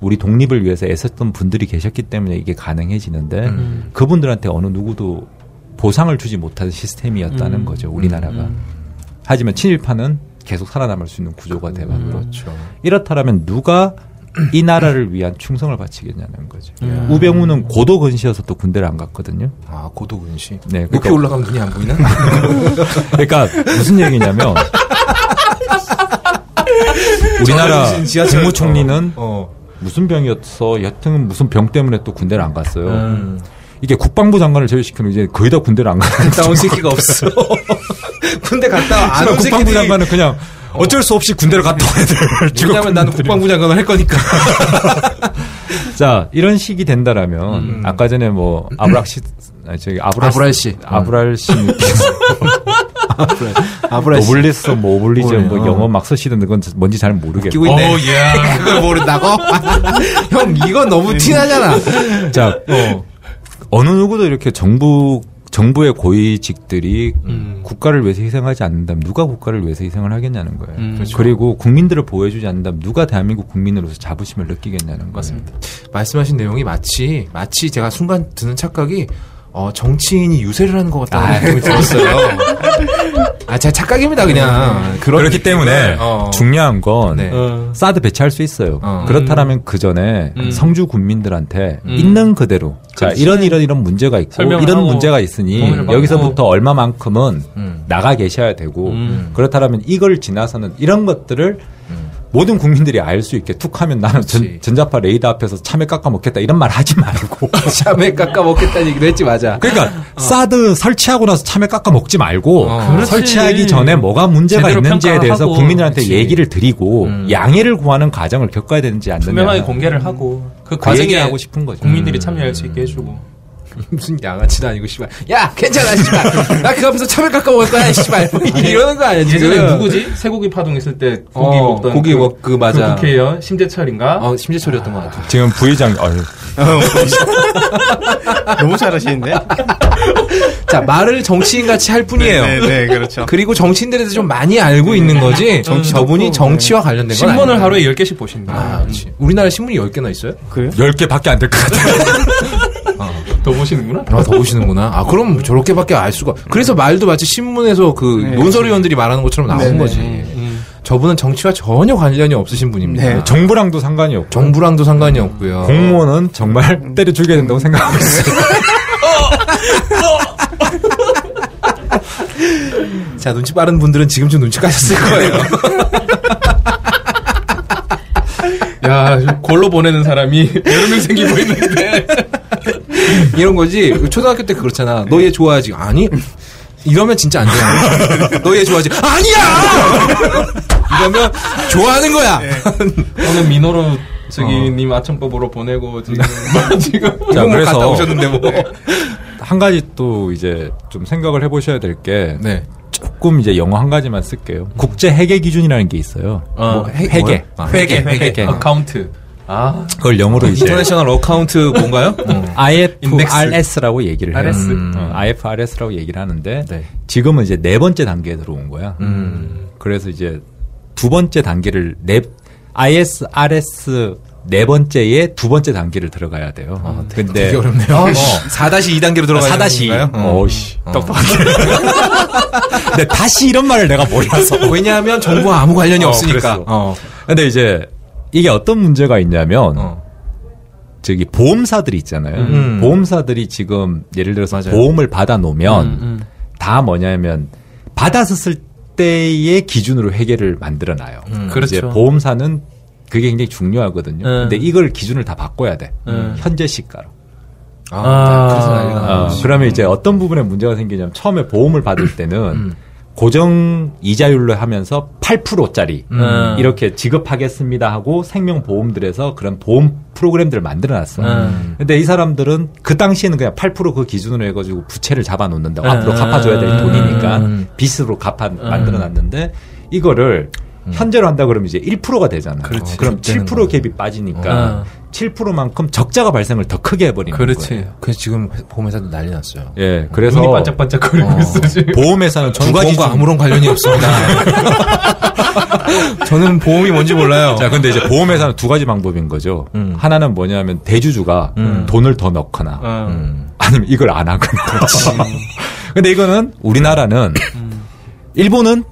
Speaker 5: 우리 독립을 위해서 애썼던 분들이 계셨기 때문에 이게 가능해지는데 그분들한테 어느 누구도 보상을 주지 못한 시스템이었다는 거죠 우리나라가 하지만 친일파는 계속 살아남을 수 있는 구조가 돼가고
Speaker 2: 그렇죠.
Speaker 5: 이렇다라면 누가 이 나라를 위한 충성을 바치겠냐는 거죠 우병우는 고도근시여서 또 군대를 안 갔거든요
Speaker 2: 아, 고도근시.
Speaker 5: 네,
Speaker 2: 높이
Speaker 5: 그러니까-
Speaker 2: 올라가면 눈이 안
Speaker 5: [laughs]
Speaker 2: 보이나?
Speaker 5: 그러니까 무슨 얘기냐면 우리나라
Speaker 2: 정해진 지하철-
Speaker 5: 국무총리는
Speaker 2: 어.
Speaker 5: 무슨 병이었어? 여튼 무슨 병 때문에 또 군대를 안 갔어요.
Speaker 2: 음.
Speaker 5: 이게 국방부 장관을 제외시키면 이제 거의 다 군대를 안 가는
Speaker 2: 다운 새끼가 없어. 그렇죠. [laughs] 군대 갔다 와. 안온
Speaker 5: 국방부
Speaker 2: 아, 새끼들이-
Speaker 5: 장관은 그냥 어쩔 수 없이 군대를 갔다 온 애들
Speaker 2: 왜냐면 나는 국방부 장관을 할 거니까.
Speaker 5: 자 이런 식이 된다라면
Speaker 2: 음.
Speaker 5: 아까 전에 뭐 아브락시 아니, 저기 아브랄
Speaker 2: 아브랄 씨.
Speaker 5: 아브랄 씨 느낌
Speaker 2: 아브라 씨.
Speaker 5: 노블리스 뭐 오블리즘 뭐
Speaker 2: 어.
Speaker 5: 영어 막 쓰시던 그건 뭔지 잘 모르겠고
Speaker 2: 끼고 있네. [laughs] 그걸 모른다고? 형, 이거
Speaker 5: 네.
Speaker 2: 너무 티나잖아.
Speaker 5: 자, 어. 느 누구도 이렇게 정부 정부의 고위직들이 국가를 위해서 희생하지 않는다면 누가 국가를 위해서 희생을 하겠냐는 거예요. 그리고 국민들을 보호해주지 않는다면 누가 대한민국 국민으로서 자부심을 느끼겠냐는 것입니다.
Speaker 2: 말씀하신 내용이 마치, 마치 제가 순간 드는 착각이 어, 정치인이 유세를 하는 것 같다는 느낌이 들었어요. [laughs] 아, 제 착각입니다, 그냥. 그런
Speaker 5: 그렇기 때문에
Speaker 2: 어.
Speaker 5: 중요한 건
Speaker 2: 네.
Speaker 4: 어.
Speaker 5: 사드 배치할 수 있어요.
Speaker 2: 어.
Speaker 5: 그렇다면 그 전에 성주 군민들한테
Speaker 4: 음.
Speaker 5: 있는 그대로 자,
Speaker 4: 그렇지.
Speaker 5: 이런 이런 이런 문제가 있고
Speaker 4: 설명을
Speaker 5: 이런
Speaker 4: 하고
Speaker 5: 문제가 있으니
Speaker 4: 동의를 받고.
Speaker 5: 여기서부터 얼마만큼은
Speaker 2: 음.
Speaker 5: 나가 계셔야 되고
Speaker 4: 음.
Speaker 5: 그렇다면 이걸 지나서는 이런 것들을 모든 국민들이 알 수 있게 툭 하면 나는
Speaker 2: 그렇지.
Speaker 5: 전, 전자파 레이더 앞에서 참외 깎아 먹겠다 이런 말 하지
Speaker 4: [laughs]
Speaker 5: 말고
Speaker 2: 참외 깎아 먹겠다는 얘기도 했지, 맞아.
Speaker 5: 그러니까 사드 설치하고 나서 참외 깎아 먹지 말고
Speaker 2: 어.
Speaker 4: 그렇지.
Speaker 5: 설치하기 전에 뭐가 문제가
Speaker 4: 제대로
Speaker 5: 있는지에 대해서
Speaker 4: 평가하고.
Speaker 5: 국민들한테
Speaker 4: 그렇지.
Speaker 5: 얘기를 드리고 양해를 구하는 과정을 겪어야 되는지 안 되냐
Speaker 4: 분명하게 공개를 하고 그 과정에
Speaker 5: 얘기하고 싶은 거죠.
Speaker 2: 음.
Speaker 5: 음.
Speaker 4: 국민들이 참여할 수 있게 해주고.
Speaker 2: 무슨 양아치도 아니고 씨발. 야 괜찮아 씨발. 나 그 앞에서 참외 깎아 먹을 거야 씨발. 뭐 이러는 거 아니야 지금.
Speaker 4: 예전에 누구지? 쇠고기 파동 있을 때 고기
Speaker 2: 그 어,
Speaker 4: 먹던
Speaker 2: 고기 먹- 그 맞아.
Speaker 4: 국회의원 심재철인가?
Speaker 2: 어 심재철이었던 것 같아.
Speaker 5: 지금 부회장 어, 아유,
Speaker 3: 어, 뭐, [laughs] 너무 잘하시는데?
Speaker 2: 자 말을 정치인 같이 할 뿐이에요.
Speaker 3: 네, 네, 그렇죠.
Speaker 2: 그리고 정치인들에 대해서 좀 많이 알고 있는 거지. 저분이 정치와 관련된 건
Speaker 4: 신문을
Speaker 2: 아니에요.
Speaker 4: 하루에 10개씩 보신다. 음.
Speaker 2: 아, 그렇지. 우리나라 신문이 10개나 있어요?
Speaker 5: 열개밖에 안 될 것 같아요.
Speaker 4: 더 보시는구나?
Speaker 2: 아, 더 보시는구나. 아, 그럼 저렇게밖에 알 수가. 그래서 말도 마치 신문에서 그 논설위원들이 말하는 것처럼 나온 거지. 저분은 정치와 전혀 관련이 없으신 분입니다.
Speaker 3: 네.
Speaker 5: [laughs] 정부랑도 상관이 없고
Speaker 2: 정부랑도 상관이 없고요.
Speaker 5: 공무원은 정말 때려 죽여야 된다고 생각하고 있어요.
Speaker 2: 자, 눈치 빠른 분들은 지금쯤 눈치 까셨을 거예요.
Speaker 4: 야, 아, 골로 보내는 사람이 [laughs] 여러 명 생기고 있는데.
Speaker 2: [laughs] 이런 거지. 초등학교 때 그렇잖아. 너 얘 좋아하지? 아니. 이러면 진짜 안 돼요. 너 얘 좋아하지? 아니야! 이러면 좋아하는 거야.
Speaker 4: 오늘 민호로 저기 님 아첨법으로 보내고 지금 [laughs] 뭐 지금
Speaker 5: 자,
Speaker 2: 공무원
Speaker 5: 그래서-
Speaker 2: 갔다 오셨는데 뭐.
Speaker 5: 한 가지 또 이제 좀 생각을 해보셔야 될 게
Speaker 2: 네.
Speaker 5: 조금 이제 영어 한 가지만 쓸게요. 국제 해계 기준이라는 게 있어요.
Speaker 2: 뭐, 해- 뭐야? 아, 회계,
Speaker 4: 네,
Speaker 2: 회계.
Speaker 4: 어카운트. 아,
Speaker 5: 그걸 영어로 이제
Speaker 2: 인터내셔널 어카운트 뭔가요?
Speaker 4: 음,
Speaker 5: IFRS라고 얘기를 해요.
Speaker 4: RS.
Speaker 2: 음.
Speaker 5: 어, IFRS라고 얘기를 하는데 지금은 이제 네 번째 단계에 들어온 거야.
Speaker 2: 음.
Speaker 5: 그래서 이제 두 번째 단계를 네 ISRS 네 번째에 두 번째 단계를 들어가야 돼요. 근데
Speaker 2: 아, 되게 어렵네요. 4-2단계로 들어가요.
Speaker 5: 4다시. 어씨. 똑똑하게. [laughs] 근데 다시 이런 말을 내가 몰라서.
Speaker 2: 어. 왜냐하면 정부와 아무 관련이
Speaker 5: 어,
Speaker 2: 없으니까.
Speaker 5: 그랬어. 근데 이제 이게 어떤 문제가 있냐면
Speaker 2: 어.
Speaker 5: 저기 보험사들이 있잖아요.
Speaker 2: 음.
Speaker 5: 보험사들이 지금 예를 들어서
Speaker 2: 맞아요. 음,
Speaker 5: 보험을 받아 놓으면
Speaker 4: 음,
Speaker 5: 다 뭐냐면 받아서 쓸 때의 기준으로 회계를 만들어 놔요.
Speaker 4: 그렇죠.
Speaker 5: 이제 보험사는 그게 굉장히 중요하거든요.
Speaker 4: 음.
Speaker 5: 근데 이걸 기준을 다 바꿔야 돼.
Speaker 4: 음.
Speaker 5: 현재 시가로.
Speaker 2: 아,
Speaker 4: 아.
Speaker 2: 그래서 난리가 나는
Speaker 5: 어,
Speaker 2: 거지.
Speaker 5: 그러면 이제 어떤 부분에 문제가 생기냐면 처음에 보험을 받을 때는
Speaker 4: 음.
Speaker 5: 고정 이자율로 하면서 8%짜리
Speaker 4: 음.
Speaker 5: 이렇게 지급하겠습니다 하고 생명보험들에서 그런 보험 프로그램들을 만들어 놨어.
Speaker 4: 음.
Speaker 5: 근데 이 사람들은 그 당시에는 그냥 8%그 기준으로 해가지고 부채를 잡아 놓는다. 고
Speaker 4: 음.
Speaker 5: 앞으로 갚아줘야 될 돈이니까
Speaker 2: 음.
Speaker 5: 빚으로 갚아 만들어 놨는데 이거를 현재로 한다 그러면 이제 1%가 되잖아요.
Speaker 4: 음. 그렇지. 어.
Speaker 5: 그럼 7%
Speaker 2: 되는 거야.
Speaker 5: 갭이 빠지니까 7%만큼 적자가 발생을 더 크게 해버리는 거예요.
Speaker 4: 그렇지.
Speaker 2: 그래서 지금 회- 보험회사도 난리 났어요.
Speaker 5: 예, 그래서
Speaker 4: 눈이 반짝반짝거리고
Speaker 2: 어.
Speaker 4: 있어 지금.
Speaker 5: 보험회사는 두
Speaker 2: 저는
Speaker 5: 가지
Speaker 2: 보험과
Speaker 5: 중-
Speaker 2: 아무런 관련이 없습니다. [laughs] 저는 보험이 뭔지 몰라요.
Speaker 5: 자, 근데 이제 보험회사는 두 가지 방법인 거죠. 하나는 뭐냐면 대주주가 돈을 더 넣거나
Speaker 4: 어.
Speaker 5: 아니면 이걸 안 하거나. [laughs] 근데 이거는 우리나라는 일본은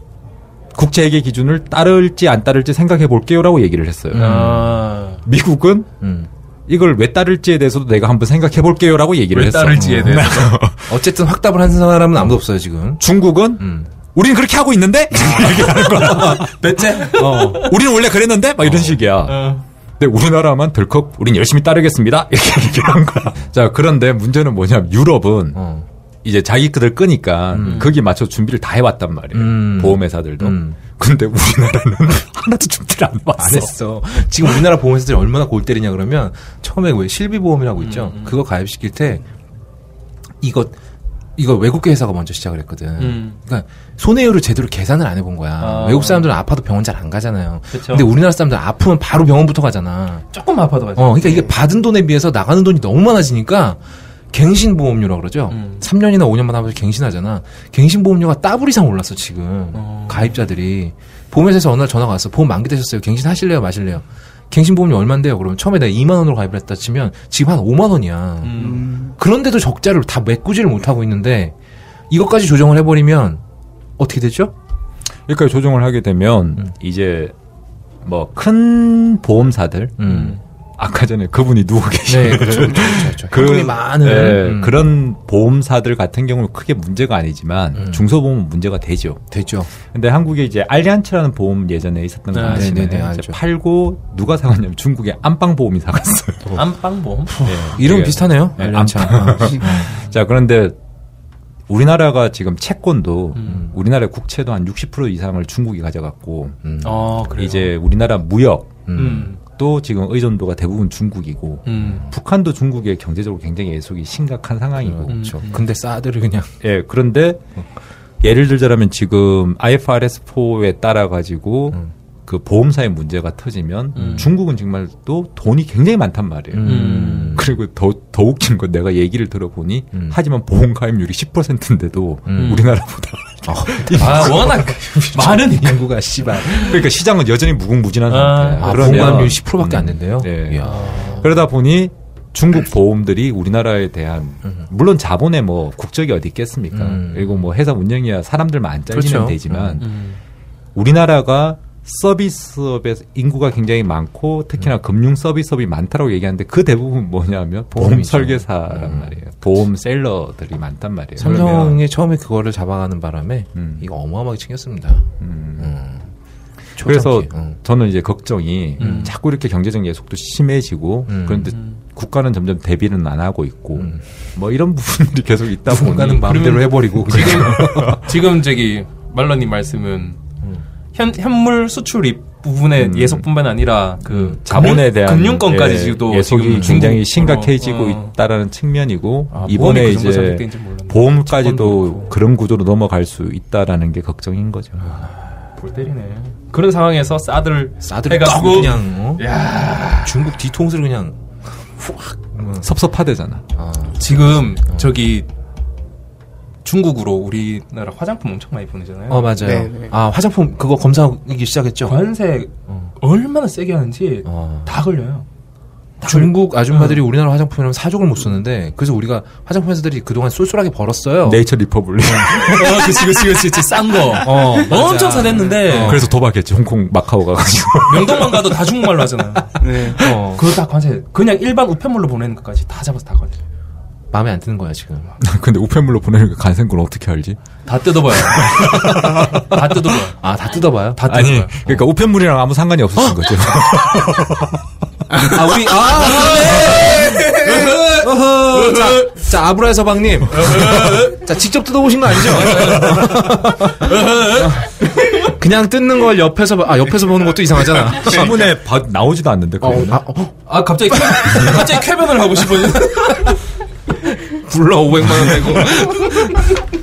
Speaker 5: 국제회계 기준을 따를지 안 따를지 생각해 볼게요라고 얘기를 했어요.
Speaker 4: 아.
Speaker 5: 미국은
Speaker 2: 음.
Speaker 5: 이걸 왜 따를지에 대해서도 내가 한번 생각해 볼게요라고 얘기를
Speaker 4: 왜
Speaker 5: 했어.
Speaker 4: 따를지에 대해서. 음.
Speaker 2: 어쨌든 확답을 한 사람은 아무도 없어요, 지금.
Speaker 5: 중국은
Speaker 2: 음.
Speaker 5: 우린 그렇게 하고 있는데 이렇게 하는 [laughs] 거야.
Speaker 2: 대체?
Speaker 5: 어. 우리는 원래 그랬는데 막 이런 식이야.
Speaker 4: 어.
Speaker 5: 근데 네, 우리나라만 덜컥 우린 열심히 따르겠습니다 [laughs] 이렇게 얘기를 한 거야. 자 그런데 문제는 뭐냐면 유럽은
Speaker 2: 어.
Speaker 5: 이제 자기 그들 끄니까 거기 맞춰 준비를 다 해왔단 말이에요.
Speaker 2: 음.
Speaker 5: 보험회사들도.
Speaker 2: 음.
Speaker 5: 근데 우리나라는 [laughs] 하나도 준비를 안 해왔어.
Speaker 2: 안 했어. 지금 우리나라 보험회사들이 얼마나 골 때리냐 그러면 처음에 왜 실비보험이라고 있죠.
Speaker 4: 음,
Speaker 2: 그거 가입시킬 때 이거 이거 외국계 회사가 먼저 시작을 했거든.
Speaker 4: 음.
Speaker 2: 그러니까 손해율을 제대로 계산을 안 해본 거야.
Speaker 4: 아.
Speaker 2: 외국 사람들은 아파도 병원 잘 안 가잖아요.
Speaker 4: 그쵸.
Speaker 2: 근데 우리나라 사람들은 아프면 바로 병원부터 가잖아.
Speaker 4: 조금 아파도 맞아.
Speaker 2: 어, 그러니까 이게 받은 돈에 비해서 나가는 돈이 너무 많아지니까 갱신 보험료라고 그러죠.
Speaker 4: 음.
Speaker 2: 3년이나 5년만 하면서 갱신하잖아. 갱신 보험료가 따블 이상 올랐어 지금
Speaker 4: 어.
Speaker 2: 가입자들이 보험회사에서 어느 날 전화가 왔어. 보험 만기 되셨어요. 갱신 하실래요, 마실래요? 갱신 보험료 얼마인데요? 그러면 처음에 내가 2만 원으로 가입을 했다 치면 지금 한 5만 원이야.
Speaker 4: 음.
Speaker 2: 그런데도 적자를 다 메꾸지를 못하고 있는데 이것까지 조정을 해버리면 어떻게 되죠?
Speaker 5: 그러니까 조정을 하게 되면
Speaker 2: 음.
Speaker 5: 이제 뭐 큰 보험사들
Speaker 2: 음.
Speaker 5: 아까 전에 그분이 누워 계시는 [laughs]
Speaker 2: 네, 그렇죠. 그렇죠, 그렇죠.
Speaker 5: 그-
Speaker 2: 현금이
Speaker 5: [laughs]
Speaker 2: 많은
Speaker 5: 예,
Speaker 2: 음,
Speaker 5: 그런 보험사들 같은 경우는 크게 문제가 아니지만
Speaker 2: 음.
Speaker 5: 중소보험은 문제가 되죠.
Speaker 2: 되죠.
Speaker 5: 근데 한국에 이제 알리안츠라는 보험 예전에 있었던 거
Speaker 4: 네,
Speaker 5: 아시나요?
Speaker 2: 네, 네,
Speaker 5: 이제
Speaker 2: 알죠.
Speaker 5: 팔고 누가 사갔냐면 중국의 안방보험이 사갔어요. [laughs]
Speaker 4: 안방보험.
Speaker 2: 이름 이
Speaker 5: 그게-
Speaker 2: 비슷하네요.
Speaker 5: 네,
Speaker 2: 알렌차. 어.
Speaker 5: 자, 그런데 우리나라가 지금 채권도 우리나라의 국채도 한 60% 이상을 중국이 가져갔고
Speaker 2: 음.
Speaker 4: 아, 그래요.
Speaker 5: 이제 우리나라 무역
Speaker 2: 음.
Speaker 4: 음.
Speaker 5: 중국도 지금 의존도가 대부분 중국이고
Speaker 4: 음.
Speaker 5: 북한도 중국의 경제적으로 굉장히 애속이 심각한 상황이고
Speaker 2: 그렇죠. 근데 사드를 [laughs] 그냥
Speaker 5: 예, 그런데 예를 들자면 지금 IFRS 4에 따라 가지고
Speaker 2: 음.
Speaker 5: 그 보험사의 문제가 터지면 중국은 정말 또 돈이 굉장히 많단 말이에요.
Speaker 2: 음.
Speaker 5: 그리고 더, 더 웃긴 건 내가 얘기를 들어보니
Speaker 2: 음.
Speaker 5: 하지만 보험 가입률이 10%인데도 우리나라보다
Speaker 4: 아, 워낙 많은
Speaker 2: 인구가 씨발.
Speaker 5: 그러니까 시장은 여전히 무궁무진한
Speaker 4: 아,
Speaker 5: 상태야.
Speaker 2: 아,
Speaker 5: 그러면-
Speaker 2: 공감률 10%밖에 안 된대요.
Speaker 5: 네.
Speaker 2: 이야.
Speaker 5: 그러다 보니 중국 보험들이 우리나라에 대한 물론 자본의 뭐 국적이 어디 있겠습니까?
Speaker 2: 음.
Speaker 5: 그리고 뭐 회사 운영이야 사람들만 안 잘리면
Speaker 2: 그렇죠.
Speaker 5: 되지만 우리나라가 서비스업에 인구가 굉장히 많고 특히나
Speaker 2: 음.
Speaker 5: 금융 서비스업이 많다라고 얘기하는데 그 대부분 뭐냐면 보험
Speaker 2: 보험이죠. 음.
Speaker 5: 설계사란 말이에요. 보험 셀러들이 많단 말이에요.
Speaker 2: 삼성이 처음에 그거를 잡아가는 바람에
Speaker 5: 음.
Speaker 2: 이거 어마어마하게 챙겼습니다.
Speaker 5: 음.
Speaker 2: 음.
Speaker 5: 그래서
Speaker 2: 초창기, 음.
Speaker 5: 저는 이제 걱정이
Speaker 4: 음.
Speaker 5: 자꾸 이렇게 경제적 예속도 심해지고
Speaker 2: 음.
Speaker 5: 그런데 국가는 점점 대비는 안 하고 있고
Speaker 2: 음.
Speaker 5: 뭐 이런 [laughs] 부분들이 계속 있다 보니
Speaker 2: 누군가는 마음대로
Speaker 4: 그러면
Speaker 2: 해버리고 그냥.
Speaker 4: [laughs] 지금 저기 말러님 말씀은 현, 현물 수출입 부분의
Speaker 5: 음.
Speaker 4: 예속뿐만 아니라 그
Speaker 5: 자본에
Speaker 4: 금융-
Speaker 5: 대한
Speaker 4: 금융권까지
Speaker 5: 예,
Speaker 4: 지금도
Speaker 5: 예속이
Speaker 4: 지금
Speaker 5: 굉장히
Speaker 4: 중국-
Speaker 5: 심각해지고
Speaker 4: 어, 어.
Speaker 5: 있다라는 측면이고
Speaker 4: 아,
Speaker 5: 이번에
Speaker 4: 보험이 그 정도
Speaker 5: 이제
Speaker 4: 잘못된지 몰랐네.
Speaker 5: 보험까지도
Speaker 4: 채권도 그렇고.
Speaker 5: 그런 구조로 넘어갈 수 있다라는 게 걱정인 거죠.
Speaker 4: 아, 볼 때리네. 그런 상황에서 싸들
Speaker 2: 사드를 딱 그냥 어? 중국 뒤통수를 그냥
Speaker 4: 음.
Speaker 5: 섭섭하대잖아.
Speaker 4: 어. 지금 저기 중국으로 우리나라 화장품 엄청 많이 보내잖아요.
Speaker 2: 어 맞아요.
Speaker 3: 네, 네.
Speaker 2: 아 화장품 그거 검사하기 시작했죠.
Speaker 4: 관세 얼마나 세게 하는지
Speaker 2: 어.
Speaker 4: 다 걸려요.
Speaker 2: 중국 어. 아줌마들이 우리나라 화장품이라면 사족을 못 썼는데 그래서 우리가 화장품 회사들이 그동안 쏠쏠하게 벌었어요.
Speaker 5: 네이처 리퍼블릭. [laughs]
Speaker 4: 어, 그치, 그치, 그치, 그치, 싼 거.
Speaker 2: 어, 맞아.
Speaker 4: 엄청 사댔는데,
Speaker 5: 그래서 도박했지 홍콩 마카오 가가지고.
Speaker 4: [laughs] 명동만 가도 다 중국말로 하잖아요.
Speaker 3: 네.
Speaker 2: 어,
Speaker 4: 그거 다 관세, 그냥 일반 우편물로 보내는 것까지 다 잡아서 다 관세.
Speaker 2: 마음에 안 드는 거야 지금.
Speaker 5: 근데 우편물로 보내니까 간생군 어떻게 알지?
Speaker 4: 다 뜯어봐요. [laughs] 다 뜯어봐요.
Speaker 2: 아 다 뜯어봐요.
Speaker 4: 다
Speaker 5: 아니
Speaker 4: 뜯어봐요.
Speaker 5: 그러니까 우편물이랑 아무 상관이
Speaker 2: 어? [laughs]
Speaker 5: 없으신 거죠.
Speaker 2: 아 우리 아 그러네. 어허. 자, 자 아브라의 서방님. 자 직접 뜯어보신 거 아니죠? 그냥 뜯는 걸 옆에서 봐- 아 옆에서 보는 것도 이상하잖아.
Speaker 5: 신문에 봐- 나오지도 않는데
Speaker 2: 그러니까. 어, 아,
Speaker 5: 그거는.
Speaker 2: 어,
Speaker 4: 아, 갑자기, 캐, [laughs] 갑자기 쾌변을 하고 싶어요.
Speaker 2: 불러 500만 원 내고.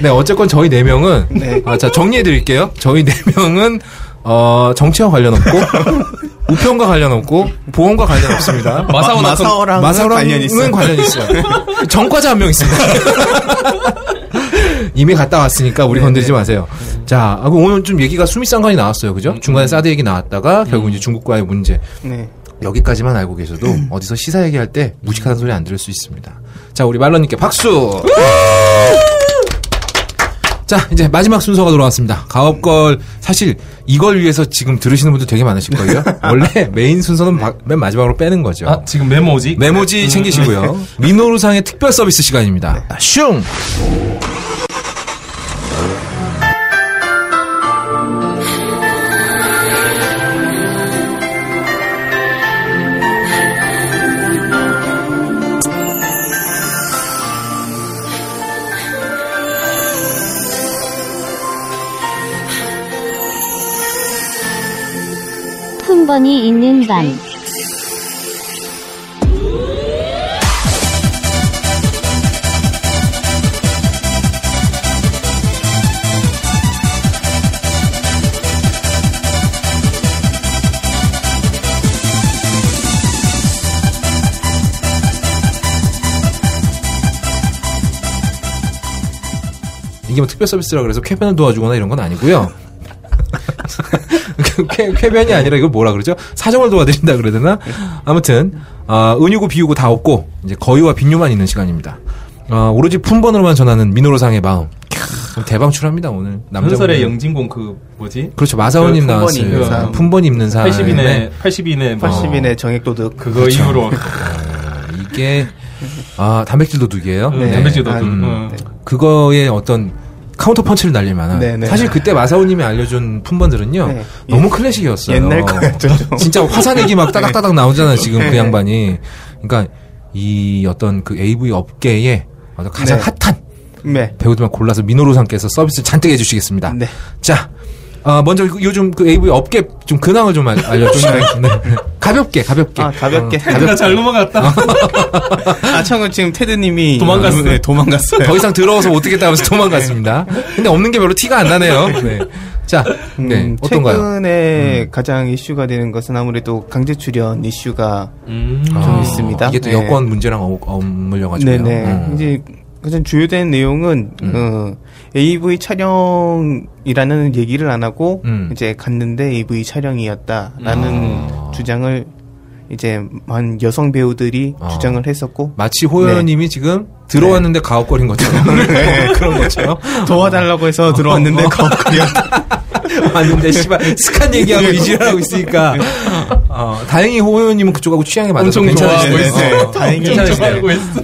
Speaker 2: 네, 어쨌건 저희 네 명은 아, 자 정리해 드릴게요. 저희 네 명은 어, 정치와 관련 없고 우편과 관련 없고 보험과 관련 없습니다.
Speaker 4: 마사오 나사
Speaker 3: 어, 마사오랑 관련이
Speaker 2: 마사오랑은 [laughs]
Speaker 3: 있어요.
Speaker 2: 관련 있어요. 전과자 한 명 있습니다. [laughs] 이미 갔다 왔으니까
Speaker 3: 네,
Speaker 2: 우리 건드리지 마세요. 자, 아, 그 오늘 좀 얘기가 수미상관이 나왔어요, 그죠?
Speaker 3: 음.
Speaker 2: 중간에 사드 얘기 나왔다가 결국 이제 중국과의 문제
Speaker 3: 네.
Speaker 2: 여기까지만 알고 계셔도
Speaker 3: 음.
Speaker 2: 어디서 시사 얘기할 때 무식하다는 소리 안 들을 수 있습니다. 자, 우리 말러님께 박수! 자, 이제 마지막 순서가 돌아왔습니다. 가업걸, 사실 이걸 위해서 지금 들으시는 분들 되게 많으실
Speaker 3: [laughs]
Speaker 2: 거예요. 원래 메인 순서는 바- 맨 마지막으로 빼는 거죠.
Speaker 4: [laughs] 아, 지금 메모지?
Speaker 2: 메모지 [laughs] 챙기시고요. 민노루상의 특별 서비스 시간입니다. 네. 아, 슝!
Speaker 8: 품번이 있는 밤.
Speaker 2: 이게 뭐 특별 서비스라 그래서 쾌변을 도와주거나 이런 건 아니고요. [laughs] 그 쾌, 쾌변이 아니라 이거 뭐라 그러죠? 사정을 도와드린다 그래야 되나? 아무튼 아, 은유고 비유고 다 없고 이제 거유와 빈유만 있는 시간입니다. 아, 오로지 품번으로만 전하는 민호로상의 마음. 캬, 대방출합니다 오늘
Speaker 4: 전설의
Speaker 2: 남자분.
Speaker 4: 영진공 그, 뭐지?
Speaker 2: 그렇죠 마사오님
Speaker 3: 그 품번 입는
Speaker 2: 나왔어요.
Speaker 3: 사람.
Speaker 2: 품번 입는 사람. 네,
Speaker 4: 80인의, 80인의,
Speaker 3: 80인의 정액도둑.
Speaker 4: 아, 네. 뭐. 그거 이후로.
Speaker 2: 이게 아 단백질 도둑이에요.
Speaker 4: 네. 단백질 도둑.
Speaker 3: 아,
Speaker 4: 음.
Speaker 3: 네.
Speaker 2: 그거에 어떤 카운터 펀치를 날릴 만한
Speaker 3: 네, 네.
Speaker 2: 사실 그때 마사오님이 알려준 품번들은요
Speaker 3: 네.
Speaker 2: 너무 클래식이었어요.
Speaker 3: 옛날 거였죠, 좀.
Speaker 2: [laughs] 진짜 화산액이 막 따닥따닥 나오잖아 지금 그
Speaker 3: 네.
Speaker 2: 양반이. 그러니까 이 어떤 그 AV 업계에 어떤 가장
Speaker 3: 네.
Speaker 2: 핫한
Speaker 3: 네.
Speaker 2: 배우들만 골라서 민호로상께서 서비스 를 잔뜩 해주시겠습니다.
Speaker 3: 네.
Speaker 2: 자 아, 먼저 그 요즘 그 AV 업계 좀 근황을 좀 알- 알려주시죠.
Speaker 3: [laughs]
Speaker 2: 네. 가볍게, 가볍게.
Speaker 3: 아, 가볍게.
Speaker 4: 내가 잘 넘어갔다.
Speaker 3: 아, 청은 지금 테드님이.
Speaker 4: 도망갔어요.
Speaker 3: 네, 도망갔어요.
Speaker 2: 더 이상 들어와서 못 듣겠다 하면서 도망갔습니다. 근데 없는 게 별로 티가 안 나네요. 네. 자,
Speaker 3: 음,
Speaker 2: 네. 어떤가요? 음.
Speaker 3: 최근에 가장 이슈가 되는 것은 아무래도 강제 출연 이슈가
Speaker 2: 음,
Speaker 3: 음, 좀 있습니다.
Speaker 2: 아, 이게 또
Speaker 3: 네.
Speaker 2: 여권 문제랑 어, 음. 어물려가지고.
Speaker 3: 네네. 이제 가장 주요된 내용은
Speaker 2: 음.
Speaker 3: 어, AV 촬영이라는 얘기를 안 하고
Speaker 2: 음.
Speaker 3: 이제 갔는데 AV 촬영이었다라는
Speaker 2: 아.
Speaker 3: 주장을 이제 한 여성 배우들이
Speaker 2: 아.
Speaker 3: 주장을 했었고
Speaker 2: 마치 호연님이
Speaker 3: 네.
Speaker 2: 지금 들어왔는데 가업거린 것처럼.
Speaker 3: [laughs]
Speaker 2: [laughs] 그런 것처럼.
Speaker 3: 도와달라고 해서 들어왔는데 [laughs] 거꾸리였다.
Speaker 2: 왔는데, 씨발, 스칸
Speaker 3: 네.
Speaker 2: 얘기하고 이질하고 있으니까. 어, 다행히 호연님은 그쪽하고 취향에 맞아서
Speaker 4: 엄청
Speaker 2: 괜찮으시네요.
Speaker 4: 좋아하고 있어요.
Speaker 2: 어.
Speaker 3: 다행히
Speaker 4: 엄청 좋아하고 있어.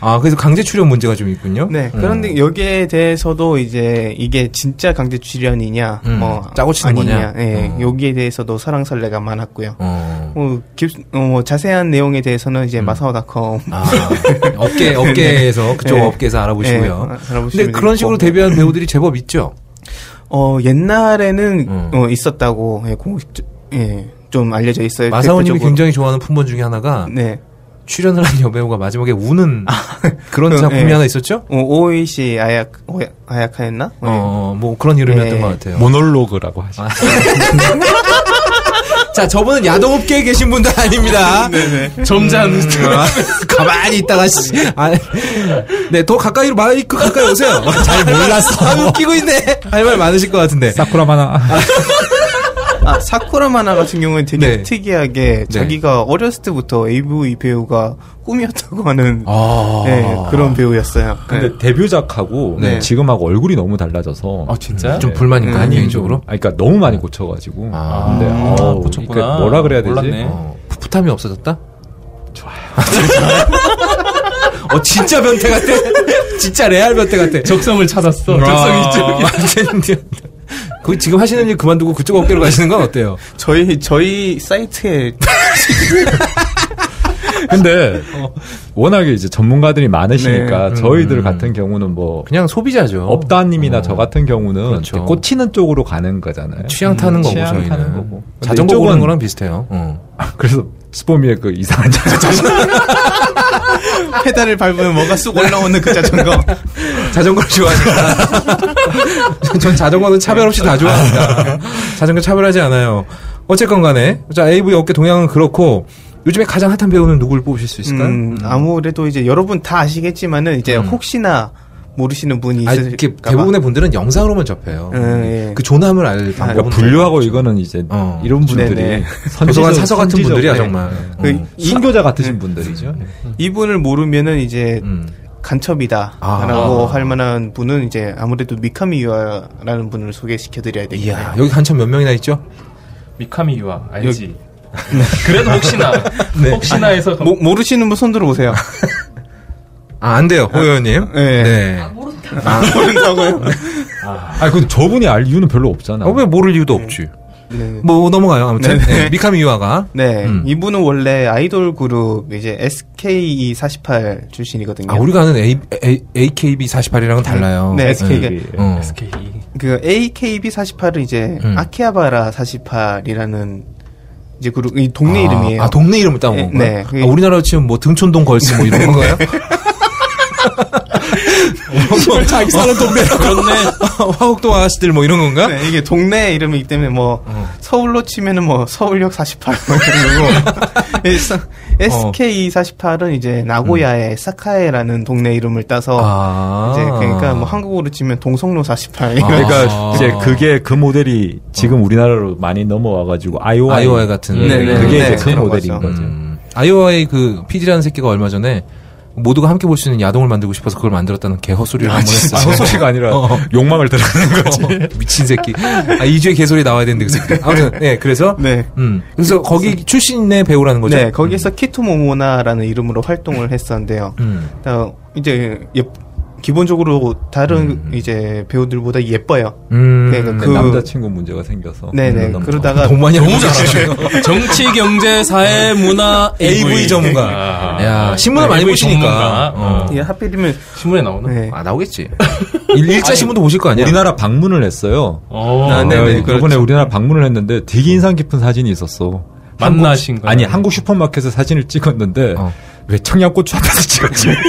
Speaker 2: 아, 그래서 강제 출연 문제가 좀 있군요.
Speaker 3: 네.
Speaker 2: 음.
Speaker 3: 그런데 여기에 대해서도 이제 이게 진짜 강제 출연이냐,
Speaker 2: 음,
Speaker 3: 뭐
Speaker 2: 짜고 치는
Speaker 3: 아니냐,
Speaker 2: 거냐.
Speaker 3: 예.
Speaker 2: 어.
Speaker 3: 여기에 대해서도 사랑설레가 많았고요.
Speaker 2: 어.
Speaker 3: 어, 깊, 어, 뭐 자세한 내용에 대해서는 이제 마사오닷컴
Speaker 2: 아,
Speaker 3: [laughs]
Speaker 2: 업계, 업계에서, 그쪽
Speaker 3: 네.
Speaker 2: 업계에서 알아보시고요.
Speaker 3: 네, 알아보시면
Speaker 2: 근데 그런 식으로
Speaker 3: 되겠고.
Speaker 2: 데뷔한 배우들이 제법 있죠?
Speaker 3: 어, 옛날에는
Speaker 2: 음.
Speaker 3: 어, 있었다고 예, 공식 예, 좀 알려져 있어요.
Speaker 2: 마사오님이
Speaker 3: 대표적으로.
Speaker 2: 굉장히 좋아하는 품번 중에 하나가
Speaker 3: 네.
Speaker 2: 출연을 한 여배우가 마지막에 우는
Speaker 3: [laughs]
Speaker 2: 그런
Speaker 3: 그,
Speaker 2: 작품이
Speaker 3: 예.
Speaker 2: 하나 있었죠?
Speaker 3: 어, 오이시 아약 오야- 아야카였나? 예.
Speaker 2: 어, 뭐 그런 이름이었던
Speaker 3: 네.
Speaker 2: 것 같아요.
Speaker 5: 모놀로그라고 하죠.
Speaker 2: 자, 저분은 야동업계에 계신 분들
Speaker 3: [laughs]
Speaker 2: 아닙니다.
Speaker 3: 네,
Speaker 4: 점잖은
Speaker 3: 음,
Speaker 2: 아, [laughs] 가만히 있다가, 씨. 아, 네, 더 가까이로 마이크 가까이 오세요. 잘 몰랐어. 아, 웃기고 있네. 할 말 많으실 것 같은데.
Speaker 5: 사쿠라마나.
Speaker 3: 아, 사쿠라마나 같은 경우는 되게
Speaker 2: 네.
Speaker 3: 특이하게 자기가 어렸을 때부터 AV 배우가 꿈이었다고 하는
Speaker 2: 아.
Speaker 3: 예, 그런 배우였어요.
Speaker 5: 근데
Speaker 3: 예.
Speaker 5: 데뷔작하고
Speaker 2: 네.
Speaker 5: 지금하고 얼굴이 너무 달라져서
Speaker 4: 아 진짜?
Speaker 2: 좀 불만인가요,
Speaker 3: 음.
Speaker 2: 개인적으로?
Speaker 5: 아, 그러니까 너무 많이 고쳐가지고.
Speaker 2: 아.
Speaker 5: 근데
Speaker 4: 아,
Speaker 5: 어우,
Speaker 4: 고쳤구나.
Speaker 5: 그러니까 뭐라 그래야 되지?
Speaker 4: 몰랐네.
Speaker 2: 어, 풋풋함이 없어졌다? 좋아요. [laughs] 어, 진짜 변태 같아. 진짜 레알 변태 같아.
Speaker 4: 적성을 찾았어. 적성이
Speaker 2: 적성이
Speaker 4: 쪽.
Speaker 2: 완전 [laughs] 그 지금 하시는 일 그만두고 그쪽 업계로 가시는 건 어때요?
Speaker 3: 저희 저희 사이트에
Speaker 5: 근데 워낙에 이제 전문가들이 많으시니까
Speaker 2: 어. 네.
Speaker 5: 저희들
Speaker 2: 음.
Speaker 5: 같은 경우는 뭐
Speaker 2: 그냥 소비자죠.
Speaker 5: 업다님이나
Speaker 2: 어.
Speaker 5: 저 같은 경우는
Speaker 2: 그렇죠.
Speaker 5: 꽂히는 쪽으로 가는 거잖아요.
Speaker 2: 네. 취향 타는 거고
Speaker 5: 취향
Speaker 2: 저희는
Speaker 5: 타는 거고. 근데
Speaker 2: 자전거
Speaker 5: 이쪽은-
Speaker 2: 보는 거랑 비슷해요. 어.
Speaker 5: 그래서 스포미의 그 이상한
Speaker 2: [laughs]
Speaker 5: 자전거
Speaker 3: 페달을 밟으면 뭐가 쑥 올라오는 그 자전거.
Speaker 2: 자전거를 좋아하니까 [laughs] 전 자전거는 차별 없이 다 좋아합니다. 자전거 차별하지 않아요. 어쨌건 간에 자 AV 업계 동향은 그렇고 요즘에 가장 핫한 배우는 누구를 뽑으실 수 있을까요?
Speaker 3: 음, 아무래도 이제 여러분 다 아시겠지만은 이제 혹시나 모르시는 분이
Speaker 2: 아, 이렇게
Speaker 3: 있을까 봐.
Speaker 2: 대부분의 분들을 분들은 영상으로만 접해요.
Speaker 3: 음, 예.
Speaker 2: 그 존함을 알 방법은
Speaker 5: 분류하고
Speaker 2: 없죠.
Speaker 5: 이거는 이제
Speaker 2: 어.
Speaker 5: 이런
Speaker 2: [laughs]
Speaker 5: 분들이
Speaker 3: 네네.
Speaker 5: 선지적-
Speaker 2: 도서관 사서 같은
Speaker 5: 선지적-
Speaker 2: 분들이야
Speaker 5: 네.
Speaker 2: 정말.
Speaker 3: 그
Speaker 2: 어.
Speaker 3: 이- 음.
Speaker 5: 순교자 같으신 분들이죠.
Speaker 3: 이분을 모르면은 이제
Speaker 2: 음. 아.
Speaker 3: 간첩이다라고 할 만한 분은 이제 아무래도 미카미 유아라는 분을 소개시켜드려야
Speaker 2: 이야
Speaker 3: 되겠네요.
Speaker 2: 아, 여기 한참 몇 명이나 있죠?
Speaker 4: 미카미 유아 알지? 네. 그래도 혹시나 혹시나 해서
Speaker 3: 모, 모르시는 분 손들어 보세요.
Speaker 2: 아, 안 돼요, 호연님 네.
Speaker 3: 예.
Speaker 1: 아, 모른다.
Speaker 3: [laughs] 모른다고요?
Speaker 2: 음.
Speaker 5: 아, 근데 저분이 알 이유는 별로 없잖아.
Speaker 2: 어, 왜 모를 이유도 없지.
Speaker 3: 네.
Speaker 2: 뭐 넘어가요. 아무튼
Speaker 3: 네, 네.
Speaker 2: 네, 미카미 유아가
Speaker 3: 네,
Speaker 2: 음.
Speaker 3: 이분은 원래 아이돌 그룹 이제 SKE48 출신이거든요.
Speaker 2: 아, 우리가 아는 A, A, AKB 48이랑은 달라요.
Speaker 3: 네, SK 가
Speaker 5: 예.
Speaker 2: 어.
Speaker 4: SK
Speaker 3: 그 AKB48은 이제
Speaker 2: 음.
Speaker 3: 아키하바라 48이라는 이제 그룹 이 동네
Speaker 2: 아,
Speaker 3: 이름이에요.
Speaker 2: 아, 동네 이름을 따온
Speaker 3: 예,
Speaker 2: 건가요?
Speaker 3: 네. 그게-
Speaker 2: 아, 우리나라로 치면 뭐 등촌동 걸스 뭐 이런 건가요? 뭐, 자기 사는 동네라고. 그렇네. 화곡동 아가씨들 뭐 이런 건가?
Speaker 3: 네, 이게 동네 이름이기 때문에 뭐
Speaker 2: 어.
Speaker 3: 서울로 치면은 뭐 서울역 48 뭐
Speaker 2: [laughs]
Speaker 3: 이런 거고 예,
Speaker 2: 어.
Speaker 3: SKE 48은 이제 나고야의 사카에라는 동네 이름을 따서
Speaker 2: 음. 아.
Speaker 3: 이제 그러니까 뭐 한국으로 치면 동성로 48
Speaker 2: 아.
Speaker 5: 그러니까
Speaker 2: 아.
Speaker 5: 이제 그게 그 모델이 지금 우리나라로 많이 넘어와가지고 아이오아이,
Speaker 2: 아이오아이 같은.
Speaker 5: 예,
Speaker 2: 네네.
Speaker 5: 그게
Speaker 3: 네,
Speaker 5: 이제 그
Speaker 3: 그런
Speaker 5: 모델인
Speaker 3: 거죠.
Speaker 5: 거죠.
Speaker 2: 음. 아이오아이 그 피디라는 새끼가 얼마 전에 모두가 함께 볼 수 있는 야동을 만들고 싶어서 그걸 만들었다는 개헛소리를 한번
Speaker 5: 아,
Speaker 2: 했어요.
Speaker 5: 소리가 아니라
Speaker 2: 어.
Speaker 5: 욕망을 드러내는
Speaker 2: [laughs]
Speaker 5: 거지.
Speaker 2: 미친 새끼. 아, 이주의 개소리 나와야 되는데 그 새끼. 아무튼 네, 그래서
Speaker 3: 네.
Speaker 2: 음. 그래서 거기 출신의 배우라는 거죠. 음.
Speaker 3: 네, 거기서 키토모모나라는 이름으로 활동을 했었는데요.
Speaker 2: 음.
Speaker 3: 어, 이제 예- 기본적으로 다른 이제 배우들보다 예뻐요.
Speaker 2: 음.
Speaker 3: 그러니까
Speaker 5: 근데
Speaker 3: 그-
Speaker 5: 남자친구 문제가 생겨서
Speaker 3: 네네.
Speaker 5: 음,
Speaker 3: 그러다가
Speaker 2: 돈 많이
Speaker 7: 너무
Speaker 2: 벌고
Speaker 7: 잘하시네요. 정치, 경제, 사회, 문화, 아.
Speaker 2: AV 전문가. 야, 신문을 많이
Speaker 7: AV
Speaker 2: 보시니까.
Speaker 7: 전문가.
Speaker 2: 어.
Speaker 3: 예, 하필이면
Speaker 7: 신문에 나오나?
Speaker 3: 네.
Speaker 2: 아, 나오겠지. 일, 일자 신문도 보실 거 아니야?
Speaker 5: 우리나라 방문을 했어요.
Speaker 7: 어,
Speaker 3: 아, 네네,
Speaker 5: 네,
Speaker 3: 그렇죠.
Speaker 5: 이번에 우리나라 방문을 했는데 되게 인상 깊은 사진이 있었어.
Speaker 7: 만나신 거
Speaker 5: 아니 한국 슈퍼마켓에서 사진을
Speaker 2: 네.
Speaker 5: 찍었는데
Speaker 2: 어.
Speaker 5: 왜 청양고추 앞에서 찍었지?
Speaker 2: [laughs]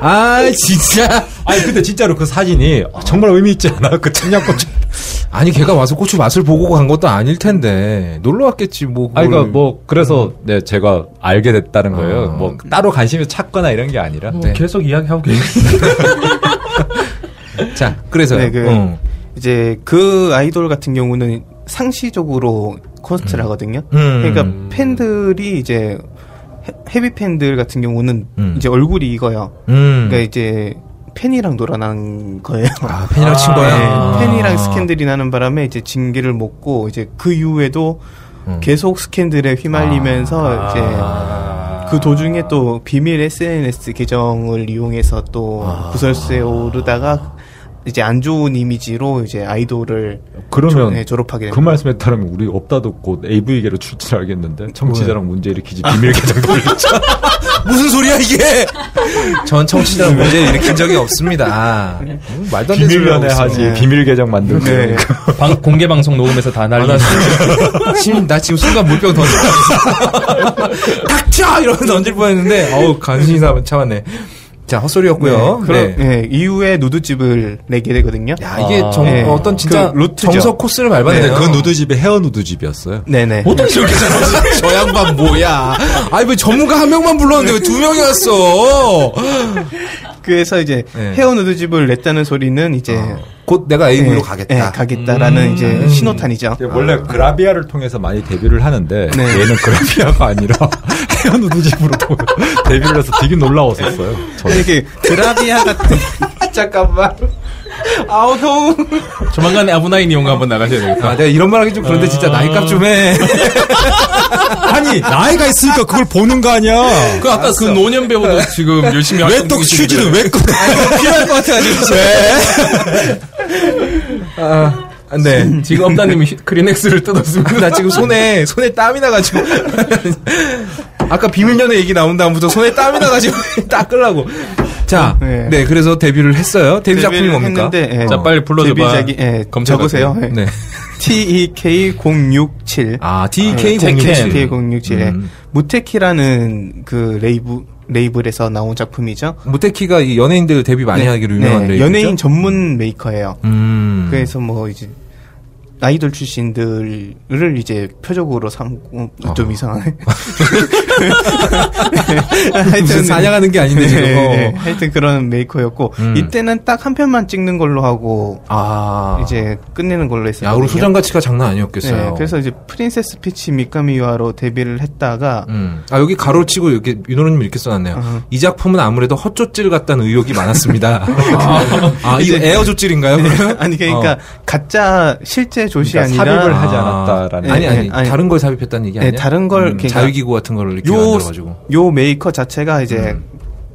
Speaker 2: 아, 진짜.
Speaker 5: 아니 근데 진짜로 그 사진이 정말 의미 있지 않아? 그 청양고추.
Speaker 2: 아니, 걔가 와서 고추 맛을 보고 간 것도 아닐 텐데. 놀러 왔겠지, 뭐. 그걸.
Speaker 5: 아니
Speaker 2: 음.
Speaker 5: 그러니까 뭐 그래서 네 제가 알게 됐다는 거예요.
Speaker 2: 아.
Speaker 5: 뭐 따로 관심이 찾거나 이런 게 아니라.
Speaker 2: 네.
Speaker 7: 계속 이야기하고 계세요.
Speaker 2: 자, 그래서.
Speaker 3: 네, 그-
Speaker 2: 어.
Speaker 3: 이제 그 아이돌 같은 경우는 상시적으로 콘서트를 하거든요.
Speaker 2: 음.
Speaker 3: 그러니까 팬들이 이제 헤- 헤비 팬들 같은 경우는
Speaker 2: 음.
Speaker 3: 이제 얼굴이 이거요.
Speaker 2: 음.
Speaker 3: 그러니까 이제 팬이랑 놀아난 거예요.
Speaker 2: 아, 팬이랑 친
Speaker 7: 아,
Speaker 2: 거야?
Speaker 3: 네,
Speaker 2: 아.
Speaker 3: 팬이랑 스캔들이 나는 바람에 이제 징계를 먹고 이제 그 이후에도
Speaker 2: 음. 아.
Speaker 3: 계속 스캔들에 휘말리면서 이제 그 도중에 또 비밀 SNS 계정을 이용해서 또
Speaker 2: 아.
Speaker 3: 구설수에 오르다가 이제 안 좋은 이미지로 이제 아이돌을
Speaker 5: 그러면
Speaker 3: 네, 졸업하게
Speaker 5: 그
Speaker 3: 됩니다.
Speaker 5: 말씀에 따르면 우리 없다도 곧 AV계로 출출하겠는데 청취자랑 문제 일으키지 비밀
Speaker 2: [laughs]
Speaker 5: 계정 돌리자.
Speaker 2: 무슨 소리야, 이게! [laughs] 전 청취자 문제를 일으킨 적이 없습니다. 음, 말도 안 되는
Speaker 5: 비밀
Speaker 2: 소리 하고
Speaker 5: 연애 하지
Speaker 2: 있어.
Speaker 5: 비밀 계정 만들고.
Speaker 3: 네.
Speaker 7: 방, 공개 방송 녹음해서 다 날리는.
Speaker 2: 지금 나 지금 순간 물병 던져. [laughs] 닥쳐! 이러면서 던질 뻔했는데, 어우, 간신히 사- 참았네. 자, 헛소리였고요.
Speaker 3: 네, 그럼, 네, 이후에 누드집을 내게 되거든요.
Speaker 2: 야, 이게
Speaker 7: 아.
Speaker 2: 정,
Speaker 3: 네.
Speaker 2: 어떤 진짜
Speaker 3: 그 루트죠.
Speaker 2: 정석 코스를 밟았네요.
Speaker 5: 근데 그 누드집이 헤어 누드집이었어요.
Speaker 3: 네네.
Speaker 2: 어떻게 이렇게 잘하지? [laughs] 저 양반 뭐야? 아니 왜 전문가 한 명만 불렀는데 왜 두 명이 왔어?
Speaker 3: 그래서 이제
Speaker 2: 네.
Speaker 3: 헤어 누드집을 냈다는 소리는 이제
Speaker 2: 곧 내가 AV로
Speaker 3: 네,
Speaker 2: 가겠다. 음.
Speaker 3: 네, 가겠다라는 이제 신호탄이죠.
Speaker 5: 원래 그라비아를 통해서 많이 데뷔를 하는데
Speaker 3: 네.
Speaker 5: 얘는 그라비아가 아니라 [laughs] 헤어 누드집으로 통- 데뷔를 해서 되게 놀라웠었어요. 저는.
Speaker 3: 이렇게 그라비아 같은 [laughs] 잠깐만. 아우 형.
Speaker 7: 조만간 아브나인 이용 한번 나가셔야 되겠다.
Speaker 2: 아, 내가 이런 말 하기 좀 그런데 진짜 나이값 좀 해.
Speaker 5: [laughs] 아니 나이가 있으니까 그걸 보는 거 아니야.
Speaker 7: 그 아까 그 노년 배우도 지금 열심히
Speaker 5: 왜
Speaker 7: 활동
Speaker 5: 또
Speaker 7: 중이신데.
Speaker 5: 휴지를 왜 꺼?
Speaker 2: 필요할 것 같아
Speaker 5: [laughs]
Speaker 2: 지금. 아, 아,
Speaker 5: [laughs]
Speaker 2: 네.
Speaker 7: 지금 업다님이 휴- 크리넥스를 뜯었습니다.
Speaker 2: 나 지금 손에 손에 땀이 나가지고 [laughs] 아까 비밀 연애 얘기 나온 다음부터 손에 땀이 나가지고 [laughs] 닦으려고. 자,
Speaker 3: 네.
Speaker 2: 네. 그래서 데뷔를 했어요. 데뷔 작품이 뭡니까?
Speaker 3: 했는데, 예.
Speaker 7: 자, 빨리 불러줘봐.
Speaker 3: 데뷔작이, 예,
Speaker 7: 검색하세요.
Speaker 3: 적으세요. 예.
Speaker 2: 네.
Speaker 3: TEK067.
Speaker 2: 아,
Speaker 3: E 예,
Speaker 2: DK
Speaker 3: TEK
Speaker 2: 067.
Speaker 3: 067. 에
Speaker 2: 음.
Speaker 3: 무테키라는 예. 그 레이브, 레이블에서 나온 작품이죠.
Speaker 2: 무테키가 이 연예인들 데뷔 많이 하기로 유명한
Speaker 3: 네,
Speaker 2: 레이블이죠.
Speaker 3: 연예인 전문 메이커예요.
Speaker 2: 음.
Speaker 3: 그래서 뭐 이제 아이돌 출신들을 이제 표적으로 삼고 어,
Speaker 2: 아.
Speaker 3: 좀
Speaker 2: [laughs]
Speaker 3: 이상하네.
Speaker 2: 무슨 사냥하는 게 아닌데 지금.
Speaker 3: 네, 네.
Speaker 2: 어.
Speaker 3: 하여튼 그런 메이커였고
Speaker 2: 음.
Speaker 3: 이때는 딱 한 편만 찍는 걸로 하고
Speaker 2: 아.
Speaker 3: 이제 끝내는 걸로 했어요. 네,
Speaker 2: 야구로 소장 가치가 장난 아니었겠어요.
Speaker 3: 그래서 이제 프린세스 피치 미카미와로 데뷔를 했다가
Speaker 2: 음. 아 여기 가로치고 이렇게 윤호님 이렇게 써놨네요.
Speaker 3: 어.
Speaker 2: 이 작품은 아무래도 헛조질 같다는 의혹이
Speaker 3: [laughs]
Speaker 2: 많았습니다. 아, 이
Speaker 3: 이제-
Speaker 2: 에어 조질인가요? 그러면?
Speaker 3: [laughs] 아니 그러니까
Speaker 2: 어.
Speaker 3: 가짜 실제 조시
Speaker 5: 그러니까
Speaker 3: 아니라
Speaker 5: 삽입을 하지 않았다라는
Speaker 2: 아니 아니,
Speaker 3: 네, 아니.
Speaker 2: 다른 걸 삽입했다는 얘기
Speaker 3: 네,
Speaker 2: 아니야? 음,
Speaker 3: 다른 걸 그러니까
Speaker 2: 자유기구 같은 걸 이렇게 만들어가지고.
Speaker 3: 요, 요 메이커 자체가 이제
Speaker 5: 음.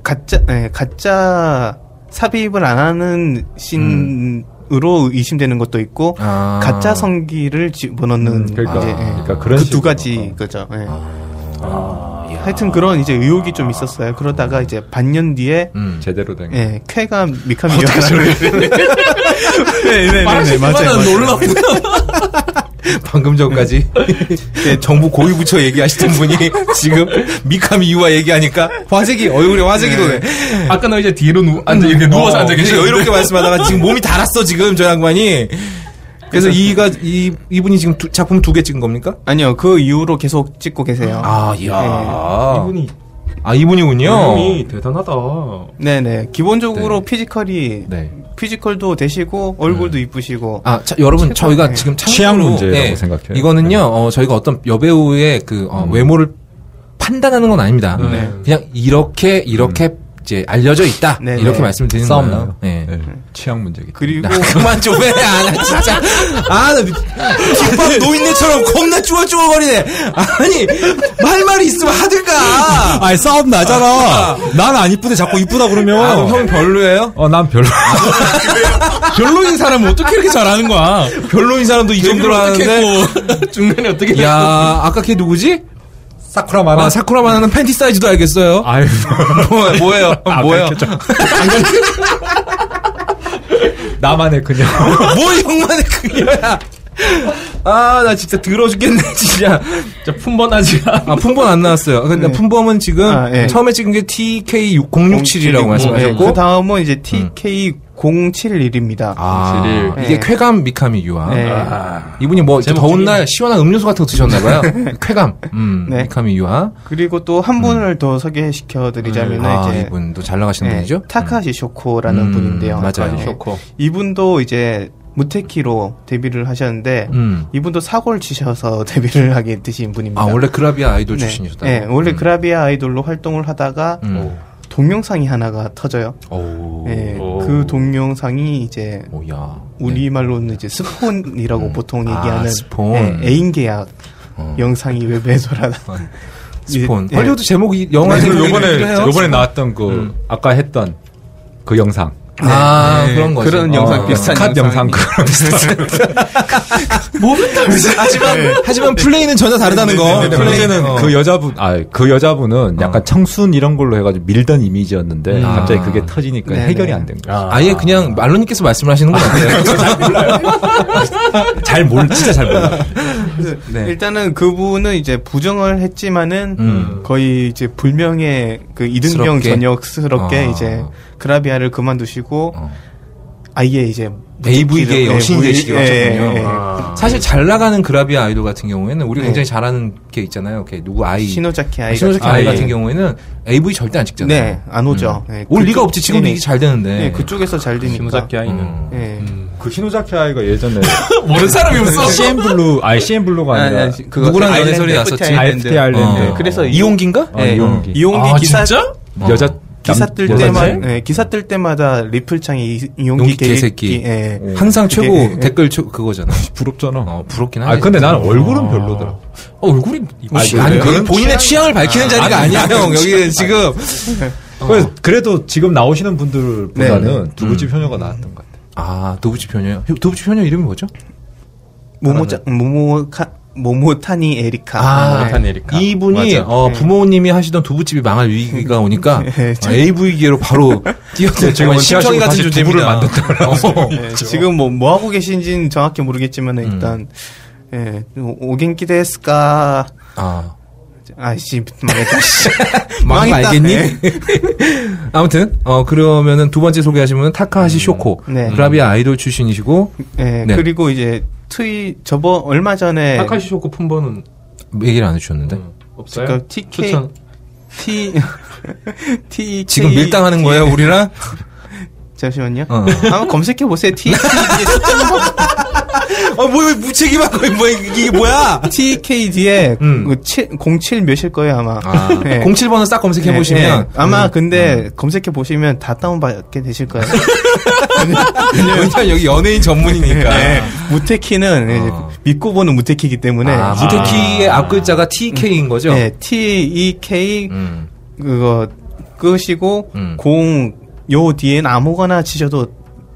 Speaker 3: 가짜 예, 가짜 삽입을 안 하는 씬으로
Speaker 5: 음.
Speaker 3: 의심되는 것도 있고
Speaker 2: 아.
Speaker 3: 가짜 성기를 집어넣는
Speaker 5: 그러니까,
Speaker 3: 이제, 예,
Speaker 5: 그러니까 그런
Speaker 3: 그
Speaker 5: 식으로. 아.
Speaker 3: 두 가지 거죠. 예.
Speaker 2: 아.
Speaker 3: 하여튼 그런 이제 의혹이 좀 있었어요. 그러다가 이제 반년 뒤에
Speaker 2: 음.
Speaker 5: 제대로 된 거.
Speaker 3: 예, 쾌가 [laughs] 미카미라는 네, 네, 네, 네, 맞아요. 맞아요.
Speaker 2: 놀라운
Speaker 7: [laughs]
Speaker 2: 방금 전까지 네, 정부 고위부처 얘기하시던 분이 지금 미카미 유아 얘기하니까 화색이 얼굴에 화색이 도네.
Speaker 7: 아까 나 이제 뒤로 누, 앉아, 이렇게 누워서 앉아
Speaker 2: 근데
Speaker 7: 계시는데.
Speaker 2: 음. 어, 여유롭게 말씀하다가 지금 몸이 달았어 지금 저 양반이. 그래서 이가 이 이분이 지금 두- 작품 두 개 찍은 겁니까?
Speaker 3: 아니요, 그 이후로 계속 찍고 계세요.
Speaker 2: 아, 이야.
Speaker 7: 이분이,
Speaker 2: 아, 이분이군요.
Speaker 7: 형이 대단하다.
Speaker 3: 네네. 기본적으로 피지컬이
Speaker 2: 네.
Speaker 3: 피지컬도 되시고 얼굴도 이쁘시고
Speaker 2: 아, 자, 여러분,
Speaker 3: 네.
Speaker 2: 저희가 지금 참고로- 네,
Speaker 5: 취향 문제라고 생각해요. 네. 음.
Speaker 2: 이거는요, 어, 저희가 어떤 여배우의 그, 어, 외모를 판단하는 건 아닙니다.
Speaker 7: 네.
Speaker 2: 그냥 이렇게, 이렇게 이제 알려져 있다.
Speaker 3: 네,
Speaker 2: 이렇게
Speaker 3: 네.
Speaker 2: 말씀을 드리는
Speaker 5: 음. 싸움
Speaker 2: 거예요.
Speaker 5: 나요.
Speaker 2: 네.
Speaker 5: 네. 취향 문제기.
Speaker 3: 그리고
Speaker 2: 나 [laughs] 그만 좀 해. 아, 나 진짜. 아, 나 미- 김밥 노인네처럼 겁나 쭈얼쭈얼거리네. 아니, 말 말이 있으면 하든가.
Speaker 5: 아니 싸움 나잖아. 난 안 이쁘대 자꾸 이쁘다 그러면.
Speaker 2: 아, 그럼 형 별로예요?
Speaker 5: 어, 난 별로.
Speaker 7: 별로인 사람은 어떻게 이렇게 잘하는 거야?
Speaker 2: 별로인 사람도 이 정도로 하는데.
Speaker 7: 했고 중간에 어떻게
Speaker 2: 야, 아까 걔 누구지?
Speaker 5: 사쿠라
Speaker 2: 아,
Speaker 5: 말아.
Speaker 2: 사쿠라만 하는 팬티 사이즈도 알겠어요.
Speaker 5: [laughs]
Speaker 2: 그렇죠.
Speaker 5: 아유.
Speaker 2: 뭐, 뭐예요? 뭐예요?
Speaker 5: 나만의 그냥.
Speaker 2: [laughs] 뭐 형만의 그녀야. 아, 나 진짜 더러워 죽겠네, 진짜.
Speaker 7: 진짜 품번하지 않아.
Speaker 2: 아, 품범 안 나왔어요. 근데
Speaker 3: 네.
Speaker 2: 품범은 지금
Speaker 3: 아, 예.
Speaker 2: 처음에 찍은 게 TK067이라고 말씀하셨고.
Speaker 3: 그 다음은 이제 TK071입니다.
Speaker 2: 아,
Speaker 7: 질일.
Speaker 2: 이게
Speaker 3: 예.
Speaker 2: 쾌감 미카미 유아.
Speaker 3: 네.
Speaker 2: 이분이 뭐 이렇게
Speaker 7: 제목 중에.
Speaker 2: 더운 날 시원한 음료수 같은 거 드셨나봐요. 쾌감. 음,
Speaker 3: 네.
Speaker 2: 미카미 유아.
Speaker 3: 그리고 또 한 분을 더 소개시켜드리자면
Speaker 2: 음.
Speaker 3: 은
Speaker 2: 아,
Speaker 3: 이제
Speaker 2: 이분도 잘 나가시는
Speaker 3: 예,
Speaker 2: 분이죠?
Speaker 3: 타카시 쇼코라는
Speaker 2: 음,
Speaker 3: 분인데요.
Speaker 2: 맞아요.
Speaker 3: 예,
Speaker 7: 좋고.
Speaker 3: 이분도 이제 무테키로 데뷔를 하셨는데
Speaker 2: 음.
Speaker 3: 이분도 사고를 치셔서 [laughs] 데뷔를 하게 되신 분입니다.
Speaker 2: 아, 원래 그라비아 아이돌 음.
Speaker 3: 네.
Speaker 2: 출신이셨다.
Speaker 3: 네, 원래 그라비아 아이돌로 활동을 하다가
Speaker 2: 음.
Speaker 3: 동영상이 하나가 터져요.
Speaker 2: 오.
Speaker 3: 예,
Speaker 7: 오.
Speaker 3: 그 동영상이 이제
Speaker 2: 오야. 네.
Speaker 3: 우리말로는 이제 스폰이라고 보통
Speaker 2: 아,
Speaker 3: 얘기하는
Speaker 2: 스폰.
Speaker 3: 예, 애인 계약
Speaker 2: 어.
Speaker 3: 영상이 웹에 돌아다.
Speaker 2: [laughs] 스폰.
Speaker 3: 예, 예.
Speaker 2: 헐리우드 제목이 영화 제목이 이렇게
Speaker 5: 네, 요번에,
Speaker 2: 해요?
Speaker 5: 요번에 나왔던 그, 아까 했던 그 영상.
Speaker 3: 네.
Speaker 2: 아, 그런 거죠.
Speaker 9: 그런 영상
Speaker 2: [laughs]
Speaker 9: 비슷한
Speaker 5: 컷 영상.
Speaker 9: 영상이.
Speaker 5: 그런
Speaker 2: 하지만 하지만 플레이는 전혀 다르다는 거.
Speaker 5: 근데 문제는
Speaker 2: 어.
Speaker 5: 그 여자분, 아, 그 여자분은 약간 청순 이런 걸로 해가지고 밀던 이미지였는데,
Speaker 2: 음.
Speaker 5: 갑자기
Speaker 2: 아.
Speaker 5: 그게 터지니까
Speaker 3: 네네.
Speaker 5: 해결이 안 된 거야.
Speaker 2: 아예 그냥 말로님께서 말씀을 하시는 것 [laughs] 같아요.
Speaker 5: 잘 몰, 진짜 잘 몰라.
Speaker 2: 네.
Speaker 3: 예. 일단은 그분은 이제 부정을 했지만은
Speaker 2: 음.
Speaker 3: 거의 이제 불명의 그 이등병
Speaker 2: 스럽게?
Speaker 3: 전역스럽게
Speaker 2: 아.
Speaker 3: 이제 그라비아를 그만두시고
Speaker 2: 어.
Speaker 3: 아예 이제
Speaker 2: AV계의
Speaker 3: 무섭기로-
Speaker 2: 여신이
Speaker 3: 예,
Speaker 2: 되시기로
Speaker 3: 예,
Speaker 2: 하셨군요. 아,
Speaker 3: 예, 예.
Speaker 2: 사실 잘 나가는 그라비아 아이돌 같은 경우에는 우리가
Speaker 3: 네.
Speaker 2: 굉장히 잘하는 게 있잖아요. 이렇게 누구 아이
Speaker 3: 신호자키 아이 예.
Speaker 2: 신호자키
Speaker 3: 같은
Speaker 2: 아이
Speaker 3: 경우.
Speaker 2: 같은 경우에는 AV 절대 안 찍잖아요. 음.
Speaker 3: 네, 안 오죠. 예,
Speaker 2: 올
Speaker 3: 그쪽-
Speaker 2: 리가 없지 지금
Speaker 3: 네,
Speaker 2: 이게 잘 되는데.
Speaker 3: 네, 그쪽에서 잘 되니까.
Speaker 7: 신호잡기 아이는.
Speaker 2: 음.
Speaker 3: 예.
Speaker 5: 그 히노자키 아이가 예전에
Speaker 7: 모르는
Speaker 3: 네.
Speaker 7: 사람이 없어.
Speaker 5: CM 블루, 아니 CM 블루가
Speaker 9: 아니,
Speaker 5: 아니라
Speaker 9: 아니, 그거
Speaker 2: 누구랑
Speaker 9: 아일랜드,
Speaker 2: 연애 소리 났었지?
Speaker 9: FT 아일랜드.
Speaker 5: FT
Speaker 3: 네.
Speaker 5: 아일랜드.
Speaker 2: 어.
Speaker 9: 그래서 이-
Speaker 2: 이용기인가? 예.
Speaker 5: 어, 이용기.
Speaker 3: 예, 이용기
Speaker 7: 아,
Speaker 3: 기사
Speaker 7: 진짜?
Speaker 5: 여자
Speaker 3: 기사
Speaker 5: 어. 남-
Speaker 3: 뜰
Speaker 5: 여자
Speaker 3: 때마다
Speaker 5: 책?
Speaker 3: 예, 기사 뜰 때마다 리플창에 이-
Speaker 2: 뭐 용기
Speaker 3: 이용기
Speaker 2: 개새끼. 네.
Speaker 3: 개새끼. 예.
Speaker 2: 항상 최고
Speaker 3: 예, 예.
Speaker 2: 댓글 최- 그거잖아.
Speaker 5: 부럽잖아.
Speaker 2: 어, 부럽긴 하지.
Speaker 5: 아 근데 나는 얼굴은 별로더라.
Speaker 7: 어, 얼굴이
Speaker 2: 아,
Speaker 5: 아니,
Speaker 2: 아니,
Speaker 5: 그래요?
Speaker 2: 그건 본인의 취향을 밝히는 자리가 아니, 야 형. 여기 지금.
Speaker 5: 그래서 그래도 지금 나오시는 분들보다는
Speaker 3: 네,
Speaker 5: 두부집 효녀가 나왔던 것 같아.
Speaker 2: 아, 도부집 효녀요? 효- 도부집 효녀 이름이 뭐죠?
Speaker 3: 모모자 모모카 모모타니 에리카. 네.
Speaker 7: 모모타니 에리카.
Speaker 2: 아, 네. 이분이
Speaker 7: 맞아.
Speaker 2: 어, 부모님이 하시던 두부집이 망할 위기가 [laughs] 오니까
Speaker 3: 예,
Speaker 2: 어, AV계로 [laughs] 바로 뛰어든
Speaker 5: 지금은
Speaker 2: 정말 심청이
Speaker 5: 씨앗이고
Speaker 2: 같은
Speaker 5: 다시
Speaker 2: 존재입니다.
Speaker 5: 두부를 만든다고
Speaker 2: 어.
Speaker 3: 예, 지금 뭐, 뭐 하고 계신지는 정확히 모르겠지만,
Speaker 2: 음.
Speaker 3: 일단, 예, 오겐키 데스까,
Speaker 2: 아,
Speaker 3: 아씨, 망했다, 씨.
Speaker 2: [laughs] 망
Speaker 3: 망했다.
Speaker 2: 알겠니?
Speaker 3: 예.
Speaker 2: [laughs] 아무튼 어 그러면은 두 번째 소개하신 분은 타카하시 쇼코
Speaker 3: 네.
Speaker 2: 그라비아 아이돌 출신이시고
Speaker 3: 예,
Speaker 2: 네.
Speaker 3: 그리고 이제, 트위, 저번, 얼마 전에,
Speaker 7: 타카시 쇼코 품번은
Speaker 2: 얘기를 안 해주셨는데
Speaker 7: 없어요?
Speaker 3: 그러니까 TK
Speaker 7: 추천.
Speaker 3: [laughs] T, T,
Speaker 2: 지금 밀당하는 거예요 우리랑?
Speaker 3: 잠시만요.
Speaker 2: 어.
Speaker 3: 한번 검색해보세요.
Speaker 2: [laughs]
Speaker 3: T,
Speaker 2: [laughs] 아뭐 무책임한 거야 뭐 이게 뭐야?
Speaker 3: TKD에
Speaker 2: 음.
Speaker 3: 07 그 몇일 거예요, 아마.
Speaker 2: 아,
Speaker 3: 예.
Speaker 2: 07번을 싹 검색해 보시면 음.
Speaker 3: 예, 예. 아마 근데 검색해 보시면 다 다운받게 되실 거예요.
Speaker 2: [laughs] 왜냐면 여기 연예인 전문이니까.
Speaker 3: 예, 무테키는 이제
Speaker 2: 어.
Speaker 3: 믿고 보는 무테키이기 때문에
Speaker 2: 아, 네. 무테키의 앞 글자가 TK인 거죠?
Speaker 3: 예, T E K
Speaker 2: 음.
Speaker 3: 그거 끄시고
Speaker 2: 음.
Speaker 3: 공 요 뒤엔 아무거나 치셔도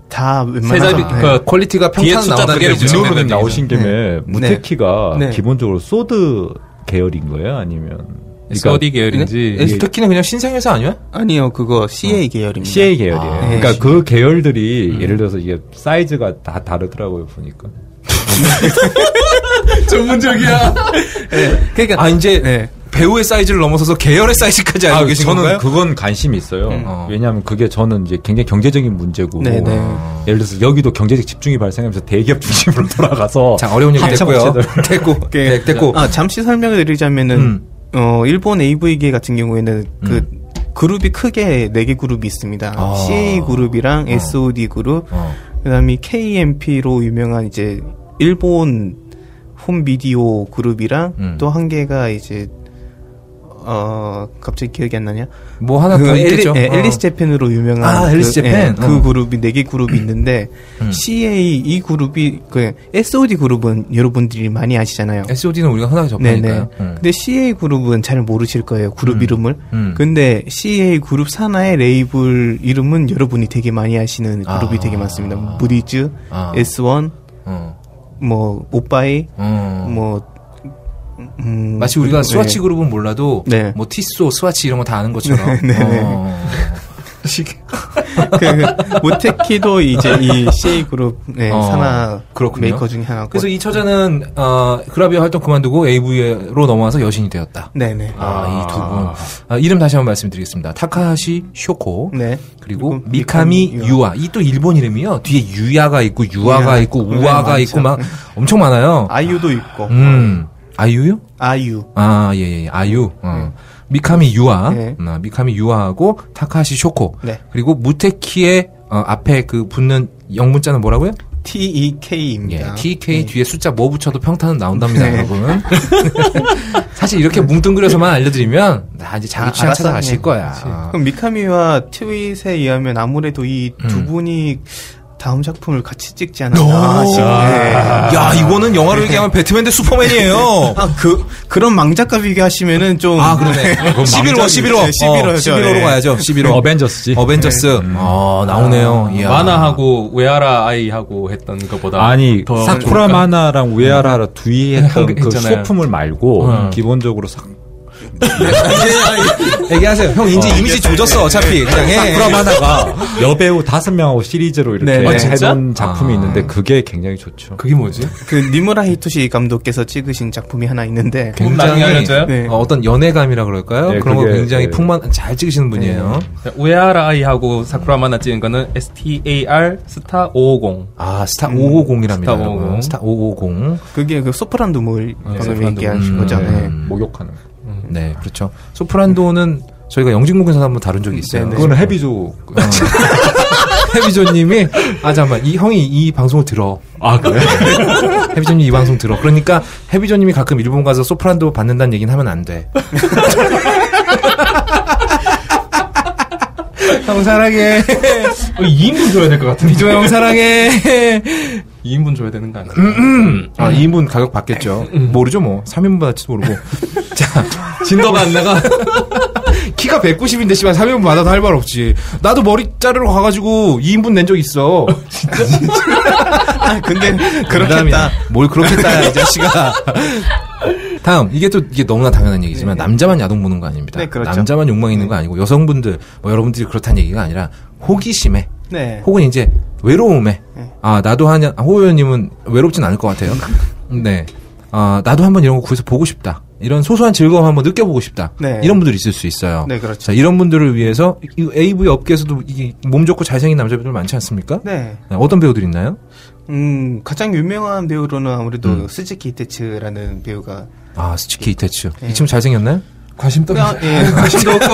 Speaker 3: 다 웬만해서
Speaker 7: 세자비-
Speaker 3: 예.
Speaker 7: 그
Speaker 2: 코리티가
Speaker 7: 뒤에
Speaker 2: 아, 그러니까 평탄
Speaker 7: 숫자
Speaker 2: 나온다는
Speaker 7: 두
Speaker 2: 게
Speaker 7: 개를
Speaker 2: 문제죠.
Speaker 7: 붙이면
Speaker 5: 지금 나오신 김에
Speaker 3: 네.
Speaker 5: 무테키가
Speaker 3: 네.
Speaker 5: 기본적으로 소드 계열인 거예요? 아니면
Speaker 7: 그러니까 어디 계열인지.
Speaker 2: 에스토키는 네? 그냥 신생회사 아니야?
Speaker 3: 아니요 그거
Speaker 2: 어.
Speaker 3: CA 계열입니다.
Speaker 5: CA 계열이에요.
Speaker 2: 아,
Speaker 5: 그러니까
Speaker 3: 네.
Speaker 5: 그 계열들이 예를 들어서 이게 사이즈가 다 다르더라고요 보니까.
Speaker 7: 전문적이야.
Speaker 2: 그러니까 아 이제
Speaker 3: 네.
Speaker 2: 배우의 사이즈를 넘어서서 계열의 사이즈까지 알고 계신
Speaker 5: 아, 저는
Speaker 2: 건가요?
Speaker 5: 그건 관심이 있어요.
Speaker 2: 어.
Speaker 5: 왜냐하면 그게 저는 이제 굉장히 경제적인 문제고.
Speaker 3: 네, 네.
Speaker 5: 예를 들어서 여기도 경제적 집중이 발생하면서 대기업 중심으로 [laughs] 돌아가서.
Speaker 2: 자 어려운 얘기
Speaker 5: 하청
Speaker 2: 됐고요.
Speaker 5: 업체들.
Speaker 4: [laughs]
Speaker 2: 됐고,
Speaker 3: 네,
Speaker 2: 네, 됐고.
Speaker 3: 아 잠시 설명을 드리자면은
Speaker 2: 음.
Speaker 3: 어 일본 AV계 같은 경우에는 그 그룹이 크게 네 개 그룹이 있습니다.
Speaker 2: 아.
Speaker 3: CA 그룹이랑 SOD 그룹,
Speaker 2: 어.
Speaker 3: 그다음에 KMP로 유명한 이제 일본 홈 비디오 그룹이랑
Speaker 2: 음.
Speaker 3: 또 한 개가 이제 어 갑자기 기억이 안 나냐?
Speaker 2: 뭐 하나 더
Speaker 3: 그 엘리,
Speaker 2: 있겠죠.
Speaker 3: 예,
Speaker 2: 어.
Speaker 3: 엘리스 재팬으로 유명한
Speaker 2: 아, 엘리스
Speaker 3: 그,
Speaker 2: 재팬.
Speaker 3: 그
Speaker 2: 어. 음.
Speaker 3: 그룹이 네 개 그룹이 있는데 CA 이 그룹이 그 SOD 그룹은 여러분들이 많이 아시잖아요.
Speaker 2: SOD는 우리가 흔하게
Speaker 3: 네네.
Speaker 2: 접하니까요. 음.
Speaker 3: 근데 CA 그룹은 잘 모르실 거예요. 그룹 이름을.
Speaker 2: 음.
Speaker 3: 근데 CA 그룹 산하의 레이블 이름은 여러분이 되게 많이 아시는 그룹이
Speaker 2: 아.
Speaker 3: 되게 많습니다. 뭐 무디즈,
Speaker 2: 아.
Speaker 3: S1,
Speaker 2: 어.
Speaker 3: 뭐 오빠이,
Speaker 2: 어.
Speaker 3: 뭐 음,
Speaker 2: 마치 우리가
Speaker 3: 네.
Speaker 2: 스와치 그룹은 몰라도
Speaker 3: 네.
Speaker 2: 뭐 티쏘, 스와치 이런 거 다 아는 것처럼. 어.
Speaker 3: 그 모테키도 이제 이 CA 그룹 네,
Speaker 2: 어,
Speaker 3: 산하
Speaker 2: 그렇군요.
Speaker 3: 메이커 중에 하나고.
Speaker 2: 그래서 이 처자는 어, 그라비아 활동 그만두고 AV로 넘어와서 여신이 되었다.
Speaker 3: 네네.
Speaker 2: 아, 이 두 분. 아, 이름 다시 한번 말씀드리겠습니다. 타카하시 쇼코.
Speaker 3: 네.
Speaker 2: 그리고
Speaker 3: 그리고
Speaker 2: 미카미
Speaker 3: 미카미
Speaker 2: 유아. 이 또 일본 이름이요. 뒤에 유야가 있고 유아가
Speaker 3: 유야.
Speaker 2: 있고
Speaker 3: 네,
Speaker 2: 우아가
Speaker 3: 많죠.
Speaker 2: 있고 막 엄청 많아요.
Speaker 3: 아이유도 있고.
Speaker 2: 음. 아유요?
Speaker 3: 아이유.
Speaker 2: 아, 예, 예, 예. 아유. 어. 미카미 유아.
Speaker 3: 네.
Speaker 2: 음, 아, 미카미 유아하고 타카하시 쇼코.
Speaker 3: 네.
Speaker 2: 그리고 무테키의 어, 앞에 그 붙는 영문자는 뭐라고요?
Speaker 3: T E K입니다.
Speaker 2: 예, TK
Speaker 3: 네.
Speaker 2: 뒤에 숫자 뭐 붙여도 평타는 나온답니다,
Speaker 3: [laughs]
Speaker 2: 여러분. 사실 이렇게 뭉뚱그려서만 알려드리면 다 이제 자기 취향
Speaker 3: 알았어.
Speaker 2: 찾아가실
Speaker 3: 네.
Speaker 2: 거야.
Speaker 3: 그치.
Speaker 2: 아.
Speaker 3: 그럼 미카미와 트윗에 의하면 아무래도 이 두
Speaker 2: 음.
Speaker 3: 분이 다음 작품을 같이 찍지 않았나 싶
Speaker 2: 야, 이거는 영화로 얘기하면 배트맨 대 슈퍼맨이에요.
Speaker 3: 아, 그, 그런 망작과 비교하시면은 좀.
Speaker 2: 아, 그러네. 11호, 11호.
Speaker 3: 네, 11호 죠,
Speaker 2: 11호로
Speaker 3: 네.
Speaker 2: 가야죠. 11호.
Speaker 5: 어벤져스지.
Speaker 2: 어벤져스. 어,
Speaker 3: 아,
Speaker 2: 나오네요. 이야. [laughs]
Speaker 4: 만화하고 웨아라 아이하고 했던
Speaker 2: 어,
Speaker 4: 것보다
Speaker 5: 아니
Speaker 4: 더
Speaker 5: 사쿠라
Speaker 4: 좋을까?
Speaker 5: 마나랑 우에하라
Speaker 2: 네.
Speaker 5: 두이 했던 그
Speaker 4: 한거 했잖아요.
Speaker 5: 소품을 말고
Speaker 2: 어.
Speaker 5: 기본적으로 사,
Speaker 2: 얘기하세요. 형, 이제 이미지 조졌어, 어차피. [laughs] 그냥 해.
Speaker 5: 사쿠라 마나가 여배우 다섯 명하고 시리즈로 이렇게
Speaker 3: 네. 아,
Speaker 4: 진짜?
Speaker 5: 해본 작품이
Speaker 2: 아.
Speaker 5: 있는데 그게 굉장히 좋죠.
Speaker 4: 그게 뭐지?
Speaker 3: 그, 니무라 히토시 감독께서 찍으신 작품이 하나 있는데.
Speaker 4: 돈 나중에 알려줘요?
Speaker 3: 네.
Speaker 2: 어, 떤 연애감이라 그럴까요?
Speaker 5: 네,
Speaker 2: 그런 거
Speaker 5: 그게,
Speaker 2: 굉장히
Speaker 5: 네.
Speaker 2: 풍만 잘 찍으시는 분이에요.
Speaker 4: 우에하라 아이하고 사쿠라 마나 찍은 거는 STAR 스타 550.
Speaker 2: 아, 스타 550이랍니다.
Speaker 4: 스타 550.
Speaker 2: 여러분. 스타 550.
Speaker 3: 그게 그 소프란도 물 방금
Speaker 4: 소프란도
Speaker 3: 얘기하신
Speaker 2: 물.
Speaker 3: 거죠.
Speaker 2: 네, 음.
Speaker 3: 네.
Speaker 5: 목욕하는. 거.
Speaker 2: 네, 그렇죠. 소프란도는 저희가 영진공에서 한번 다룬 적이 있어요.
Speaker 3: 네, 네.
Speaker 5: 그거는 헤비조.
Speaker 2: 해비조님이 아 잠만 이 형이 이 방송을 들어. [laughs]
Speaker 5: 아 그래?
Speaker 2: 해비조님 이 방송 들어. 그러니까 해비조님이 가끔 일본 가서 소프란도 받는다는 얘기는 하면 안 돼. [laughs] 형 사랑해.
Speaker 4: 2인분 줘야 될 것 같은데.
Speaker 2: 비조 형 사랑해.
Speaker 4: 2인분 줘야 되는 거 아니야?
Speaker 2: 아 2인분 가격 받겠죠. 모르죠 뭐. 3인분 받을지도 모르고. 자 진도가 안 나가. [laughs] 키가 190인데 씨발 3인분 받아도 할 말 없지. 나도 머리 자르러 가가지고 2인분 낸 적 있어.
Speaker 3: 아,
Speaker 2: 음.
Speaker 3: 근데,
Speaker 2: 농담이야.
Speaker 3: [laughs] 그렇겠다.
Speaker 2: 뭘 그렇게 따야 이 자식아. 다음 이게 또 이게 너무나 당연한 얘기지만 남자만 야동 보는 거 아닙니다.
Speaker 3: 네, 그렇죠.
Speaker 2: 남자만 욕망 있는 거 아니고 여성분들 뭐 여러분들이 그렇다는 얘기가 아니라 호기심에
Speaker 3: 네.
Speaker 2: 혹은 이제 외로움에
Speaker 3: 네.
Speaker 2: 아 나도 하냐 아, 호의원님은 외롭진 않을 것
Speaker 3: [laughs]
Speaker 2: 같아요. 네. 아 나도 한번 이런 거 구해서 보고 싶다. 이런 소소한 즐거움 한번 느껴보고 싶다.
Speaker 3: 네.
Speaker 2: 이런 분들이 있을 수 있어요.
Speaker 3: 네, 그렇죠.
Speaker 2: 자, 이런 분들을 위해서 이 AV 업계에서도 이몸 좋고 잘생긴 남자분들 많지 않습니까?
Speaker 3: 네.
Speaker 2: 네, 어떤 배우들 있나요?
Speaker 3: 음, 가장 유명한 배우로는 아무래도
Speaker 2: 음.
Speaker 3: 스즈키 이테츠라는 배우가.
Speaker 2: 아, 스치키 이테츠.
Speaker 3: 네.
Speaker 2: 이 친구 잘생겼나요?
Speaker 4: 관심 떠.
Speaker 2: [laughs]
Speaker 3: 아, 예.
Speaker 4: 관심도 없고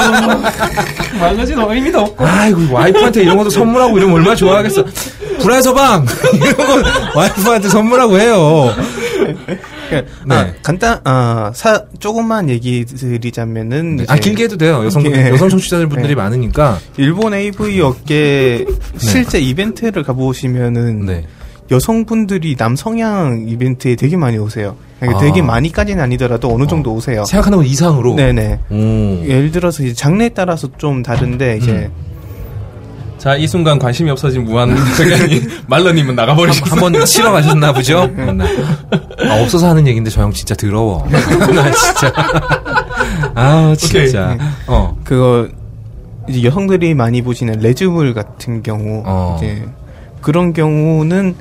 Speaker 4: 망가지도 의미도 없고.
Speaker 2: 아이고, 와이프한테 이런 것도 선물하고 이러면 얼마나 좋아하겠어. 불알 서방! [laughs] 이런 거 와이프한테 선물하고 해요.
Speaker 3: 아,
Speaker 2: 네.
Speaker 3: 간단, 아, 사, 조금만 얘기 드리자면은.
Speaker 2: 아,
Speaker 3: 이제
Speaker 2: 길게 해도 돼요. 여성,
Speaker 3: 예.
Speaker 2: 여성 청취자분들이
Speaker 3: 예.
Speaker 2: 많으니까.
Speaker 3: 일본 AV
Speaker 2: [laughs]
Speaker 3: 업계 실제 이벤트를 가보시면은.
Speaker 2: 네.
Speaker 3: 여성분들이 남성향 이벤트에 되게 많이 오세요. 그러니까
Speaker 2: 아.
Speaker 3: 되게 많이까지는 아니더라도 어느 정도 오세요.
Speaker 2: 생각하는 것 이상으로. 음,
Speaker 3: 네네.
Speaker 2: 오.
Speaker 3: 예를 들어서 이제 장르에 따라서 좀 다른데 이제
Speaker 2: 음.
Speaker 4: 자, 이 순간 관심이 없어진 무한
Speaker 2: [laughs]
Speaker 4: 작가님, 말러님은 나가버리셨어.
Speaker 2: 한 번 치러 가셨나 보죠? 네. 아, 없어서 하는 얘기인데 저 형 진짜 더러워. [laughs] 나
Speaker 5: [laughs]
Speaker 2: 진짜. 아, 진짜. 어.
Speaker 3: 네. 그거 이제 여성들이 많이 보시는 레즈물 같은 경우
Speaker 2: 어.
Speaker 3: 이제 그런 경우는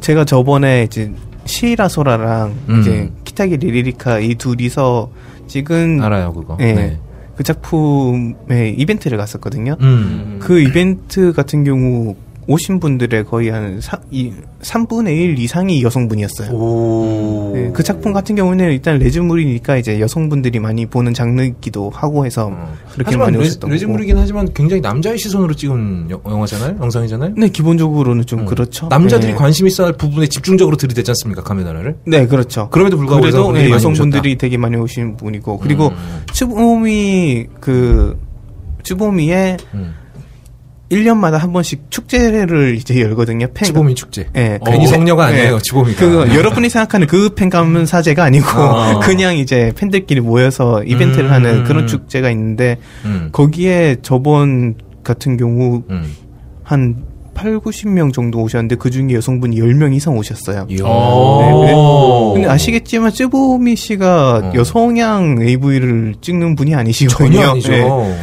Speaker 3: 제가 저번에 이제 시이라소라랑
Speaker 2: 음.
Speaker 3: 이제 키타기 리리리카 이 둘이서 찍은
Speaker 2: 알아요, 그거.
Speaker 3: 예,
Speaker 2: 네.
Speaker 3: 그 작품의 이벤트를 갔었거든요.
Speaker 2: 음.
Speaker 3: 그 이벤트 같은 경우 오신 분들의 거의 한 사, 이, 3분의 1 이상이 여성분이었어요.
Speaker 2: 오.
Speaker 3: 네, 그 작품 같은 경우는 일단 레즈물이니까 이제 여성분들이 많이 보는 장르이기도 하고 해서 그렇게
Speaker 2: 음. 하지만
Speaker 3: 많이
Speaker 2: 레,
Speaker 3: 오셨던 거고.
Speaker 2: 레즈물이긴 하지만 굉장히 남자의 시선으로 찍은 여- 영화잖아요. 영상이잖아요.
Speaker 3: 네, 기본적으로는 좀
Speaker 2: 음.
Speaker 3: 그렇죠.
Speaker 2: 남자들이
Speaker 3: 네.
Speaker 2: 관심 있어 할 부분에 집중적으로 들이댔지 않습니까? 카메라를.
Speaker 3: 네, 그렇죠.
Speaker 2: 그럼에도 불구하고
Speaker 3: 그래도
Speaker 2: 여성분들이 음.
Speaker 3: 네,
Speaker 2: 많이
Speaker 3: 여성분들이 되게 많이 오신 분이고 그리고 츠보미 그 츠보미의
Speaker 2: 음.
Speaker 3: 1년마다 한 번씩 축제를 이제 열거든요. 팬
Speaker 2: 지보미 축제.
Speaker 3: 예.
Speaker 2: 괜히
Speaker 3: 어.
Speaker 2: 성녀가 아니에요.
Speaker 3: 예.
Speaker 2: 지보미가.
Speaker 3: 그 여러분이 생각하는 그 팬감 사제가 아니고 [laughs] 그냥 이제 팬들끼리 모여서 이벤트를
Speaker 2: 어. 음.
Speaker 3: 하는 그런 축제가 있는데
Speaker 2: 음.
Speaker 3: 거기에 저번 같은 경우
Speaker 2: 음.
Speaker 3: 한 8, 90명 정도 오셨는데 그 중에 여성분이 10명 이상 오셨어요. 네, 어.
Speaker 2: 이야. 네,
Speaker 4: 오.
Speaker 3: 근데 아시겠지만 쯔보미 씨가
Speaker 2: 어.
Speaker 3: 여성향 AV를 찍는 분이 아니시거든요.
Speaker 2: 전혀 아니죠.
Speaker 3: 네.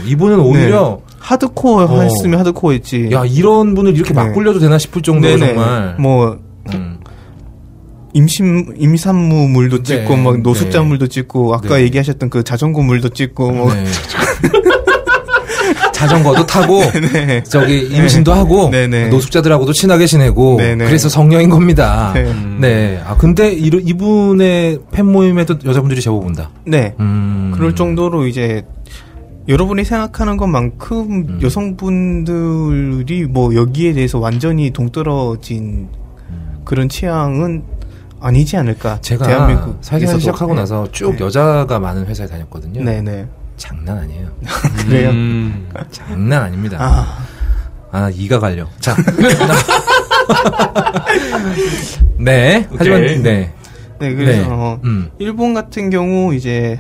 Speaker 2: 예. 이분은 오히려
Speaker 3: 네. 하드코어
Speaker 2: 어.
Speaker 3: 했으면 하드코어였지.
Speaker 2: 야 이런 분을 이렇게 막
Speaker 3: 네.
Speaker 2: 굴려도 되나 싶을 정도로
Speaker 3: 네네.
Speaker 2: 정말.
Speaker 3: 뭐
Speaker 2: 음.
Speaker 3: 임신 임산무 물도
Speaker 2: 네.
Speaker 3: 찍고 막 노숙자
Speaker 2: 네.
Speaker 3: 물도 찍고 아까
Speaker 2: 네.
Speaker 3: 얘기하셨던 그 자전거 물도 찍고 뭐
Speaker 2: 네. [laughs] 자전거도 타고
Speaker 3: [laughs] 네.
Speaker 2: 저기 임신도 하고
Speaker 3: 네네.
Speaker 2: 노숙자들하고도 친하게 지내고
Speaker 3: 네네.
Speaker 2: 그래서 성녀인 겁니다.
Speaker 3: 네.
Speaker 2: 네. 아 근데 이, 이분의 팬 모임에도 여자분들이 제법 온다.
Speaker 3: 네.
Speaker 2: 음.
Speaker 3: 그럴 정도로 이제 여러분이 생각하는 것만큼
Speaker 2: 음.
Speaker 3: 여성분들이 뭐 여기에 대해서 완전히 동떨어진 그런 취향은 아니지 않을까.
Speaker 2: 음. 제가
Speaker 3: 대한민국
Speaker 2: 사회생활 시작하고 나서 음. 쭉
Speaker 3: 네.
Speaker 2: 여자가 많은 회사에 다녔거든요.
Speaker 3: 네네
Speaker 2: 장난 아니에요.
Speaker 3: 그래요.
Speaker 7: 음.
Speaker 2: 장난 아닙니다.
Speaker 3: 아.
Speaker 2: 아, 이가 갈려.
Speaker 4: [laughs]
Speaker 2: 자. 네.
Speaker 4: 오케이.
Speaker 2: 하지만 네.
Speaker 3: 네 그래서
Speaker 2: 네.
Speaker 3: 어,
Speaker 2: 음.
Speaker 3: 일본 같은 경우 이제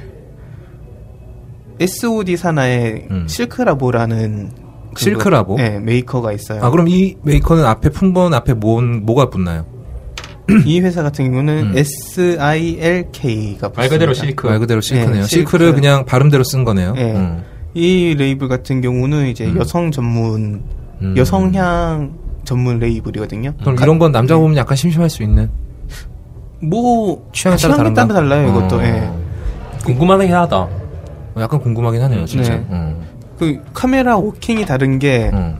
Speaker 3: SOD 산하의
Speaker 2: 음.
Speaker 3: 실크라보라는 그-
Speaker 2: 실크라보?
Speaker 3: 네 메이커가 있어요.
Speaker 2: 아 그럼 이 메이커는 앞에 품번 앞에 뭔 뭐가 붙나요?
Speaker 3: 이 회사 같은 경우는
Speaker 2: 음.
Speaker 3: SILK가
Speaker 4: 말 그대로
Speaker 3: 붙습니다.
Speaker 4: 실크.
Speaker 2: 말 그대로 실크네요.
Speaker 3: 네, 실크.
Speaker 2: 실크를 그냥 발음대로 쓴 거네요.
Speaker 3: 네.
Speaker 2: 음.
Speaker 3: 이 레이블 같은 경우는 이제
Speaker 2: 음.
Speaker 3: 여성 전문
Speaker 2: 음.
Speaker 3: 여성향 전문 레이블이거든요.
Speaker 2: 그럼 이런 건 남자
Speaker 4: 네.
Speaker 2: 보면 약간 심심할 수 있는
Speaker 3: 뭐
Speaker 2: 취향에 따라
Speaker 3: 취향에
Speaker 2: 다른가?
Speaker 3: 따라 달라요 이것도.
Speaker 2: 어.
Speaker 3: 예.
Speaker 4: [laughs] 궁금하긴 하다.
Speaker 2: 어, 약간 궁금하긴 하네요, 진짜.
Speaker 3: 네.
Speaker 2: 음.
Speaker 3: 그 카메라 워킹이 다른 게
Speaker 2: 음.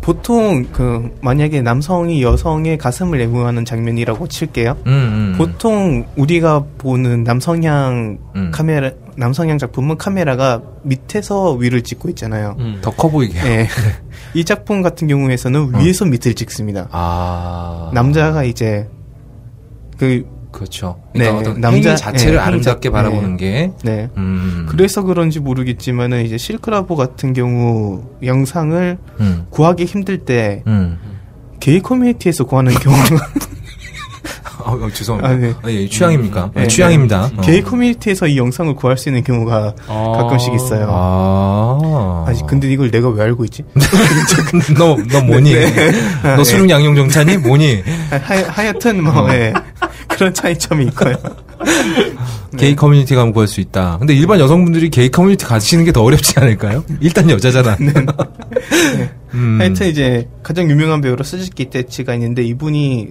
Speaker 3: 보통 그 만약에 남성이 여성의 가슴을 애무하는 장면이라고 칠게요.
Speaker 2: 음, 음.
Speaker 3: 보통 우리가 보는 남성향
Speaker 2: 음.
Speaker 3: 카메라 남성향 작품은 카메라가 밑에서 위를 찍고 있잖아요.
Speaker 4: 음.
Speaker 2: 더 커 보이게.
Speaker 3: 예. [laughs] 이 작품 같은
Speaker 2: 어.
Speaker 3: 경우에서는 위에서 밑을 찍습니다.
Speaker 2: 아.
Speaker 3: 남자가 이제 그
Speaker 2: 그렇죠.
Speaker 3: 네,
Speaker 2: 그러니까 어떤
Speaker 3: 남자-
Speaker 2: 남자 자체를
Speaker 3: 네,
Speaker 2: 아름답게
Speaker 3: 행위 자-
Speaker 2: 바라보는 게
Speaker 3: 네.
Speaker 2: 음.
Speaker 3: 그래서 그런지 모르겠지만은 이제 실크라보 같은 경우 영상을
Speaker 2: 음.
Speaker 3: 구하기 힘들 때
Speaker 2: 음.
Speaker 3: 게이 커뮤니티에서 구하는 경우가
Speaker 2: 아, [laughs] 어, 죄송합니다.
Speaker 3: 아, 네.
Speaker 2: 아, 예, 취향입니까?
Speaker 3: 네,
Speaker 2: 아, 취향입니다. 어.
Speaker 3: 게이 커뮤니티에서 이 영상을 구할 수 있는 경우가 가끔씩 있어요. 아.
Speaker 2: 아.
Speaker 3: 니 근데 이걸 내가 왜 알고 있지?
Speaker 2: 네. [laughs] 너, 너 뭐니?
Speaker 3: 네.
Speaker 2: 너 수륙 양용 정차니? 뭐니?
Speaker 3: 하, 하여튼
Speaker 2: 음.
Speaker 3: 뭐 예. 그런 차이점이 있고요.
Speaker 2: 게이 커뮤니티 가면 구할 수 있다. 근데 일반 여성분들이 게이 커뮤니티 가지시는 게 더 어렵지 않을까요? 일단 여자잖아.
Speaker 3: 네.
Speaker 2: 음.
Speaker 3: 하여튼 이제 가장 유명한 배우로 스즈키 테츠가 있는데 이분이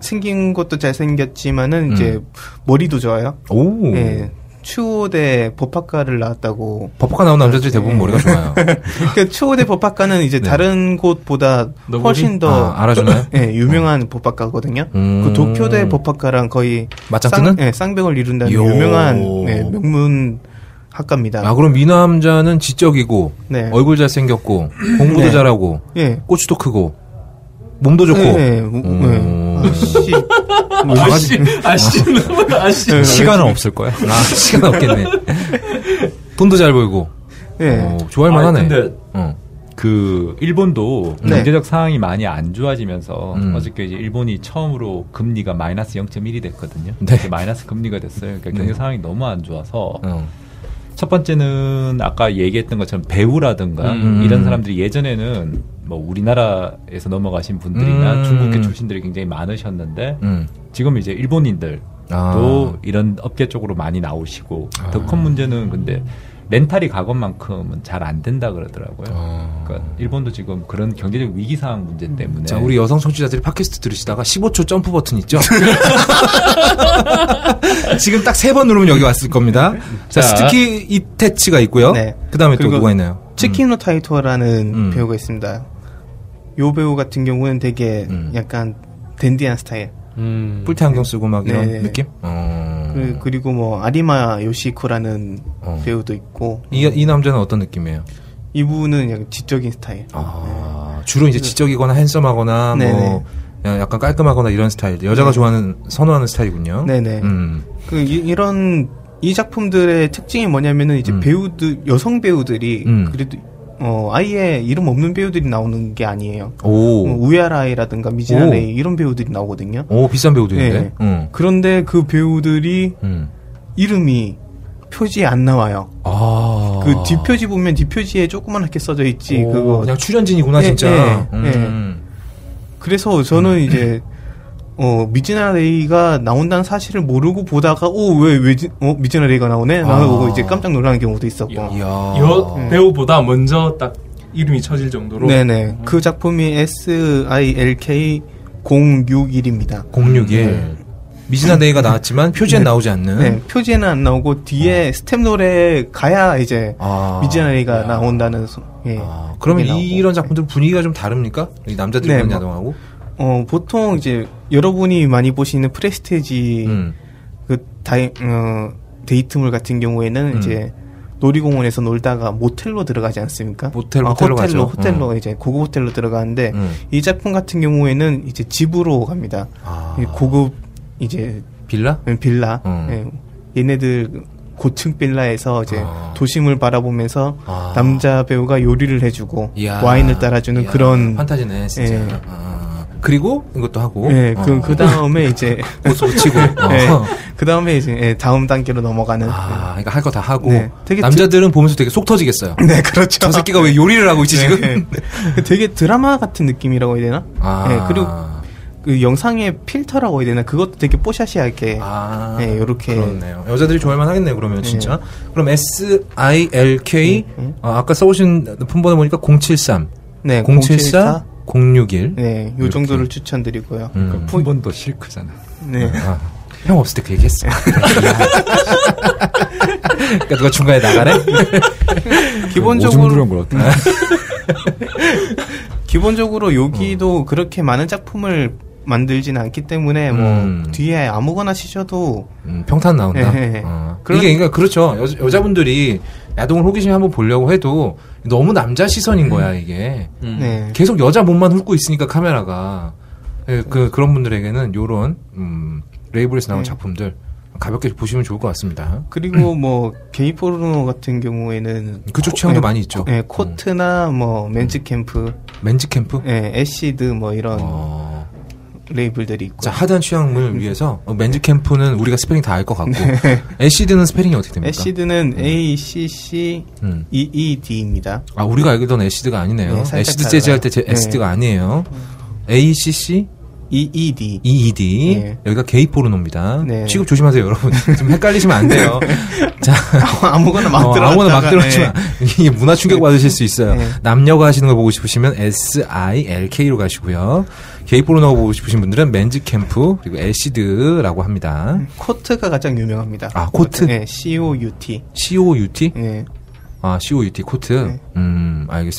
Speaker 3: 생긴 것도 잘 생겼지만은 이제 머리도 좋아요.
Speaker 2: 음. 오.
Speaker 3: 예. 추호대 법학과를 나왔다고
Speaker 2: 법학과 나온 남자들이 대부분
Speaker 3: 네.
Speaker 2: 머리가 좋아요.
Speaker 3: 그 추호대 법학과는
Speaker 2: [laughs]
Speaker 3: 이제
Speaker 2: 네.
Speaker 3: 다른 곳보다
Speaker 4: 너구리?
Speaker 3: 훨씬 더
Speaker 2: 아, 알아주나요?
Speaker 3: 예, 유명한 법학과거든요.
Speaker 2: 음.
Speaker 3: 그 도쿄대 법학과랑 거의
Speaker 2: 맞짱뜨는?
Speaker 3: 쌍, 예, 쌍벽을 이룬다는
Speaker 2: 요.
Speaker 3: 유명한 예, 명문 학과입니다.
Speaker 2: 아, 그럼 이 남자는 지적이고,
Speaker 3: 네.
Speaker 2: 얼굴 잘생겼고, 공부도
Speaker 3: 네.
Speaker 2: 잘하고,
Speaker 3: 예.
Speaker 2: 꼬치도 크고, 몸도 좋고.
Speaker 3: 예, 예,
Speaker 2: 음.
Speaker 3: 예. 아씨. 뭐
Speaker 4: 아씨, 아씨는 뭐야, 아씨.
Speaker 3: 예,
Speaker 5: 시간은 없을 거야.
Speaker 2: 아, 시간 없겠네. 돈도 잘 벌고.
Speaker 3: 예.
Speaker 2: 어, 좋아할
Speaker 4: 아니,
Speaker 2: 만하네.
Speaker 4: 근데-
Speaker 2: 어.
Speaker 5: 그 일본도
Speaker 3: 네.
Speaker 5: 경제적 상황이 많이 안 좋아지면서
Speaker 2: 음.
Speaker 5: 어저께 이제 일본이 처음으로 금리가 마이너스 0.1이 됐거든요.
Speaker 2: 네.
Speaker 5: 이게 마이너스 금리가 됐어요. 그러니까 경제
Speaker 2: 네.
Speaker 5: 상황이 너무 안 좋아서
Speaker 2: 어.
Speaker 5: 첫 번째는 아까 얘기했던 것처럼 배우라든가
Speaker 2: 음.
Speaker 5: 이런 사람들이 예전에는 뭐 우리나라에서 넘어가신 분들이나
Speaker 2: 음.
Speaker 5: 중국계 출신들이 굉장히 많으셨는데
Speaker 2: 음.
Speaker 5: 지금 이제 일본인들도
Speaker 2: 아.
Speaker 5: 이런 업계 쪽으로 많이 나오시고 더 큰 문제는 근데 렌탈이 가건만큼은 잘 안 된다 그러더라고요.
Speaker 4: 어,
Speaker 2: 아.
Speaker 5: 그러니까 일본도 지금 그런 경제적 위기 상황 문제
Speaker 3: 음.
Speaker 5: 때문에
Speaker 2: 자, 우리 여성 청취자들이 팟캐스트 들으시다가 15초 점프 버튼 있죠? [laughs] 지금 딱 세 번 누르면 여기 왔을 겁니다. 자,
Speaker 5: 자.
Speaker 2: 스티키 이테치가 있고요.
Speaker 3: 네.
Speaker 2: 그 다음에 또
Speaker 3: 그리고
Speaker 2: 누가 있나요?
Speaker 3: 치키노 타이토라는
Speaker 2: 음.
Speaker 3: 배우가 있습니다. 요 배우 같은 경우는 되게
Speaker 2: 음.
Speaker 3: 약간 댄디한 스타일.
Speaker 4: 음.
Speaker 2: 뿔테 안경 쓰고 막 이런
Speaker 3: 네.
Speaker 2: 느낌? 어.
Speaker 3: 그- 그리고 뭐 아리마 요시코라는
Speaker 2: 어.
Speaker 3: 배우도 있고
Speaker 2: 이, 이 남자는 어떤 느낌이에요?
Speaker 3: 이분은 약간 지적인 스타일.
Speaker 2: 아, 주로 이제 지적이거나 핸섬하거나
Speaker 3: 네네. 네.
Speaker 2: 뭐 그냥 약간 깔끔하거나 이런 스타일. 여자가 좋아하는 선호하는 스타일이군요.
Speaker 3: 네네.
Speaker 2: 음.
Speaker 3: 그 이, 런이 작품들의 특징이 뭐냐면은 이제
Speaker 2: 음.
Speaker 3: 배우들 여성 배우들이
Speaker 2: 음.
Speaker 3: 그래도 어 아예 이름 없는 배우들이 나오는 게 아니에요.
Speaker 2: 오.
Speaker 3: 뭐 우야라이라든가 미즈나
Speaker 2: 오.
Speaker 3: 레이 이런 배우들이 나오거든요.
Speaker 2: 오, 비싼 배우들인데.
Speaker 3: 네.
Speaker 2: 응.
Speaker 3: 그런데 그 배우들이
Speaker 2: 음.
Speaker 3: 이름이 표지에 안 나와요.
Speaker 2: 아.
Speaker 3: 그 뒷표지 보면 뒷표지에 조그만하게 써져 있지.
Speaker 2: 오,
Speaker 3: 그거
Speaker 2: 그냥 출연진이구나
Speaker 3: 네,
Speaker 2: 진짜.
Speaker 3: 네,
Speaker 2: 음.
Speaker 3: 그래서 저는 이제 어 미즈나 레이가 나온다는 사실을 모르고 보다가 오왜왜어 미즈나 레이가 나오네 나는 보고 이제 깜짝 놀라는 경우도 있었고
Speaker 2: 아. 이야.
Speaker 4: 여 배우보다 먼저 딱 이름이 쳐질 정도로.
Speaker 3: 네네 그 작품이 SILK 061입니다
Speaker 2: 06에 예. 미즈나 데이가 나왔지만 표지엔 나오지 않는.
Speaker 3: 예. 네 표지에는 안 나오고 뒤에 스텝 노래 가야 이제
Speaker 2: 어. 아.
Speaker 3: 미즈나 레이가 나온다는 소, 예,
Speaker 2: 아, 그러면
Speaker 3: 그게 나오고.
Speaker 2: 이런 작품들 분위기가 좀 다릅니까? 이 남자들이
Speaker 3: 네,
Speaker 2: 본
Speaker 3: 뭐-
Speaker 2: 야동하고.
Speaker 3: 어 보통 이제 여러분이 많이 보시는 프레스티지
Speaker 2: 음.
Speaker 3: 그 다이 어, 데이트물 같은 경우에는
Speaker 2: 음.
Speaker 3: 이제 놀이공원에서 놀다가 모텔로 들어가지 않습니까?
Speaker 2: 모텔,
Speaker 3: 아,
Speaker 2: 호텔로 가죠.
Speaker 3: 호텔로 호텔로 이제 고급 호텔로 들어가는데
Speaker 2: 음.
Speaker 3: 이 작품 같은 경우에는 이제 집으로 갑니다.
Speaker 2: 아.
Speaker 3: 이 고급 이제
Speaker 2: 빌라?
Speaker 3: 빌라
Speaker 2: 음.
Speaker 3: 예. 얘네들 고층 빌라에서 이제
Speaker 2: 아.
Speaker 3: 도심을 바라보면서
Speaker 2: 아.
Speaker 3: 남자 배우가 요리를 해주고
Speaker 2: 이야.
Speaker 3: 와인을 따라주는
Speaker 2: 이야.
Speaker 3: 그런
Speaker 2: 판타지네 진짜.
Speaker 3: 예.
Speaker 2: 아. 그리고 이것도 하고.
Speaker 3: 예, 그,
Speaker 2: 어.
Speaker 3: 그 다음에 이제,
Speaker 2: 옷 [laughs] 붙이고. 어.
Speaker 3: [laughs] 예, 그 다음에 이제, 예, 다음 단계로 넘어가는.
Speaker 2: 아, 그러니까 할 거 다 하고
Speaker 3: 네, 되게
Speaker 2: 남자들은 보면서 되게 속 터지겠어요.
Speaker 3: 네, 그렇죠.
Speaker 2: 저 새끼가 왜 요리를 하고 있지 지금?
Speaker 3: 네, 네. 되게 드라마 같은 느낌이라고 해야 되나?
Speaker 2: 아.
Speaker 3: 네, 그리고 그 영상의 필터라고 해야 되나? 그것도 되게 뽀샤시하게.
Speaker 2: [laughs] 아,
Speaker 3: 네, 요렇게.
Speaker 2: 그렇네요. 여자들이 좋아할만 하겠네요. 그러면
Speaker 3: 네.
Speaker 2: 진짜. 그럼 S I L K
Speaker 3: 네.
Speaker 2: 아, 까 써오신 폰번호 보니까 073,
Speaker 3: 네,
Speaker 2: 074, 061.
Speaker 3: 네, 요
Speaker 2: 이렇게.
Speaker 3: 정도를 그 추천드리고요.
Speaker 2: 음.
Speaker 5: 푼번도 그 실크잖아.
Speaker 3: 네.
Speaker 2: 아, 형 없을 때 그
Speaker 3: [laughs]
Speaker 2: 얘기했어. 그러니까 누가 중간에 나가래?
Speaker 5: 오줌
Speaker 3: [laughs] 기본적으로, 음.
Speaker 5: 누런 걸 어때?
Speaker 3: 기본적으로 여기도
Speaker 2: 어.
Speaker 3: 그렇게 많은 작품을 만들진 않기 때문에 뭐,
Speaker 2: 음.
Speaker 3: 뒤에 아무거나 쉬셔도,
Speaker 2: 음, 평탄 나온다.
Speaker 3: 예, 예.
Speaker 2: 어.
Speaker 3: 그런-
Speaker 2: 이게 그러니까 그렇죠. 여, 자분들이 야동을 호기심에 한번 보려고 해도 너무 남자 시선인 거야 이게.
Speaker 4: 음.
Speaker 3: 네.
Speaker 2: 계속 여자 몸만 훑고 있으니까 카메라가 예, 그 그런 분들에게는 요런 음, 레이블에서 나온
Speaker 3: 네.
Speaker 2: 작품들 가볍게 보시면 좋을 것 같습니다.
Speaker 3: 그리고 뭐, 게이 포르노 같은 경우에는,
Speaker 2: 그쪽
Speaker 3: 코-
Speaker 2: 취향도
Speaker 3: 네,
Speaker 2: 많이 있죠. 음.
Speaker 3: 네, 코트나 뭐, 맨즈 캠프,
Speaker 2: 맨즈 캠프.
Speaker 3: 네, 애시드 뭐, 이런
Speaker 2: 어,
Speaker 3: 레이블들이 있고.
Speaker 2: 자 하단 취향을 위해서 어, 맨즈 캠프는 우리가 스페링 다 알 것 같고 애시드는 스페링이 어떻게 됩니까?
Speaker 3: 네. 애시드는 A C C
Speaker 2: 음.
Speaker 3: E E D입니다.
Speaker 2: 아 우리가 알던 애시드가 아니네요.
Speaker 3: 네, 음. 살짝
Speaker 2: 애시드 재즈 할 때
Speaker 3: 달라요.
Speaker 2: 애시드가 아니에요. ACC
Speaker 3: E E D.
Speaker 2: EED
Speaker 3: 네.
Speaker 2: 여기가 게이 포르노입니다.
Speaker 3: 네.
Speaker 2: 취급 조심하세요, 여러분. [laughs] 좀 헷갈리시면 안 돼요. 자,
Speaker 3: [laughs] 아무거나 [laughs] 막 네.
Speaker 2: 어,
Speaker 3: 들어.
Speaker 2: 아무거나 막 들어가지만 이게 문화 충격 받으실 수 있어요.
Speaker 3: 네.
Speaker 2: 남녀가 하시는 걸 보고 싶으시면 S I L K로 가시고요. 게이 포르노 보고 싶으신 분들은 맨즈 캠프 그리고 애시드라고 합니다.
Speaker 3: 코트가 가장 유명합니다.
Speaker 2: 아, 코트?
Speaker 3: 네, C O U T.
Speaker 2: C O U T
Speaker 3: 예.
Speaker 2: 아 C O U T 코트.
Speaker 3: 네.
Speaker 2: 음 알겠습니다.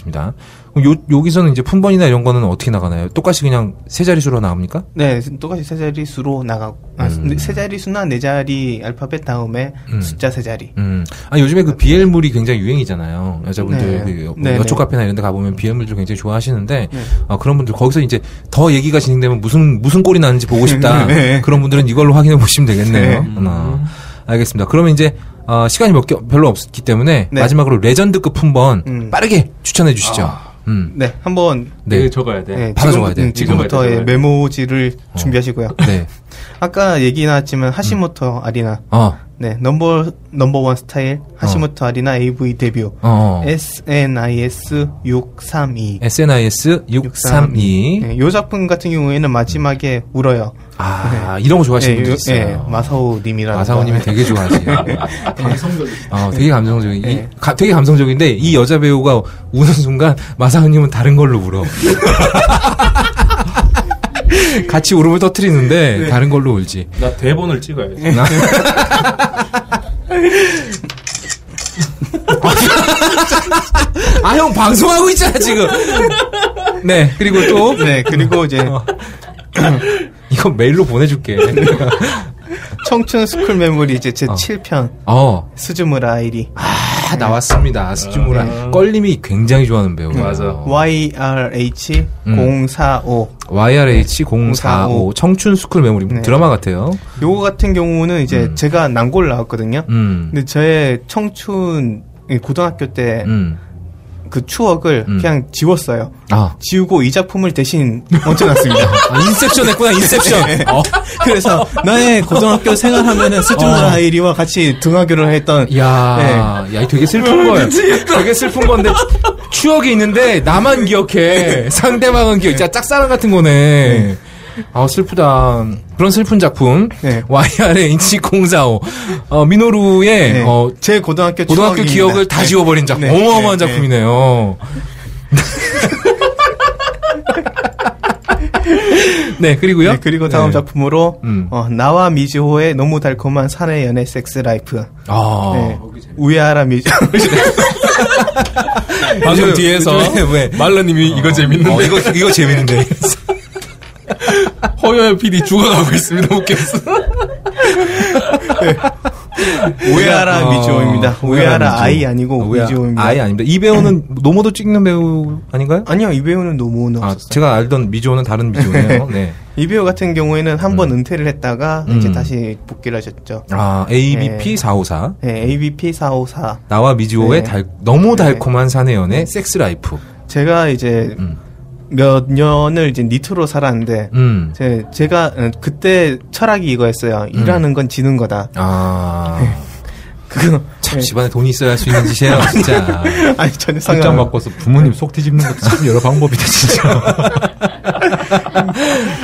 Speaker 2: 그럼 요 여기서는 이제 품번이나 이런 거는 어떻게 나가나요? 똑같이 그냥 세 자릿수로 나옵니까?
Speaker 3: 네, 똑같이 세 자리 수로 나가고 아,
Speaker 2: 음.
Speaker 3: 세 자리 수나 네 자리 알파벳 다음에
Speaker 2: 음.
Speaker 3: 숫자 세 자리.
Speaker 2: 음. 아, 요즘에 그 비엘물이 굉장히 유행이잖아요. 여자분들,
Speaker 3: 네.
Speaker 2: 그 여-
Speaker 3: 네,
Speaker 2: 여초
Speaker 3: 네.
Speaker 2: 카페나 이런 데 가보면 비엘물들 굉장히 좋아하시는데,
Speaker 3: 네.
Speaker 2: 아, 그런 분들, 거기서 이제 더 얘기가 진행되면 무슨, 무슨 꼴이 나는지 보고 싶다.
Speaker 3: [laughs] 네.
Speaker 2: 그런 분들은 이걸로 확인해 보시면 되겠네요.
Speaker 3: 네.
Speaker 2: 어, 알겠습니다. 그러면 이제, 어, 시간이 몇 개, 별로 없기 때문에,
Speaker 3: 네.
Speaker 2: 마지막으로 레전드급 품번
Speaker 3: 음.
Speaker 2: 빠르게 추천해 주시죠. 음.
Speaker 3: 네, 한번
Speaker 2: 네.
Speaker 4: 이거 적어야 돼.
Speaker 3: 네,
Speaker 2: 받아
Speaker 3: 지금-
Speaker 2: 적어야 돼.
Speaker 3: 음, 지금부터
Speaker 4: 이거
Speaker 3: 예,
Speaker 4: 받아 적어야 돼.
Speaker 3: 메모지를
Speaker 2: [laughs]
Speaker 3: 준비하시고요.
Speaker 2: 네.
Speaker 3: 아까 얘기 나왔지만 하시모토 아리나.
Speaker 2: 어,
Speaker 3: 네, 넘버 넘버 원 스타일 하시모토 아리나 AV 데뷔.
Speaker 2: 어, 어.
Speaker 3: SNIS 632.
Speaker 2: SNIS 632.
Speaker 3: 네, 요 작품 같은 경우에는 마지막에 울어요.
Speaker 2: 아, 이런 거 좋아하시는
Speaker 3: 예,
Speaker 2: 분들
Speaker 3: 요-
Speaker 2: 있어요.
Speaker 3: 예, 마사오님이라는.
Speaker 2: 마사오님이 되게 좋아하시네.
Speaker 4: 감성적이.
Speaker 2: 어, 되게 감성적인. 이-
Speaker 3: 네.
Speaker 2: 가- 되게 감성적인데 이 여자 배우가 우는 순간 마사오님은 다른 걸로 울어. [laughs] 같이 울음을 터트리는데 다른 걸로 울지.
Speaker 4: 나 대본을 찍어야지.
Speaker 2: 아 형 방송하고 있잖아 지금. 네, 그리고 또
Speaker 3: [laughs] 네, 그리고 이제
Speaker 2: 어. [clears throat] 이건 메일로 보내줄게.
Speaker 3: 청춘 스쿨 메모리 이제 제
Speaker 2: 어.
Speaker 3: 7편
Speaker 2: 어,
Speaker 3: 스즈무라 아이리
Speaker 2: 다 나왔습니다.
Speaker 3: 아,
Speaker 2: 스즈무라
Speaker 3: 네.
Speaker 2: 껄림이 굉장히 좋아하는 배우.
Speaker 4: 맞아.
Speaker 3: YRH
Speaker 2: 음.
Speaker 3: 045
Speaker 2: YRH 045 청춘 스쿨 메모리
Speaker 3: 네.
Speaker 2: 드라마 같아요.
Speaker 3: 요거 같은 경우는 이제 제가 난골 나왔거든요.
Speaker 2: 음,
Speaker 3: 근데 저의 청춘 예, 고등학교 때 그
Speaker 2: 음,
Speaker 3: 추억을
Speaker 2: 음.
Speaker 3: 그냥 지웠어요.
Speaker 2: 아,
Speaker 3: 지우고 이 작품을 대신 얹혀놨습니다.
Speaker 2: [laughs]
Speaker 3: [laughs]
Speaker 2: 인셉션 했구나
Speaker 3: 네.
Speaker 2: 인셉션. 어,
Speaker 3: 그래서 나의 고등학교 생활하면은 스즈무라
Speaker 2: 어.
Speaker 3: 아이리와 같이 등하교를 했던
Speaker 2: 야, 야, 되게 슬픈 거예요. 되게 슬픈 건데 추억이 있는데 나만 기억해. 상대방은 기억. 진짜 짝사랑 같은 네. 거네. 아 슬프다. 그런 슬픈 작품.
Speaker 3: 네.
Speaker 2: YRH 045 어, 미노루의
Speaker 3: 네,
Speaker 2: 어,
Speaker 3: 제 고등학교
Speaker 2: 고등학교
Speaker 3: 추억입니다.
Speaker 2: 기억을 다
Speaker 3: 네.
Speaker 2: 지워버린 작품.
Speaker 3: 네,
Speaker 2: 어마어마한
Speaker 3: 네, 네.
Speaker 2: 작품이네요. 네 그리고요.
Speaker 3: 네, 그리고 다음
Speaker 2: 네.
Speaker 3: 작품으로
Speaker 2: 음.
Speaker 3: 어, 나와 미즈호의 너무 달콤한 사내 연애 섹스 라이프.
Speaker 2: 아
Speaker 3: 네.
Speaker 2: [laughs]
Speaker 3: 우에하라 미즈.
Speaker 4: 방금
Speaker 2: 네. 요즘-
Speaker 4: 뒤에서
Speaker 2: 요즘에 왜?
Speaker 4: 말러님이 이거 재밌는데
Speaker 2: 어, 이거 이거 [laughs] 재밌는데.
Speaker 4: 허여의 PD 죽어가고 있습니다. 웃겼어.
Speaker 3: 우에하라
Speaker 2: 어,
Speaker 3: 미즈호입니다. 우에하라 아이 아니고
Speaker 2: 우에하-
Speaker 3: 미즈호입니다.
Speaker 2: 아이 아닙니다. 이 배우는 노모도 찍는 배우 아닌가요?
Speaker 3: 아니요 이 배우는 너무
Speaker 2: 아,
Speaker 3: 없었어요.
Speaker 2: 제가 알던 미조는 다른 미조네요. 네.
Speaker 3: 이 배우 같은 경우에는 한 번 은퇴를 했다가 이제
Speaker 2: 음.
Speaker 3: 다시 복귀를 하셨죠.
Speaker 2: 아, ABP 454.
Speaker 3: 네, ABP 454.
Speaker 2: 나와 미지오의
Speaker 3: 네.
Speaker 2: 달, 너무 달콤한 사내연의 섹스 라이프.
Speaker 3: 제가 이제
Speaker 2: 음.
Speaker 3: 몇 년을 이제 니트로 살았는데
Speaker 2: 음.
Speaker 3: 제, 제가 어, 그때 철학이 이거였어요. 일하는 건 지는 거다.
Speaker 2: 아.
Speaker 3: 네. 그거 [laughs]
Speaker 2: 참 집안에 돈이 있어야 할 수 있는 짓이에요, 진짜.
Speaker 3: 아니 전혀
Speaker 5: 상장
Speaker 3: 상관.
Speaker 5: 바꿔서 부모님 속 뒤집는 것도 참 여러 방법이다 진짜.
Speaker 2: 아,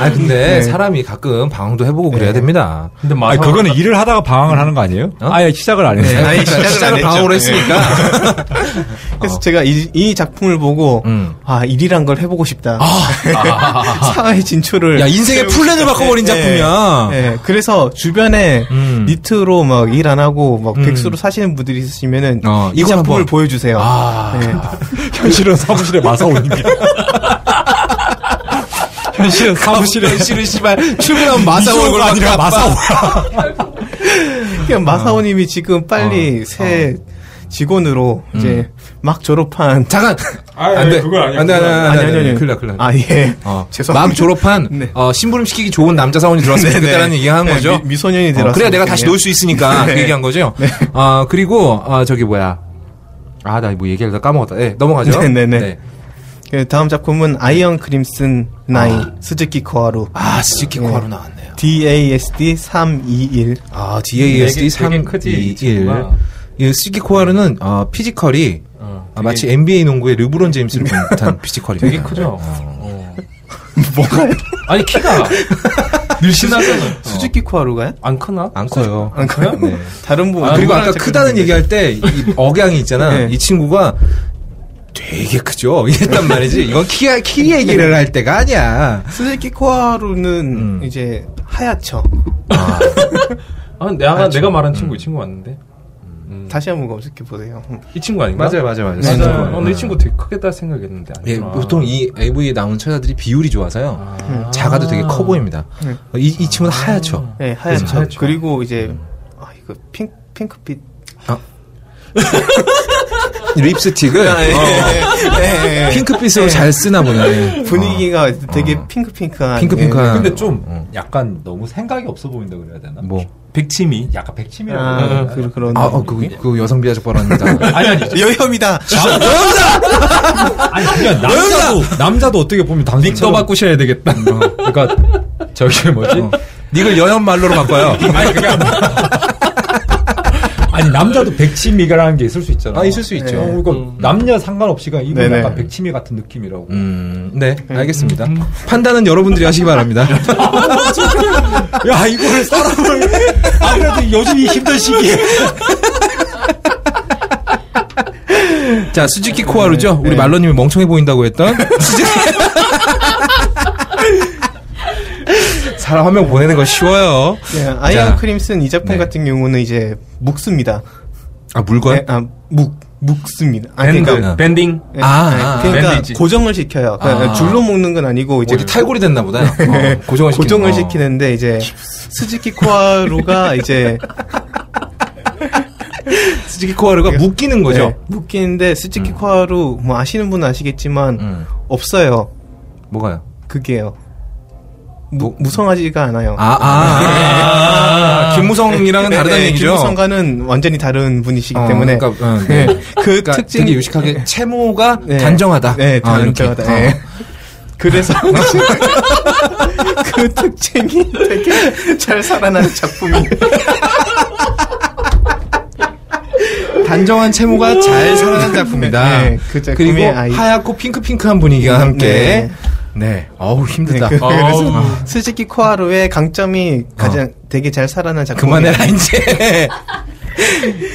Speaker 3: 네.
Speaker 2: 근데 사람이 가끔 방황도 해보고 그래야 됩니다.
Speaker 4: 근데
Speaker 5: 아
Speaker 4: 마사
Speaker 5: 그거는 일을 하다가 방황을 하는 거 아니에요?
Speaker 2: 어?
Speaker 5: 아예 시작을 안 했어요.
Speaker 3: 아니, 시작을 안
Speaker 2: 시작을
Speaker 3: 했죠.
Speaker 2: 방황을
Speaker 3: 네.
Speaker 2: 했으니까.
Speaker 3: 그래서 제가 이, 이 작품을 보고
Speaker 2: 어. 음. 아.
Speaker 3: 아 일이란 걸 해보고 싶다. [laughs] 사회 진출을.
Speaker 2: 야, 인생의
Speaker 3: 해보고
Speaker 2: 플랜을
Speaker 3: 싶다.
Speaker 2: 바꿔버린
Speaker 3: 네,
Speaker 2: 작품이야.
Speaker 3: 네, 네. 그래서 주변에
Speaker 2: 음.
Speaker 3: 니트로 막 일 안 하고 막
Speaker 2: 음.
Speaker 3: 백수로 사시는 분들이 있으시면은
Speaker 2: 어,
Speaker 3: 이
Speaker 2: 이건
Speaker 3: 작품을
Speaker 2: 한번.
Speaker 3: 보여주세요.
Speaker 2: 아.
Speaker 3: 네.
Speaker 5: 현실은 사무실에 마사오입니다. 현실은 사무실에
Speaker 2: 현실은
Speaker 3: 예.
Speaker 2: 씨발, [laughs] 출근하면 마사오
Speaker 5: 미소가
Speaker 2: 얼굴
Speaker 5: 아니라 마사오.
Speaker 3: 그냥
Speaker 2: 어.
Speaker 3: 마사오님이 지금 빨리 새 직원으로
Speaker 2: 음.
Speaker 3: 이제 막 졸업한
Speaker 2: 잠깐! 안 돼. 그건 아니야. 안 돼, 안 돼, 안 돼. 큰일 나, 큰일 나.
Speaker 3: 아 예.
Speaker 2: 어,
Speaker 3: 죄송합니다.
Speaker 2: 막 졸업한
Speaker 3: [laughs] 네.
Speaker 2: 어, 신부름 시키기 좋은 남자 사원이 들어왔으면
Speaker 3: 네, 네.
Speaker 2: 좋겠다라는 얘기 한
Speaker 3: 네,
Speaker 2: 거죠.
Speaker 3: 미- 미소년이
Speaker 2: 어,
Speaker 3: 들어왔으면
Speaker 2: 그래야 내가 다시
Speaker 3: 좋겠네요.
Speaker 2: 놀 수 있으니까
Speaker 3: 네.
Speaker 2: 그 얘기한 거죠. 아 그리고 아 저기 뭐야. 아 나 뭐 얘기하다 까먹었다. 네, 넘어가죠.
Speaker 3: 네, 네, 네. 그 다음 작품은 아이언 크림슨 나인 스즈키 아. 코하루
Speaker 2: 아 스즈키
Speaker 3: 네.
Speaker 2: 코하루 나왔네요.
Speaker 3: DASD 321
Speaker 2: 아 DASD
Speaker 4: 되게- 되게 크지, 이
Speaker 2: 321.
Speaker 4: 친구가.
Speaker 2: 이 스즈키 코하루는 어, 피지컬이
Speaker 4: 어,
Speaker 2: 아, 마치 NBA 농구의 르브론 [laughs] 제임스를 본 듯한 피지컬입니다.
Speaker 4: 되게 크죠.
Speaker 3: [laughs]
Speaker 4: 어.
Speaker 3: 어.
Speaker 4: 아니
Speaker 2: [laughs]
Speaker 4: 키가 늘씬하잖아.
Speaker 3: 스즈키 코하루가요?
Speaker 4: 안 크나?
Speaker 2: 안 커요.
Speaker 3: 안 커요?
Speaker 2: 네.
Speaker 3: 다른 분
Speaker 4: 아,
Speaker 2: 그리고
Speaker 4: 누구랑
Speaker 2: 아까 크다는 얘기할 때, 이 억양이 있잖아.
Speaker 3: 네.
Speaker 2: 이 친구가 되게 크죠? [laughs] 이랬단 말이지. 이건 키, 키 얘기를 할 때가 아니야.
Speaker 3: 스즈키 코하루는
Speaker 2: 음.
Speaker 3: 이제 하얗죠.
Speaker 4: 아, 내가 내가 말한
Speaker 2: 음.
Speaker 4: 친구 이 친구 맞는데
Speaker 3: 다시 한번 검색해 보세요. 음.
Speaker 4: 이 친구 아닌가?
Speaker 2: 맞아요, 맞아요, 맞아요.
Speaker 4: 맞아요.
Speaker 2: 진짜.
Speaker 4: 어, 근데 이 친구 되게 크겠다 생각했는데.
Speaker 2: 네. 예,
Speaker 4: 아니구나.
Speaker 2: 보통 이 AV에 나오는 처자들이 비율이 좋아서요. 작아도 되게 커 보입니다.
Speaker 3: 네.
Speaker 2: 어, 이, 이 친구는 하얗죠?
Speaker 3: 네, 하얗죠.
Speaker 4: 그죠, 하얗죠.
Speaker 3: 그리고 이제 아 이거 핑 핑크빛
Speaker 2: 립스틱을
Speaker 3: [laughs]
Speaker 2: 어.
Speaker 3: 네, 네.
Speaker 2: 핑크빛으로 잘 쓰나 보네.
Speaker 3: [laughs] 분위기가 되게
Speaker 2: 어.
Speaker 3: 핑크핑크한
Speaker 2: 핑크핑크한.
Speaker 5: 근데 좀
Speaker 2: 어.
Speaker 5: 약간 너무 생각이 없어 보인다 그래야 되나?
Speaker 2: 뭐.
Speaker 4: 백치미.
Speaker 5: 약간
Speaker 3: 예.
Speaker 5: 백치미라고. 해야
Speaker 3: 아,
Speaker 5: 되나?
Speaker 3: 그, 그런
Speaker 2: 아, 어, 그, 그 여성 비하적
Speaker 3: [laughs]
Speaker 2: 발언입니다.
Speaker 5: 아니 아니.
Speaker 3: 여혐이다.
Speaker 5: 아니 그냥 남자도 남자도 어떻게 보면 당신
Speaker 4: 닉도 바꾸셔야 되겠다.
Speaker 5: 그러니까 저기 뭐지?
Speaker 3: 그렇죠.
Speaker 2: 닉을 여연 말로로 바꿔요.
Speaker 3: 네.
Speaker 5: 아니 그러니까 아니 남자도 백치미가라는 게 있을 수 있잖아.
Speaker 2: 아, 있을 수 있죠.
Speaker 5: 어,
Speaker 3: 네.
Speaker 5: 그러니까 남녀 상관없이가 이분
Speaker 3: 네네.
Speaker 5: 약간 백치미 같은 느낌이라고.
Speaker 2: 음, 네, 알겠습니다. 판단은 여러분들이 하시기
Speaker 3: [laughs]
Speaker 2: 바랍니다.
Speaker 5: 야 이거를 사람을 아무래도 요즘 이 힘든 시기에
Speaker 2: 자, 수즈키 코하루죠?
Speaker 3: 네.
Speaker 2: 우리 말러님이 멍청해 보인다고 했던 수즈키. 사람 한 명 보내는 거 쉬워요.
Speaker 3: 네, 아이언
Speaker 2: 자.
Speaker 3: 크림슨 이 작품
Speaker 2: 네.
Speaker 3: 같은 경우는 이제 묵습니다.
Speaker 2: 아, 물건?
Speaker 3: 네, 아, 묵. 묶습니다. 아,
Speaker 4: 밴드,
Speaker 3: 그러니까,
Speaker 4: 밴딩.
Speaker 3: 네,
Speaker 2: 아,
Speaker 3: 네,
Speaker 2: 아,
Speaker 3: 그러니까
Speaker 4: 밴드지.
Speaker 3: 고정을 시켜요. 그러니까
Speaker 2: 아.
Speaker 3: 줄로 묶는 건 아니고 이제
Speaker 2: 어디
Speaker 3: [laughs]
Speaker 2: 탈골이 됐나 보다. 어, 고정을 시키는
Speaker 3: 네. 고정을
Speaker 2: 거.
Speaker 3: 시키는데 이제
Speaker 2: [laughs]
Speaker 3: 스즈키 코하루가 이제
Speaker 2: 스즈키 코아르가 묶이는 거죠.
Speaker 3: 네, 묶이는데 스즈키 코하루 뭐 아시는 분은 아시겠지만
Speaker 2: 음.
Speaker 3: 없어요.
Speaker 2: 뭐가요?
Speaker 3: 그게요. 무,
Speaker 2: 뭐?
Speaker 3: 무성하지가 않아요.
Speaker 2: 아, 아, 아, 김무성이랑은 다르다는
Speaker 3: 네,
Speaker 2: 얘기죠.
Speaker 3: 김무성과는 완전히 다른 분이시기
Speaker 2: 어,
Speaker 3: 때문에
Speaker 2: 그러니까, 어,
Speaker 3: 네,
Speaker 2: 네.
Speaker 3: 그
Speaker 2: 그러니까
Speaker 3: 특징
Speaker 2: 되게 유식하게 채모가
Speaker 3: 네.
Speaker 2: 단정하다.
Speaker 3: 네,
Speaker 2: 아, 이렇게.
Speaker 3: 단정하다.
Speaker 2: 어.
Speaker 3: 네.
Speaker 2: [laughs]
Speaker 3: 그래서 그 특징이 되게 잘 살아난 작품이
Speaker 2: 단정한 채모가 잘 살아난 작품이다.
Speaker 3: 네, 그 작품의
Speaker 2: 그리고
Speaker 3: 아이-
Speaker 2: 하얗고 핑크핑크한 분위기와 함께.
Speaker 3: 네.
Speaker 2: 네. 어우, 힘들다.
Speaker 3: 네, 그,
Speaker 4: 어.
Speaker 3: 래서 스즈키 코하루의 강점이 가장 되게 잘 살아난 작품.
Speaker 2: 어. 그만해라, [laughs] 이제.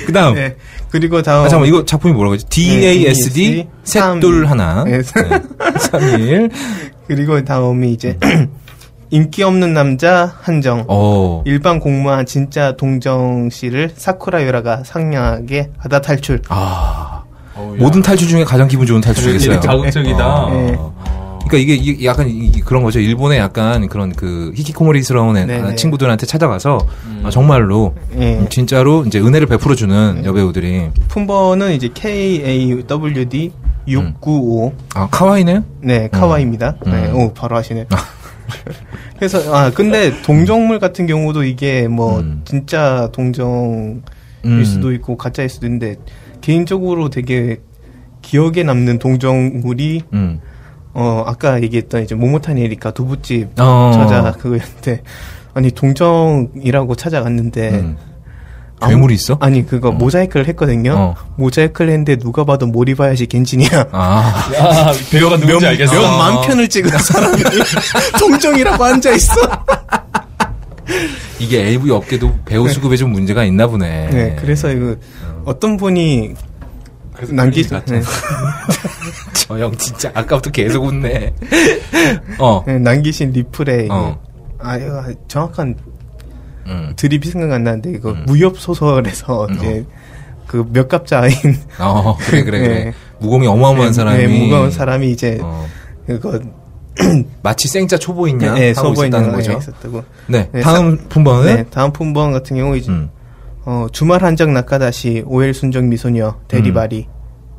Speaker 2: 그 다음.
Speaker 3: 네. 그리고 다음 네, E
Speaker 2: 아, 잠깐만, E 이거 작품이 뭐라고 했지? DASD,
Speaker 3: DASD, 삼.
Speaker 2: 셋둘 하나.
Speaker 3: 네.
Speaker 2: 3일.
Speaker 3: 그리고 다음이 이제 [clears throat] 인기 없는 남자 한정.
Speaker 2: 어.
Speaker 3: 일반 공무원 진짜 동정 씨를 사쿠라 유라가 상냥하게 하다 탈출.
Speaker 2: 아. 모든 탈출 중에 가장 기분 좋은 탈출이겠어요.
Speaker 4: 되게 자극적이다.
Speaker 5: 예.
Speaker 3: 네.
Speaker 2: 그러니까 이게, 이게 약간 이- 그런 거죠. 일본의 약간 그런 그 히키코모리스러운 애- 아,
Speaker 3: 네네. 음.
Speaker 2: 친구들한테 찾아가서 아, 정말로
Speaker 3: 예.
Speaker 2: 진짜로 이제 은혜를 베풀어 주는
Speaker 3: 네.
Speaker 2: 여배우들이
Speaker 3: 품번은 이제 KAWD 695.
Speaker 2: 아 카와이네요.
Speaker 3: 네, 카와이입니다. 네,
Speaker 2: 음.
Speaker 3: 오, 바로 하시네. [laughs] 그래서, 아, 근데 동정물 같은 경우도 이게 뭐,
Speaker 2: 음.
Speaker 3: 진짜 동정일
Speaker 2: 음.
Speaker 3: 수도 있고, 가짜일 수도 있는데, 개인적으로 되게 기억에 남는 동정물이,
Speaker 2: 음.
Speaker 3: 어, 아까 얘기했던 이제 모모타니 에리카 두부집
Speaker 2: 어.
Speaker 3: 찾아 그거였는데, 아니, 동정이라고 찾아갔는데,
Speaker 2: 음.
Speaker 3: 아무-
Speaker 2: 괴물이 있어?
Speaker 3: 아니, 그거 모자이크를 했거든요.
Speaker 2: 어.
Speaker 3: 모자이크를 했는데 누가 봐도 몰이 봐야지 겐진이야.
Speaker 2: 아.
Speaker 4: 아, 배우가 누군지 알겠어.
Speaker 3: 몇만 편을 찍은 사람이
Speaker 2: [laughs]
Speaker 3: 동정이라고 앉아있어.
Speaker 2: 이게 어, AV 업계도 배우 수급에 좀 문제가 있나 보네.
Speaker 3: 네, 그래서 이거 어떤 분이 남기 네,
Speaker 2: 저 형 진짜 아까부터 계속 웃네. 어.
Speaker 3: 네, 남기신 리플에 이거
Speaker 2: 어.
Speaker 3: 아 이거 정확한
Speaker 2: 음.
Speaker 3: 드립이 생각 안 나는데 이거 무협 소설에서 이제 그 몇갑자인
Speaker 2: 어, 그래 그래 그래.
Speaker 3: 네.
Speaker 2: 무공이 어마어마한 사람이
Speaker 3: 네, 무거운 사람이 이제
Speaker 2: 어.
Speaker 3: 그거
Speaker 2: 마치 생자 초보인냐
Speaker 3: 네,
Speaker 2: 하고 있었다는
Speaker 3: 서버에
Speaker 2: 거죠.
Speaker 3: 있었다고.
Speaker 2: 네,
Speaker 3: 네,
Speaker 2: 다음 품번은
Speaker 3: 네, 다음 품번 같은 경우 이제
Speaker 2: 어? 음.
Speaker 3: 어, 주말 한정 낙하다시 오일 순정 미소녀 데리바리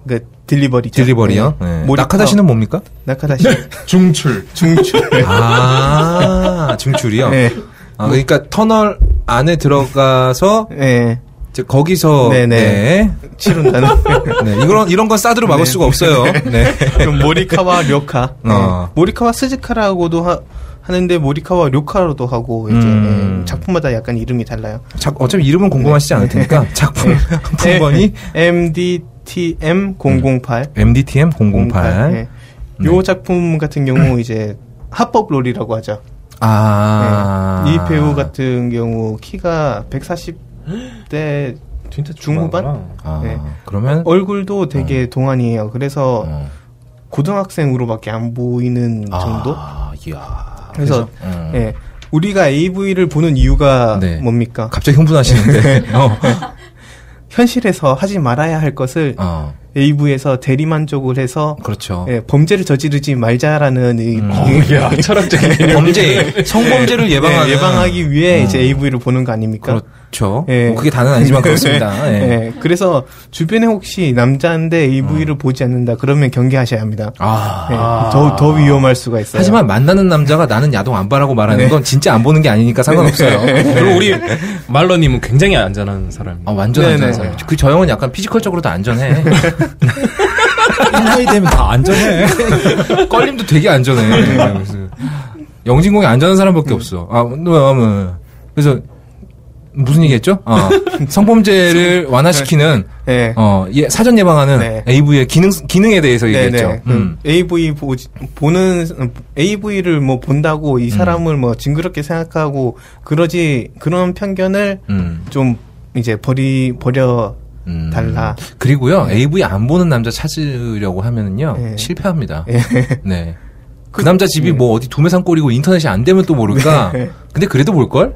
Speaker 3: 그 딜리버리죠.
Speaker 2: 음. 딜리버리요.
Speaker 3: 네.
Speaker 2: 네.
Speaker 3: 몰입하고-
Speaker 2: 낙하다시는 네. 뭡니까?
Speaker 3: 낙하다시
Speaker 4: 중출.
Speaker 3: [laughs] 중출.
Speaker 2: [laughs] 아, 중출이요.
Speaker 3: 네.
Speaker 2: 아, 그러니까 터널 안에 들어가서
Speaker 3: 네.
Speaker 2: 이제 거기서 네,
Speaker 3: 네네.
Speaker 2: 네. [laughs]
Speaker 3: 치른다는
Speaker 2: 이런 이런 건 싸드로 막을 수가 없어요. 네.
Speaker 3: 그럼 모리카와 료카 네.
Speaker 2: 어.
Speaker 3: 모리카와 스즈카라고도 하, 하는데 모리카와 료카로도 하고 이제
Speaker 2: 음.
Speaker 3: 네, 작품마다 약간 이름이 달라요
Speaker 2: 자, 어차피 이름은 궁금하시지 않을
Speaker 3: 네.
Speaker 2: 테니까 작품 품번이
Speaker 3: MDTM008
Speaker 2: MDTM 008.
Speaker 3: 음, 네. 요 작품 같은 경우 이제 합법 롤이라고 하죠
Speaker 2: 아.
Speaker 3: 네. 이 배우 같은 경우 키가 140대
Speaker 4: 진짜
Speaker 3: 중후반?
Speaker 2: 아, 음.
Speaker 3: 네.
Speaker 2: 그러면
Speaker 3: 얼굴도 되게 동안이에요 그래서 고등학생으로밖에 안 보이는 정도
Speaker 2: 음. 아, 이야.
Speaker 3: 그래서
Speaker 2: 음.
Speaker 3: 예, 우리가 AV를 보는 이유가
Speaker 2: 네.
Speaker 3: 뭡니까?
Speaker 2: 갑자기 흥분하시는데.
Speaker 3: 네.
Speaker 2: 어.
Speaker 3: 현실에서 하지 말아야 할 것을
Speaker 2: 어.
Speaker 3: AV에서 대리만족을 해서
Speaker 2: 그렇죠.
Speaker 3: 예, 범죄를 저지르지 말자라는 의-
Speaker 2: 음.
Speaker 3: 예,
Speaker 2: 어,
Speaker 4: 야,
Speaker 3: [laughs]
Speaker 4: 철학적인
Speaker 2: 범죄, 성범죄를 예방하는.
Speaker 3: 예, 예방하기 위해 이제 AV를 보는 거 아닙니까?
Speaker 2: 음. 그렇죠.
Speaker 3: 예.
Speaker 2: 뭐 그게 다는 아니지만 그렇습니다. 예.
Speaker 3: 예, 그래서 주변에 혹시 남자인데 AV를 보지 않는다 그러면 경계하셔야 합니다.
Speaker 2: 음. 아.
Speaker 3: 예, 더, 더 위험할 수가 있어요.
Speaker 2: 하지만 만나는 남자가 나는 야동 안 봐라고 말하는 건 진짜 안 보는 게 아니니까
Speaker 3: 네.
Speaker 2: 상관없어요.
Speaker 4: 그리고 우리 말러님은 굉장히 안전한 사람입니다.
Speaker 2: 어, 완전
Speaker 3: 네네.
Speaker 2: 안전해요. 그저 형은 약간 피지컬적으로도 안전해. [laughs]
Speaker 5: 이 나이 되면 다 안전해.
Speaker 2: 껄림도 되게
Speaker 3: 네.
Speaker 2: 안전해. 네, 그래서 영진공이 안전한 사람밖에 없어. 아, 뭐야, 그래서 무슨 얘기했죠? 아,
Speaker 3: 네.
Speaker 2: 성범죄를 완화시키는
Speaker 3: 예.
Speaker 2: 어, 예, 사전 예방하는
Speaker 3: 네.
Speaker 2: AV의 기능 기능에 대해서 얘기했죠.
Speaker 3: 네네.
Speaker 2: 음.
Speaker 3: AV 보지, 보는 AV를 뭐 본다고
Speaker 2: 음.
Speaker 3: 이 사람을 뭐 징그럽게 생각하고 그러지 그런 편견을
Speaker 2: 음.
Speaker 3: 좀 이제 버리 버려
Speaker 2: 음.
Speaker 3: 달라.
Speaker 2: 그리고요 AV 안 보는 남자 찾으려고 하면은요
Speaker 3: 예.
Speaker 2: 실패합니다. 네. 그 남자 집이 네. 뭐 어디 도매산 꼴이고 인터넷이 안 되면 또 모를까. 근데 그래도 볼 걸.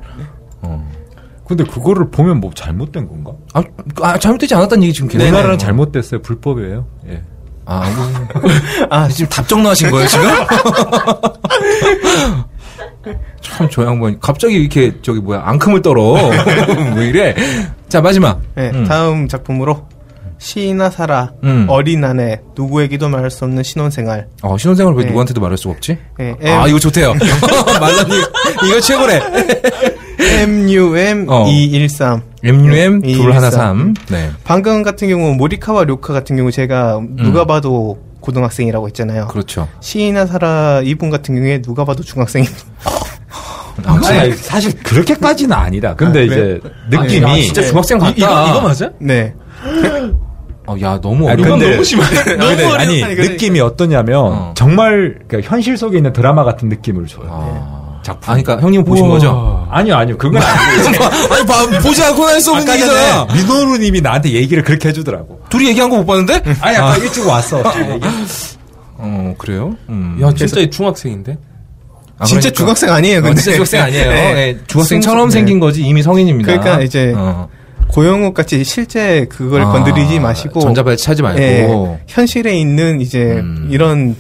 Speaker 5: 근데 그거를 보면 뭐 잘못된 건가?
Speaker 2: 아, 아, 잘못되지 않았다는 얘기 지금 계속
Speaker 5: 우리나라는
Speaker 2: 하는 거예요.
Speaker 5: 잘못됐어요. 불법이에요. 예.
Speaker 2: 아, 아 지금 답정 나하신 거예요 지금? [laughs] 참 저 양반 갑자기 이렇게 저기 뭐야 앙큼을 떨어 [laughs] 왜 이래? 자 마지막
Speaker 3: 네,
Speaker 2: 음.
Speaker 3: 다음 작품으로 시나 사라
Speaker 2: 음.
Speaker 3: 어린 아내 누구에게도 말할 수 없는 신혼생활.
Speaker 2: 어, 신혼생활 왜
Speaker 3: 네.
Speaker 2: 누구한테도 말할 수가 없지?
Speaker 3: 네,
Speaker 2: 아 이거 좋대요. [laughs] 말라님 이거 최고래.
Speaker 3: MUM
Speaker 2: 어.
Speaker 3: 213.
Speaker 2: MUM
Speaker 3: 이
Speaker 2: 둘 하나
Speaker 3: 일상.
Speaker 2: 삼. 네.
Speaker 3: E 방금 같은 경우 모리카와 료카 같은 경우 제가 누가 봐도 고등학생이라고 했잖아요.
Speaker 2: 음. 그렇죠.
Speaker 3: 시나 사라 이분 같은 경우에 누가 봐도 중학생입니다. [laughs]
Speaker 5: 아니, 사실 그렇게까지는 아니다. 근데
Speaker 3: 아, 그래요?
Speaker 5: 이제 느낌이
Speaker 2: 아, 진짜 중학생 같다.
Speaker 7: 이거, 이거 맞아?
Speaker 3: 네.
Speaker 2: 어, 야 너무
Speaker 5: 아,
Speaker 2: 어려운
Speaker 5: 근데-
Speaker 2: 너무 심해.
Speaker 5: [laughs] 아니, 근데 아니, 느낌이 어떠냐면
Speaker 2: 어.
Speaker 5: 정말 그러니까 현실 속에 있는 드라마 같은 느낌을 줘요. 예.
Speaker 2: 작품. 아, 그러니까 형님 보신 거죠?
Speaker 5: 아니요, 아니요. 그건 아니고.
Speaker 2: 아니 봐, 보지 않고 할 수 없는 [laughs]
Speaker 5: 아까
Speaker 2: 얘기잖아.
Speaker 5: 전에 민호루님이 나한테 얘기를 그렇게 해주더라고.
Speaker 2: 둘이 얘기한 거 못 봤는데?
Speaker 5: 아니, 아까 일찍 [laughs] 왔어.
Speaker 2: 어 그래요? 음.
Speaker 7: 야, 진짜 이 중학생인데?
Speaker 2: 아,
Speaker 3: 진짜
Speaker 2: 그러니까.
Speaker 3: 중학생 아니에요.
Speaker 2: 어,
Speaker 3: 근데.
Speaker 2: 진짜 중학생 아니에요.
Speaker 3: [laughs] 네.
Speaker 2: 예, 중학생처럼
Speaker 3: 네.
Speaker 2: 생긴 거지 이미 성인입니다. 어.
Speaker 3: 그러니까 이제 고영욱 같이 실제 그걸
Speaker 2: 아,
Speaker 3: 건드리지 마시고
Speaker 2: 전자발찌 하지 말고.
Speaker 3: 예, 현실에 있는 이제
Speaker 2: 음.
Speaker 3: 이런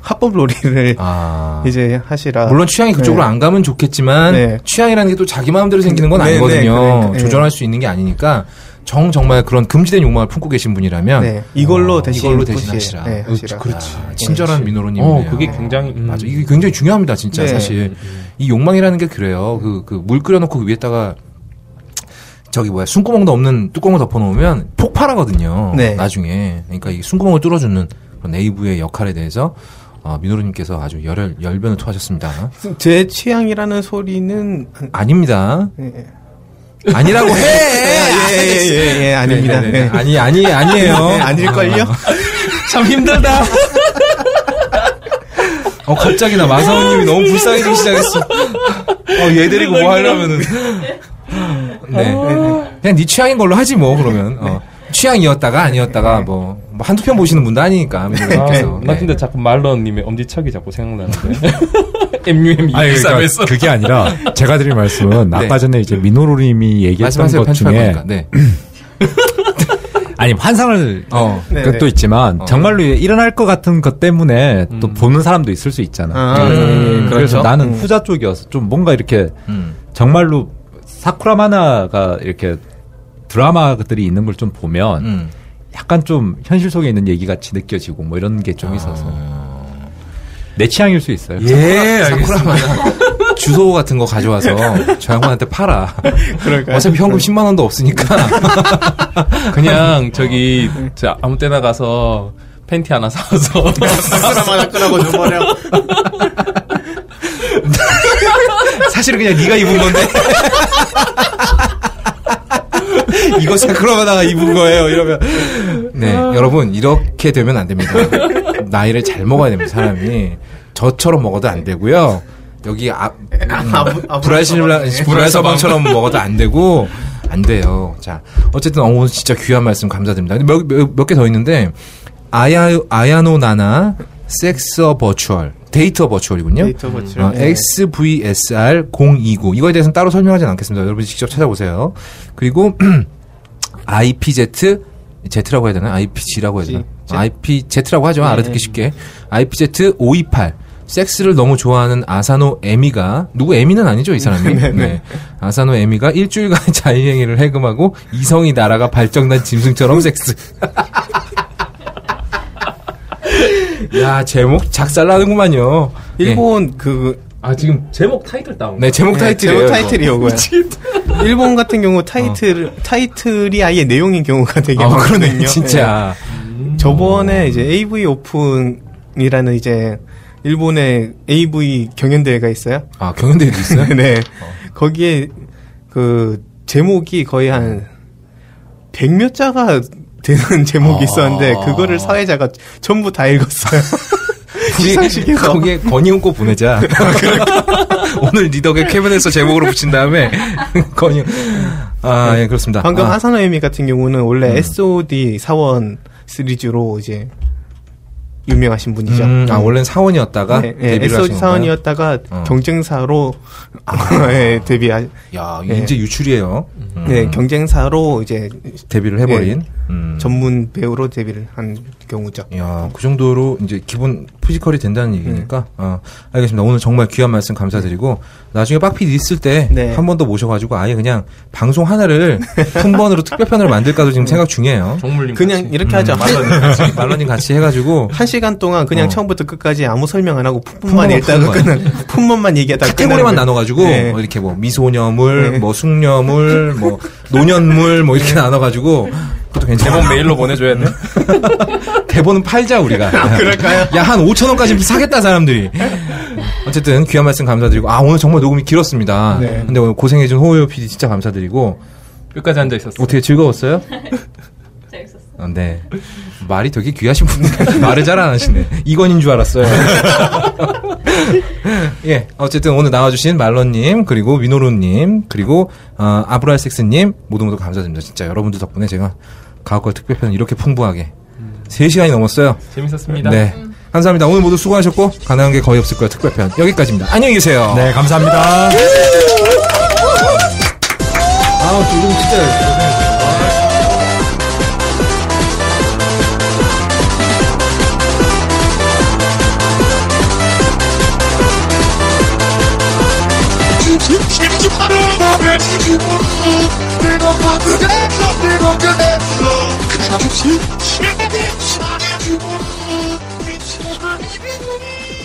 Speaker 3: 합법 놀이를
Speaker 2: 아.
Speaker 3: 이제 하시라.
Speaker 2: 물론 취향이 그쪽으로
Speaker 3: 네.
Speaker 2: 안 가면 좋겠지만
Speaker 3: 네.
Speaker 2: 취향이라는 게 또 자기 마음대로 생기는 건
Speaker 3: 네, 네,
Speaker 2: 아니거든요.
Speaker 3: 그러니까, 네.
Speaker 2: 조절할 수 있는 게 아니니까 정 정말 그런 금지된 욕망을 품고 계신 분이라면
Speaker 3: 네, 이걸로
Speaker 2: 어,
Speaker 3: 대신
Speaker 2: 이걸로
Speaker 3: 꽃이에요.
Speaker 2: 대신하시라.
Speaker 3: 네, 하시라.
Speaker 2: 어, 그렇지. 아, 친절한 민호로님.
Speaker 7: 어, 그게 굉장히. 음.
Speaker 2: 맞아. 이게 굉장히 중요합니다, 진짜
Speaker 3: 네.
Speaker 2: 사실. 이 욕망이라는 게 그래요. 그, 그, 물 끓여놓고 그 위에다가 저기 뭐야, 숨구멍도 없는 뚜껑을 덮어놓으면 폭발하거든요.
Speaker 3: 네.
Speaker 2: 나중에. 그러니까 이 숨구멍을 뚫어주는 그런 네이브의 역할에 대해서 어, 민호로님께서 아주 열혈, 열변을 토하셨습니다.
Speaker 3: 제 취향이라는 소리는
Speaker 2: 아닙니다.
Speaker 3: 예, 예.
Speaker 2: 아니라고 해!
Speaker 3: 예, 예, 예, 예, 아닙니다.
Speaker 2: 네, 네, 네.
Speaker 3: 네.
Speaker 2: 아니, 아니, 아니에요.
Speaker 3: [laughs] 네, 아닐걸요?
Speaker 2: 참 힘들다. 어, 갑자기 나 마사오님이 너무 불쌍해지기 시작했어. 어, 얘 데리고 뭐 하려면은. 네. 그냥 네 취향인 걸로 하지 뭐, 그러면. 어. 취향이었다가 아니었다가 뭐, 뭐 한두 편 보시는 분도 아니니까.
Speaker 7: 아,
Speaker 2: 민호님께서.
Speaker 7: 나 근데
Speaker 2: 네.
Speaker 7: 자꾸 말러님의 엄지척이 자꾸 생각나는데. MUM
Speaker 5: 아니, 그러니까
Speaker 7: 213에서.
Speaker 5: 그게 아니라 제가 드릴 말씀은
Speaker 2: 네.
Speaker 5: 아까 전에 이제 민호루님이 얘기했던
Speaker 2: 말씀하세요,
Speaker 5: 것
Speaker 2: 편집할
Speaker 5: 중에
Speaker 2: 거니까. 네.
Speaker 5: 아니 환상을
Speaker 2: 어.
Speaker 3: 네,
Speaker 5: 것도
Speaker 3: 네.
Speaker 5: 있지만 정말로 일어날 것 같은 것 때문에 또 보는 사람도 있을 수 있잖아.
Speaker 3: 아,
Speaker 5: 그래서,
Speaker 2: 음,
Speaker 5: 그래서
Speaker 2: 그렇죠.
Speaker 5: 나는 후자 쪽이어서 좀 뭔가 이렇게
Speaker 2: 음.
Speaker 5: 정말로 사쿠라마나가 이렇게 드라마들이 있는 걸 좀 보면
Speaker 2: 음.
Speaker 5: 약간 좀 현실 속에 있는 얘기 같이 느껴지고 뭐 이런 게 좀 있어서 내 취향일 수 있어요.
Speaker 2: 아. 예, 사쿠라마나 주소 같은 거 가져와서 저 양반한테 팔아.
Speaker 3: 그럴까요?
Speaker 2: 어차피 현금 10만 원도 없으니까.
Speaker 7: 그냥 [laughs] 저기 저 아무 때나 가서 팬티 하나 사와서
Speaker 3: 사람마다 끄라고 [laughs] 줘버려.
Speaker 2: 사실은 그냥 네가 입은 [laughs] 건데. 이거 사쿠라마다가 입은 거예요. 이러면 네, 여러분 이렇게 되면 안 됩니다. 나이를 잘 먹어야 됩니다. 사람이 저처럼 먹어도 안 되고요. 여기 앞
Speaker 3: 아,
Speaker 2: 불알 신라 불알 서방처럼 어, 먹어도 안 되고 안 돼요. 자, 어쨌든 어머 진짜 귀한 말씀 감사드립니다. 몇몇 개 더 있는데 아야 아야노 나나 섹서 버추얼 데이터 버추얼이군요.
Speaker 3: 데이터 버추얼.
Speaker 2: 어,
Speaker 3: 네.
Speaker 2: SVSR 029 이거에 대해서는 따로 설명하진 않겠습니다. 여러분 직접 찾아보세요. 그리고 [clears throat] IPZ Z라고 해야 되나? IPG라고 해야 되나?
Speaker 3: G, Z.
Speaker 2: IPZ라고 하죠. 알아듣기 쉽게. IPZ 528. 섹스를 너무 좋아하는 아사노 에미가 누구 에미는 아니죠 이 사람이 네, 아사노 에미가 일주일간 [laughs] 자유행위를 해금하고 이성이 나라가 발정난 짐승처럼 섹스 [laughs] 야 제목 작살나는구만요 예.
Speaker 3: 일본 그
Speaker 7: [laughs] 아 지금 제목 타이틀 다운
Speaker 2: 네, 제목
Speaker 3: 네,
Speaker 2: 타이틀이에요.
Speaker 3: 제목
Speaker 2: 이거. [laughs]
Speaker 3: 타이틀이 요거야. 일본 같은 경우 타이틀 타이틀이 아예 내용인 경우가 되게
Speaker 2: 아, 그러네,
Speaker 3: 많거든요.
Speaker 2: 진짜.
Speaker 3: 네. 저번에 이제 AV 오픈이라는 이제 일본의 AV 경연대회가 있어요.
Speaker 2: 아, 경연대회도 있어요?
Speaker 3: [laughs] 네. 거기에 그 제목이 거의 한 100몇 자가 되는 [laughs] 제목이
Speaker 2: 아.
Speaker 3: 있었는데 그거를 사회자가 전부
Speaker 2: [laughs]
Speaker 3: 다 읽었어요. 시상식에서
Speaker 2: 거기에 건이훈 꼭 보내자.
Speaker 3: [laughs] 그러니까.
Speaker 2: 오늘 리더의 캐빈에서 제목으로 붙인 다음에, [laughs] 건이훈. 아, 예, 그렇습니다.
Speaker 3: 네. 방금
Speaker 2: 아, 음.
Speaker 3: 하사노 에미 같은 경우는 원래 SOD 사원 시리즈로 이제 유명하신 분이죠.
Speaker 2: 음, 아 원래는 사원이었다가
Speaker 3: 네, 네,
Speaker 2: 데뷔를
Speaker 3: SOG
Speaker 2: 하신 건가요?
Speaker 3: 사원이었다가
Speaker 2: 어. 아. 음.
Speaker 3: 경쟁사로 [laughs] 예, 데뷔하
Speaker 2: 야 이제 유출이에요. 음,
Speaker 3: 네, 경쟁사로 이제
Speaker 2: 데뷔를 해버린.
Speaker 3: 네.
Speaker 2: 음.
Speaker 3: 전문 배우로 데뷔를 한 경우죠.
Speaker 2: 야, 그 정도로 이제 기본 피지컬이 된다는 얘기니까.
Speaker 3: 네.
Speaker 2: 어, 알겠습니다. 오늘 정말 귀한 말씀 감사드리고 나중에 빡피디 있을 때 한 번더
Speaker 3: 네.
Speaker 2: 모셔가지고 아예 그냥 방송 하나를
Speaker 3: [laughs]
Speaker 2: 품번으로 특별편으로 만들까도
Speaker 3: 네.
Speaker 2: 지금 생각 중이에요.
Speaker 7: 동물님
Speaker 3: 그냥
Speaker 7: 같이.
Speaker 3: 이렇게 하자.
Speaker 2: 말러님 같이 해가지고
Speaker 3: 한 시간 동안
Speaker 2: 음.
Speaker 3: 그냥
Speaker 2: 어.
Speaker 3: 처음부터 끝까지 아무 설명 안 하고 품만
Speaker 2: 품만
Speaker 3: 읽다가
Speaker 2: 없는 거야.
Speaker 3: 끝나는 품만 얘기하다가
Speaker 2: 카테고리만
Speaker 3: 끝나는 거예요.
Speaker 2: 나눠가지고
Speaker 3: 네.
Speaker 2: 뭐 이렇게 뭐 미소녀물,
Speaker 3: 네.
Speaker 2: 뭐 숙녀물, 뭐 노년물 뭐 이렇게 나눠가지고 그것도 괜찮아.
Speaker 7: 대본 메일로 보내줘야 돼.
Speaker 2: 대본은 팔자 우리가. 아, 그럴까요? 야 한 5천 원까지 사겠다 사람들이. 어쨌든 귀한 말씀 감사드리고 아 오늘 정말 녹음이 길었습니다.
Speaker 3: 네.
Speaker 2: 근데 오늘 고생해준 호요 PD 진짜 감사드리고
Speaker 7: 끝까지 앉아 있었어.
Speaker 2: 어떻게 즐거웠어요?
Speaker 1: 재밌었어.
Speaker 2: 어, 네. 말이 되게 귀하신 분인데 [laughs] 말을 잘 안 하시네. 이건인 줄 알았어요. [laughs] 예, 어쨌든 오늘 나와주신 말런님 그리고 위노루님 그리고 어, 아브라섹스님 모두 모두 감사드립니다. 진짜 여러분들 덕분에 제가 가옥걸 특별편 이렇게 풍부하게 3시간이 넘었어요.
Speaker 7: 재밌었습니다.
Speaker 2: 네. 감사합니다. 오늘 모두 수고하셨고 가능한 게 거의 없을 거예요. 특별편 여기까지입니다. 안녕히 계세요.
Speaker 9: 네, 감사합니다.
Speaker 2: 아, 지금 진짜
Speaker 10: Thank you.